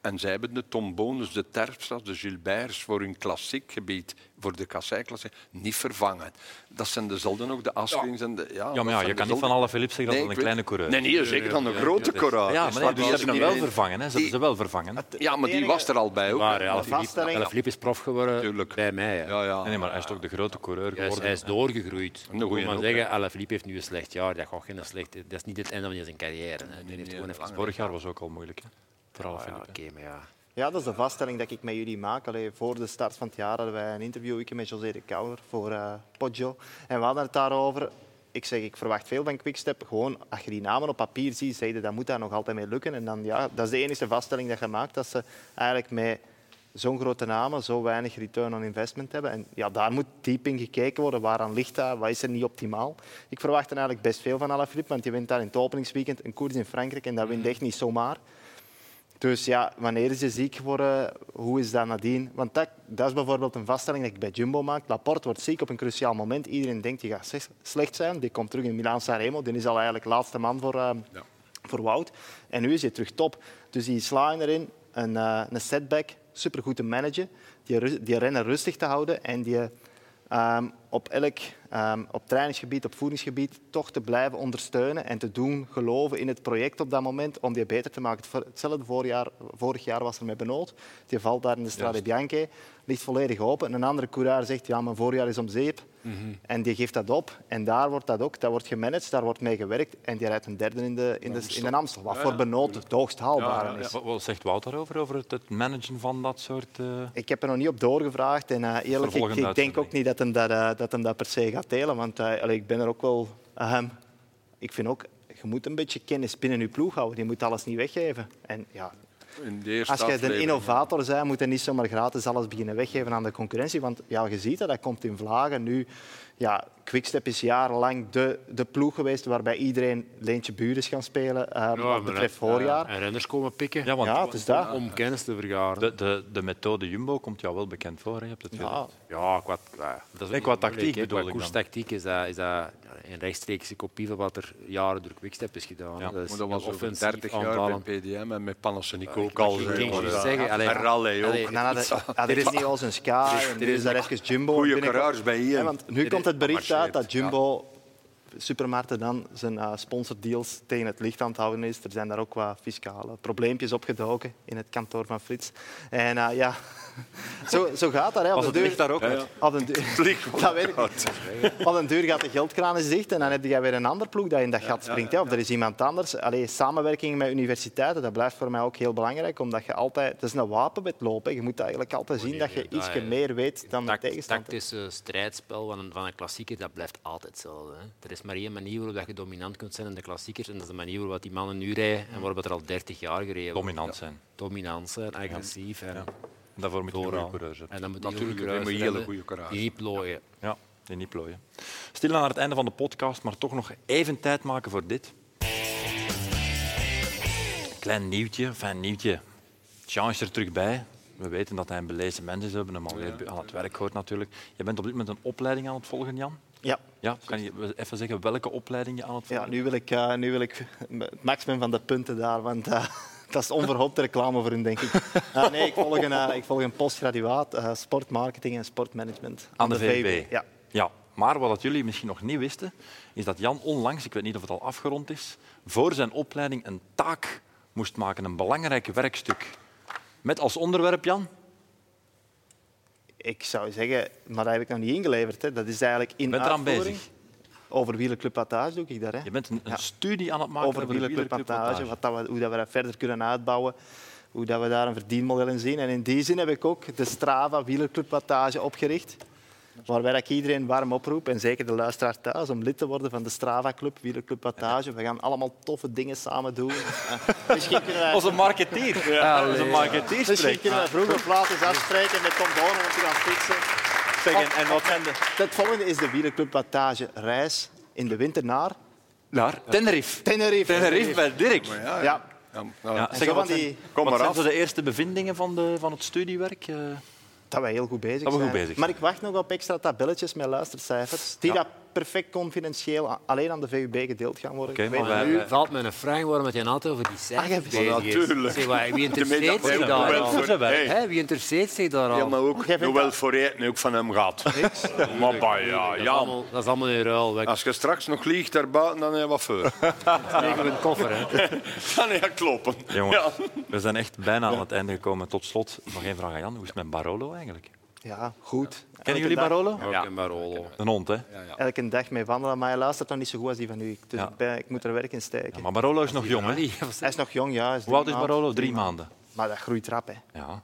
Speaker 4: En zij hebben de Tombones, de Terpstras, de Gilberts voor hun klassiek gebied, voor de kasseiklasse, niet vervangen. Dat zijn dezelfde ook, de Askrings en de... Ja,
Speaker 1: Ja, maar ja, je kan niet van alle Philips zeggen dat het
Speaker 4: ik
Speaker 1: een
Speaker 4: weet-
Speaker 1: kleine coureur
Speaker 4: Nee,
Speaker 1: is.
Speaker 4: nee, zeker dan een grote coureur.
Speaker 1: Ja, maar nee, die hebben hem wel
Speaker 4: Nee.
Speaker 1: vervangen. Hè. Ze hebben ze wel vervangen.
Speaker 4: Ja, maar die
Speaker 3: enige-
Speaker 4: was er al bij ook.
Speaker 2: Maar
Speaker 4: hè.
Speaker 2: ja,
Speaker 3: de vaststelling-
Speaker 2: Filip is prof geworden
Speaker 4: Tuurlijk.
Speaker 2: bij mij. hè.
Speaker 4: Ja, ja.
Speaker 1: Nee, nee, maar hij is toch de grote coureur
Speaker 2: Hij is,
Speaker 1: geworden.
Speaker 2: hij is doorgegroeid.
Speaker 4: Een
Speaker 2: Ik moet
Speaker 4: goeie
Speaker 2: maar
Speaker 4: ook,
Speaker 2: zeggen, Alaphilippe heeft nu een slecht jaar. Dat, gaat geen slecht, dat is niet het einde van zijn carrière. hè. Die heeft gewoon even...
Speaker 1: Vorig jaar was ook al moeilijk. Hè. Vooral
Speaker 2: Ah, Ja,
Speaker 1: Philippe.
Speaker 2: oké, maar ja.
Speaker 3: Ja, dat is de vaststelling dat ik met jullie maak. Allee, voor de start van het jaar hadden wij een interview ik met José de Kouwer voor eh Poggio. En we hadden het daarover. Ik zeg, ik verwacht veel van Quickstep. Gewoon, als je die namen op papier ziet, zeiden dat moet daar nog altijd mee lukken. En dan, ja, dat is de enige vaststelling dat je maakt, dat ze eigenlijk met zo'n grote namen zo weinig return on investment hebben. En ja, daar moet diep in gekeken worden. Waaraan ligt dat? Wat is er niet optimaal? Ik verwacht er eigenlijk best veel van Alaphilippe, want je wint daar in het openingsweekend een koers in Frankrijk en dat wint echt niet zomaar. Dus ja, wanneer is je ziek geworden? Hoe is dat nadien? Want dat, dat is bijvoorbeeld een vaststelling dat ik bij Jumbo maak. Laporte wordt ziek op een cruciaal moment. Iedereen denkt, die gaat slecht- slecht zijn. Die komt terug in Milaan Sanremo. Die is al eigenlijk laatste man voor, eh, voor Wout. En nu is hij terug top. Dus die slaan erin. Een, eh, een setback. Supergoed te managen. Die, ru- die rennen rustig te houden. En die ehm, op elk... ehm, op trainingsgebied, op voedingsgebied, toch te blijven ondersteunen en te doen geloven in het project op dat moment om die beter te maken. Het voor- Hetzelfde voorjaar, vorig jaar was er met Benoot. Die valt daar in de Strade Bianche, ligt volledig open. En een andere coureur zegt, ja, mijn voorjaar is om zeep. En die geeft dat op. En daar wordt dat ook, dat wordt gemanaged, daar wordt mee gewerkt. En die rijdt een derde in de, in de, in de Amstel. Wat voor Benoot het hoogst haalbare is.
Speaker 1: Wat, wat zegt Wout daarover, over het, het managen van dat soort... eh,
Speaker 3: Ik heb er nog niet op doorgevraagd. En eh, eerlijk,
Speaker 1: Voor
Speaker 3: ik,
Speaker 1: volgende
Speaker 3: ik denk ook
Speaker 1: uitzending.
Speaker 3: niet dat hem dat, eh, dat hem dat per se gaat delen. Want eh, allee, ik ben er ook wel... ehm, ik vind ook, je moet een beetje kennis binnen je ploeg houden. Je moet alles niet weggeven. En ja,
Speaker 4: In de eerste
Speaker 3: als je een
Speaker 4: aflevering.
Speaker 3: innovator bent, moet je niet zomaar gratis alles beginnen weggeven aan de concurrentie. Want ja, je ziet dat, dat komt in vlagen. Nu, ja, Quickstep is jarenlang de, de ploeg geweest waarbij iedereen Leentje Buur is gaan spelen. eh, wat betreft voorjaar.
Speaker 2: En renners komen pikken
Speaker 1: Ja, want
Speaker 3: Ja, het is daar.
Speaker 2: om kennis te vergaren.
Speaker 1: de, de, de methode Jumbo komt jou wel bekend voor. Hè. Je hebt het
Speaker 3: Ja,
Speaker 1: veel.
Speaker 2: Ja, qua, qua, dat is ook
Speaker 1: Nee,
Speaker 2: niet
Speaker 1: qua
Speaker 2: moeilijk,
Speaker 1: tactiek
Speaker 2: hè.
Speaker 1: bedoel
Speaker 2: Qua
Speaker 1: ik dan.
Speaker 2: koerstactiek is dat, is dat een rechtstreekse kopie van wat er jaren door Quickstep is gedaan.
Speaker 1: Ja,
Speaker 2: dat is
Speaker 4: Maar dat was
Speaker 2: heel
Speaker 4: over
Speaker 2: offensief
Speaker 4: 30 jaar
Speaker 2: aanvallen.
Speaker 4: bij PDM en met Panasonic ook al.
Speaker 2: Ik
Speaker 4: zeg
Speaker 2: denk
Speaker 4: maar,
Speaker 2: juist
Speaker 4: ja.
Speaker 2: zeggen, allee,
Speaker 4: en Raleigh ook.
Speaker 2: allee,
Speaker 3: En dan
Speaker 4: [LAUGHS]
Speaker 3: hadden, hadden
Speaker 2: is-
Speaker 3: Ineos een Sky en nu is daar even Jumbo.
Speaker 4: Goeie
Speaker 3: binnenkomen.
Speaker 4: coureurs bij hier.
Speaker 3: Ja, want nu komt het bericht
Speaker 4: gemarcheerd,
Speaker 3: uit dat Jumbo supermarkten dan zijn eh, sponsordeals tegen het licht aan het houden is. Er zijn daar ook wat fiscale probleempjes opgedoken in het kantoor van Frits. En eh, ja, [LAUGHS] zo, zo gaat dat. Hè. Op
Speaker 1: Was
Speaker 3: de
Speaker 1: het
Speaker 3: duur-
Speaker 1: licht daar ook uit?
Speaker 3: Op
Speaker 1: [LAUGHS]
Speaker 3: een duur, dat weet ik niet. Op een duur gaat de geldkraan eens dicht en dan heb je weer een ander ploeg dat in dat gat springt. hè. Of er is iemand anders. Allee, samenwerking met universiteiten, dat blijft voor mij ook heel belangrijk. Omdat je altijd... Het is een wapenwetloop. hè. Je moet eigenlijk altijd zien dat je
Speaker 2: dat,
Speaker 1: ah,
Speaker 3: iets
Speaker 2: eh,
Speaker 3: meer weet dan de
Speaker 2: Tact-
Speaker 3: tegenstander.
Speaker 2: tactische strijdspel van een, van een klassieker, dat blijft altijd hetzelfde. Hè. Er is maar één manier waarop dat je dominant kunt zijn in de klassiekers. En dat is de manier waarop die mannen nu rijden en waarop het er al 30 jaar gereden wordt.
Speaker 1: Dominant zijn.
Speaker 2: Dominant zijn, agressief en
Speaker 1: Daarvoor moet je een goede
Speaker 2: vooral.
Speaker 1: coureur zijn.
Speaker 2: En dan moet
Speaker 4: Natuurlijk,
Speaker 2: je
Speaker 4: je moet hele goede coureurs
Speaker 2: Die niet plooien.
Speaker 1: Ja, die niet plooien. Stilaan aan het einde van de podcast, maar toch nog even tijd maken voor dit. Klein nieuwtje, fijn nieuwtje. Jean is er terug bij. We weten dat hij een belezen mens is, we hebben hem al weer aan het werk gehoord natuurlijk. Je bent op dit moment een opleiding aan het volgen, Jan.
Speaker 3: Ja.
Speaker 1: Ja, kan je even zeggen welke opleiding je aan het
Speaker 3: Ja,
Speaker 1: volgen
Speaker 3: nu wil ik, eh, nu wil ik [LAUGHS] het maximum van de punten daar, want eh, [LAUGHS] dat is onverhoopte reclame voor hun, denk
Speaker 1: [LAUGHS]
Speaker 3: ik. Ah, nee, ik volg een, eh, ik volg een postgraduaat eh, sportmarketing en sportmanagement.
Speaker 1: Aan de VUB.
Speaker 3: Ja.
Speaker 1: Ja, maar wat dat jullie misschien nog niet wisten, is dat Jan onlangs, ik weet niet of het al afgerond is, voor zijn opleiding een taak moest maken, een belangrijk werkstuk. Met als onderwerp, Jan,
Speaker 3: Ik zou zeggen, maar dat heb ik nog niet ingeleverd. Hè. Dat is eigenlijk in
Speaker 1: je bent eraan
Speaker 3: uitvoering.
Speaker 1: bezig.
Speaker 3: Over wielerclub Wattage doe ik dat. Hè.
Speaker 1: Je bent een, een
Speaker 3: Ja.
Speaker 1: studie aan het maken
Speaker 3: Over
Speaker 1: de
Speaker 3: wielerclub
Speaker 1: wielerclub
Speaker 3: Wattage,
Speaker 1: Wattage.
Speaker 3: wat dat we, hoe dat we dat verder kunnen uitbouwen. Hoe dat we daar een verdienmodel in zien. En in die zin heb ik ook de Strava wielerclub Wattage opgericht. Waarbij ik iedereen warm oproep, en zeker de luisteraar thuis, om lid te worden van de Strava Club, Wielerclub Wattage. We gaan allemaal toffe dingen samen
Speaker 1: [LAUGHS]
Speaker 3: doen. Eh, Misschien kunnen wij...
Speaker 1: Onze marketeer. Onze marketeer
Speaker 3: Misschien
Speaker 1: spreekt.
Speaker 3: kunnen we vroeg of laat eens afspreken met condomen om te gaan fietsen.
Speaker 1: Zeggen, en wat zijn de...
Speaker 3: Het volgende is de Wielerclub Wattage reis in de winter naar
Speaker 1: Naar Tenerife.
Speaker 3: Tenerife.
Speaker 1: Tenerife bij Dirk.
Speaker 4: Ja,
Speaker 3: Ja.
Speaker 4: ja, nou,
Speaker 1: Ja,
Speaker 3: En
Speaker 1: zeg,
Speaker 3: zo
Speaker 1: wat
Speaker 3: van
Speaker 1: zijn,
Speaker 3: die-
Speaker 1: Kom
Speaker 4: maar
Speaker 1: wat zijn
Speaker 4: af.
Speaker 1: zo de eerste bevindingen van, de, van het studiewerk? eh?
Speaker 3: Dat we heel goed bezig
Speaker 1: Dat we
Speaker 3: zijn.
Speaker 1: goed bezig
Speaker 3: Maar
Speaker 1: zijn.
Speaker 3: ik wacht nog op extra tabelletjes met luistercijfers, die
Speaker 1: Ja.
Speaker 3: dat perfect confidentieel a- alleen aan de VUB gedeeld gaan worden.
Speaker 1: Oké,
Speaker 3: Ik weet
Speaker 1: maar
Speaker 3: het
Speaker 1: wij-
Speaker 3: niet.
Speaker 2: Nu valt me een vraag waarom het je altijd over die
Speaker 3: Ah, jij
Speaker 2: cijfers
Speaker 3: bezig
Speaker 2: bezig is.
Speaker 8: natuurlijk.
Speaker 2: Zeg, maar, wie
Speaker 8: media-
Speaker 2: interesseert zich
Speaker 8: Ja,
Speaker 2: daar
Speaker 8: wel
Speaker 2: al?
Speaker 8: voor- Hey.
Speaker 2: Hè, Wie interesseert zich daar
Speaker 8: Ja,
Speaker 2: al?
Speaker 8: maar ook
Speaker 3: Jij vindt
Speaker 8: Noël
Speaker 3: dat-
Speaker 8: Forêt nu ook van hem gaat. maar bah, ja,
Speaker 2: dat, is
Speaker 8: Jan.
Speaker 2: allemaal, dat is allemaal in ruil.
Speaker 4: Ah.
Speaker 2: We
Speaker 8: Als je straks nog liegt daarbuiten, dan heb je wat voor.
Speaker 2: krijgen een koffer. Hè.
Speaker 8: Dan ga ik kloppen.
Speaker 1: Jongens,
Speaker 8: Ja.
Speaker 1: we zijn echt bijna aan het einde gekomen. Tot slot, nog één vraag aan Jan. Hoe is het met Barolo eigenlijk?
Speaker 3: Ja, goed.
Speaker 1: Kennen jullie
Speaker 3: dag,
Speaker 1: Barolo?
Speaker 2: Ja, maar Rolo.
Speaker 1: Een hond, hè?
Speaker 3: Elke dag mee wandelen, maar hij luistert nog niet zo goed als die van u. Dus
Speaker 1: Ja.
Speaker 3: ik, ben- ik moet er werk in steken.
Speaker 1: Ja, maar Barolo is nog jong, hè?
Speaker 3: Hij is nog jong, ja. hij
Speaker 1: Hoe oud is
Speaker 3: drie
Speaker 1: Barolo?
Speaker 3: maanden.
Speaker 1: Drie maanden.
Speaker 3: Maar dat groeit rap. Hè. Het
Speaker 1: Ja.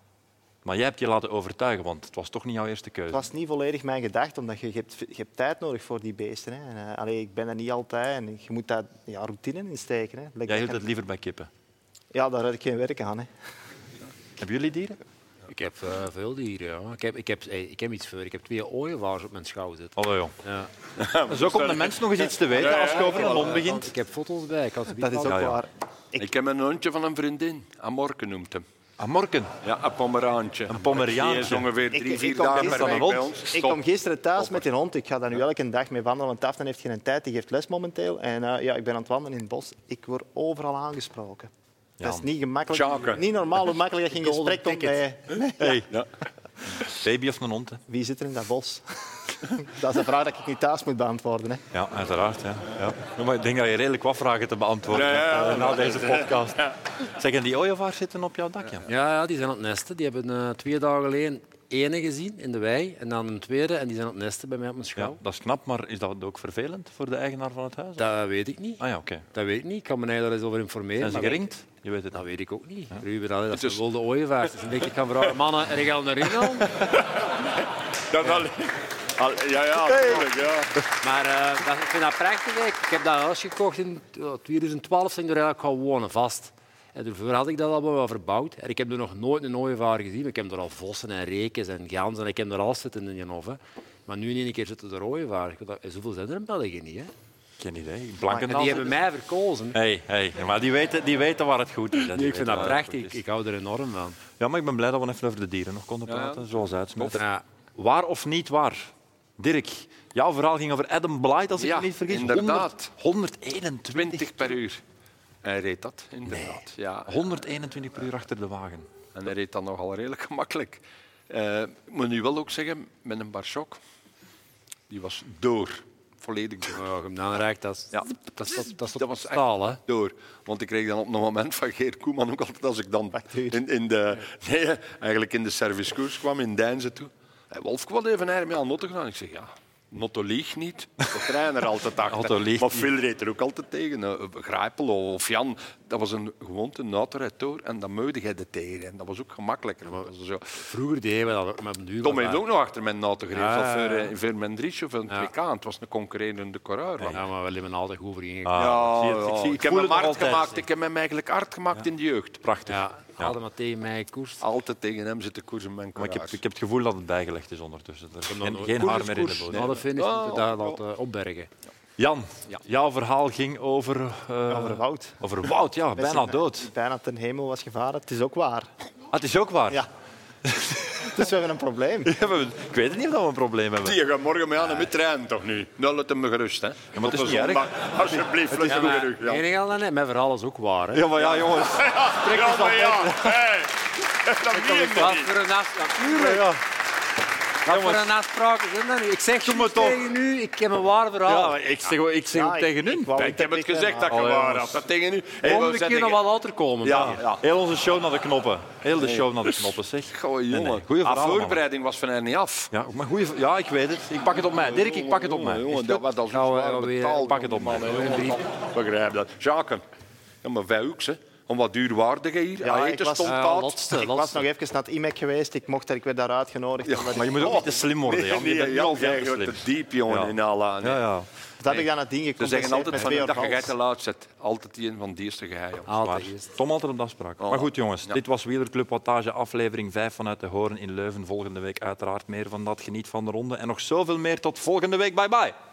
Speaker 1: Maar jij hebt je laten overtuigen, want het was toch niet jouw eerste keuze.
Speaker 3: was niet volledig mijn gedachte, omdat je, je, hebt, je hebt tijd nodig voor die beesten. Hè. En, eh, allee, ik ben er niet altijd en je moet daar ja, routine in steken. Hè. Lijkt
Speaker 1: Jij
Speaker 3: dat
Speaker 1: hield
Speaker 3: je-
Speaker 1: het liever bij kippen.
Speaker 3: Ja, daar had ik geen werk aan. Hè.
Speaker 1: Hebben jullie dieren?
Speaker 2: Ik heb eh, veel dieren. Ja. Ik, heb, ik, heb, hey, ik heb iets voor. Ik heb twee ooievaars op mijn schouw zitten.
Speaker 1: Hallo jong.
Speaker 2: Ja.
Speaker 1: [LAUGHS] Zo komt de mens nog eens iets te weten als je over een hond begint.
Speaker 2: Ik heb foto's bij. Ik had ze
Speaker 3: Dat is ook
Speaker 1: ja.
Speaker 3: waar.
Speaker 4: Ik... heb een hondje van een vriendin, Amorke noemt hem.
Speaker 1: Amorken,
Speaker 4: Ja, een pomeraantje.
Speaker 1: een
Speaker 4: Die is
Speaker 1: pomeriaantje.
Speaker 4: ongeveer
Speaker 3: Ik-
Speaker 4: drie,
Speaker 3: ik
Speaker 4: vier
Speaker 3: kom
Speaker 4: dagen
Speaker 3: gisteren
Speaker 4: per
Speaker 1: van
Speaker 4: week
Speaker 1: een
Speaker 4: bij
Speaker 1: hond.
Speaker 4: ons.
Speaker 3: Ik
Speaker 4: Stop.
Speaker 3: kwam gisteren thuis met die hond. Ik ga daar nu elke dag mee wandelen, want Aftan heeft geen tijd. Die geeft les momenteel. En eh, ja, ik ben aan het wandelen in het bos. Ik word overal aangesproken. Dat is
Speaker 1: Jan.
Speaker 3: niet gemakkelijk.
Speaker 4: Tjake.
Speaker 3: Niet normaal hoe makkelijk dat je in gesprek komt met...
Speaker 1: Hey. Baby of een hond? Hè?
Speaker 3: Wie zit er in dat bos? [LAUGHS] dat is een vraag dat ik niet thuis moet beantwoorden. Hè.
Speaker 1: Ja, uiteraard. Ja. Ja. Maar ik denk dat je redelijk wat vragen te beantwoorden
Speaker 8: Ja, ja,
Speaker 1: hebt eh, na deze podcast. Zeg, en die ooievaars zitten op jouw dak, Jan?
Speaker 2: Ja, ja, die zijn aan het nesten. Die hebben eh, twee dagen geleden ene gezien in de wei en dan een tweede. En die zijn aan het nesten bij mij op mijn
Speaker 1: Ja,
Speaker 2: schouw.
Speaker 1: dat is knap, maar is dat ook vervelend voor de eigenaar van het huis?
Speaker 2: Dat weet ik niet.
Speaker 1: Ah ja, oké.
Speaker 2: Dat weet ik niet. Ik kan me daar eens over informeren.
Speaker 1: Zijn ze
Speaker 2: maar ik-
Speaker 1: geringd? Je weet het
Speaker 2: Dat
Speaker 1: niet.
Speaker 2: weet ik ook niet. Ruben, dat is
Speaker 4: is-
Speaker 2: een wilde ooievaars. Dus ik denk, ik kan vragen, mannen, en ik ga naar Ringel.
Speaker 8: Dat al, al, ja, ja, natuurlijk. Ja.
Speaker 2: Maar eh, dat, ik vind dat prachtig. hè. Ik heb dat huis gekocht in eh, 2012, zijn ik er eigenlijk gaan wonen, vast. En daarvoor had ik dat allemaal wel verbouwd. En ik heb er nog nooit een ooievaar gezien. maar Ik heb er al vossen en rekens en ganzen. en Ik heb er alles zitten in je hof. hè. Maar nu in één keer zitten er ooievaars. Ik weet dat- en Zoveel zijn er in België niet. Hè?
Speaker 1: Geen idee.
Speaker 2: En
Speaker 1: Blankendaal
Speaker 2: die hebben mij verkozen.
Speaker 1: Hey, hey, maar die weten, die weten waar het goed is. hè. Die
Speaker 2: ik vind
Speaker 1: weten
Speaker 2: dat
Speaker 1: waar het goed
Speaker 2: prachtig.
Speaker 1: is.
Speaker 2: Ik hou er enorm van.
Speaker 1: Ja, maar ik ben blij dat we even over de dieren nog konden praten, zoals uitsmet.
Speaker 2: Ja.
Speaker 1: Waar of niet waar? Dirk, jouw verhaal ging over Adam Blythe, als ik
Speaker 4: Ja,
Speaker 1: me niet vergis.
Speaker 4: inderdaad.
Speaker 1: 100 121,
Speaker 4: 20 per uur. Hij reed dat, inderdaad. Ja,
Speaker 1: 121 per uur achter de wagen.
Speaker 4: en hij reed dat nogal redelijk gemakkelijk. Eh, ik moet nu wel ook zeggen, met een barschok, die was door. Volledig door.
Speaker 2: Oh, hem dan raakt dat.
Speaker 4: Ja.
Speaker 2: Dat, is- dat, is- dat is
Speaker 4: Dat
Speaker 2: op
Speaker 4: was echt-
Speaker 2: staal, hè?
Speaker 4: door. Want ik kreeg dan op een moment van Geert Koeman ook altijd als ik dan in, in de, nee, eigenlijk in de servicekoers kwam in Deinze toe. Hey, Wolf, ik wil even naar mij aan Notto gedaan. Ik zeg ja. Notto liegt niet. De trainer altijd achter.
Speaker 1: Notto liegt
Speaker 4: maar Phil reed er ook altijd tegen. eh, Grijpel of Jan. Dat was een gewoonte, een autorit door. En dan meugde hij de tegen. En dat was ook gemakkelijker. Dat was zo.
Speaker 2: Vroeger deden we dat ook, maar op den duur
Speaker 4: Tom
Speaker 2: was
Speaker 4: heeft
Speaker 2: dat-
Speaker 4: ook nog achter mijn auto gereden.
Speaker 2: Ah,
Speaker 4: Dat
Speaker 2: ja,
Speaker 4: voor,
Speaker 2: ja.
Speaker 4: eh, voor mijn Driesje of een
Speaker 2: Ja.
Speaker 4: TK. Het was een concurrerende coureur. maar-
Speaker 2: Ja, maar we hebben altijd goed voor ingekomen.
Speaker 1: Ah,
Speaker 4: Ja,
Speaker 1: zie je het,
Speaker 4: ja,
Speaker 1: zie je,
Speaker 4: ik heb
Speaker 1: voel
Speaker 4: hem
Speaker 1: het nog
Speaker 4: hard
Speaker 1: altijd.
Speaker 4: gemaakt. Ik heb hem eigenlijk hard gemaakt in de jeugd.
Speaker 1: Prachtig.
Speaker 2: Ja, hadden maar tegen mij koers.
Speaker 4: Altijd tegen hem zitten koersen met
Speaker 1: Maar ik heb, ik heb het gevoel dat het bijgelegd is ondertussen. Er is geen,
Speaker 2: nog-
Speaker 1: geen haar meer in de Oh. bodem.
Speaker 2: Na de finish
Speaker 4: Ah,
Speaker 2: moeten we daar laten opbergen.
Speaker 1: Jan, jouw verhaal ging over... eh,
Speaker 3: Over Wout.
Speaker 1: over Wout, ja, bijna dood.
Speaker 3: Bijna ten hemel was gevaren. Het is ook waar.
Speaker 1: Ah, het is ook waar.
Speaker 3: Ja. Dus we hebben een probleem.
Speaker 1: [LAUGHS] Ja, maar ik weet niet of dat we een probleem hebben.
Speaker 4: Die gaat morgen mee aan en met trein toch nu? Nou, laat hem me gerust. Hè.
Speaker 1: maar het is
Speaker 4: Op een
Speaker 1: niet erg.
Speaker 4: zondag. Alsjeblieft, laat hem gerust. Ja, ja,
Speaker 2: Enigel, nee, mijn verhaal is ook waar. Hè.
Speaker 1: Ja, maar [LAUGHS] ja, jongens.
Speaker 4: ja, maar ja. Hey. Dat meen je
Speaker 2: Wat
Speaker 4: niet.
Speaker 2: voor een afspraak. Natuurlijk.
Speaker 1: Ja.
Speaker 2: Wat voor een afspraak is dat nou nu? Ik zeg
Speaker 1: Doe maar
Speaker 2: juist
Speaker 1: toch.
Speaker 2: tegen u, ik heb een waar
Speaker 1: Ja,
Speaker 2: verhaal.
Speaker 1: maar ik zeg, ik zeg ook
Speaker 3: Ja,
Speaker 1: tegen
Speaker 3: ik
Speaker 1: hun.
Speaker 3: wou
Speaker 4: Ik heb het
Speaker 3: pikken,
Speaker 4: gezegd dat ik
Speaker 2: Oh,
Speaker 4: waar
Speaker 2: jongens.
Speaker 4: had. Dat tegen u. Hey, wat
Speaker 2: Volgende
Speaker 4: zeg
Speaker 2: keer nog
Speaker 4: ik?
Speaker 2: wel later komen.
Speaker 1: Ja, ja, heel onze show naar de knoppen. Heel de show naar de knoppen, zeg.
Speaker 4: Goeie
Speaker 1: Nee, nee,
Speaker 4: jongen.
Speaker 1: goeie
Speaker 4: Ah,
Speaker 1: verhaal,
Speaker 4: voorbereiding was van hen niet af.
Speaker 1: Ja, maar goeie, ja, ik weet het. Ik pak het op mij. Dirk, ik pak het op mij.
Speaker 4: Jongen, jongen,
Speaker 1: Is
Speaker 4: dat
Speaker 1: goed?
Speaker 4: was als
Speaker 2: Nou,
Speaker 4: een
Speaker 2: eh,
Speaker 4: zware
Speaker 2: weer-
Speaker 4: betaal.
Speaker 1: pak het op, man.
Speaker 4: Begrijp dat. Jaken. Ja, maar wij ook, hè. Om wat duurwaardiger hier.
Speaker 3: Ja,
Speaker 4: Ja,
Speaker 3: ik
Speaker 4: eten
Speaker 3: was-
Speaker 4: stond
Speaker 2: Eh,
Speaker 4: koud.
Speaker 2: laatste,
Speaker 3: Ik was
Speaker 2: laatste.
Speaker 3: nog even naar het IMEC geweest. Ik mocht daar, ik werd daar uitgenodigd. omdat
Speaker 1: eh, Maar
Speaker 3: ik-
Speaker 1: je moet ook niet te slim worden,
Speaker 4: Oh. Nee,
Speaker 1: Jan. Je
Speaker 4: nee,
Speaker 1: bent nu
Speaker 4: Jan,
Speaker 1: al veel
Speaker 4: jij
Speaker 1: te
Speaker 4: gaat
Speaker 1: slim.
Speaker 4: te diep, jongen,
Speaker 1: Ja.
Speaker 4: in alle.
Speaker 1: Ja, ja.
Speaker 3: Dat heb ik dan het ding
Speaker 4: Ze
Speaker 3: gecompenseerd
Speaker 4: zeggen altijd
Speaker 3: met
Speaker 4: van
Speaker 3: twee
Speaker 4: de dag, je
Speaker 3: orgals.
Speaker 4: gaat te laat zit. Altijd die een van die eerste geheim.
Speaker 2: Altijd
Speaker 1: Waar.
Speaker 2: eerst.
Speaker 1: Tom altijd Oh. op de afspraak. Maar goed, jongens,
Speaker 4: Ja.
Speaker 1: dit was Wielerclub Wattage, aflevering 5 vanuit de Horen in Leuven. Volgende week uiteraard meer van dat. Geniet van de ronde en nog zoveel meer. Tot volgende week. Bye bye.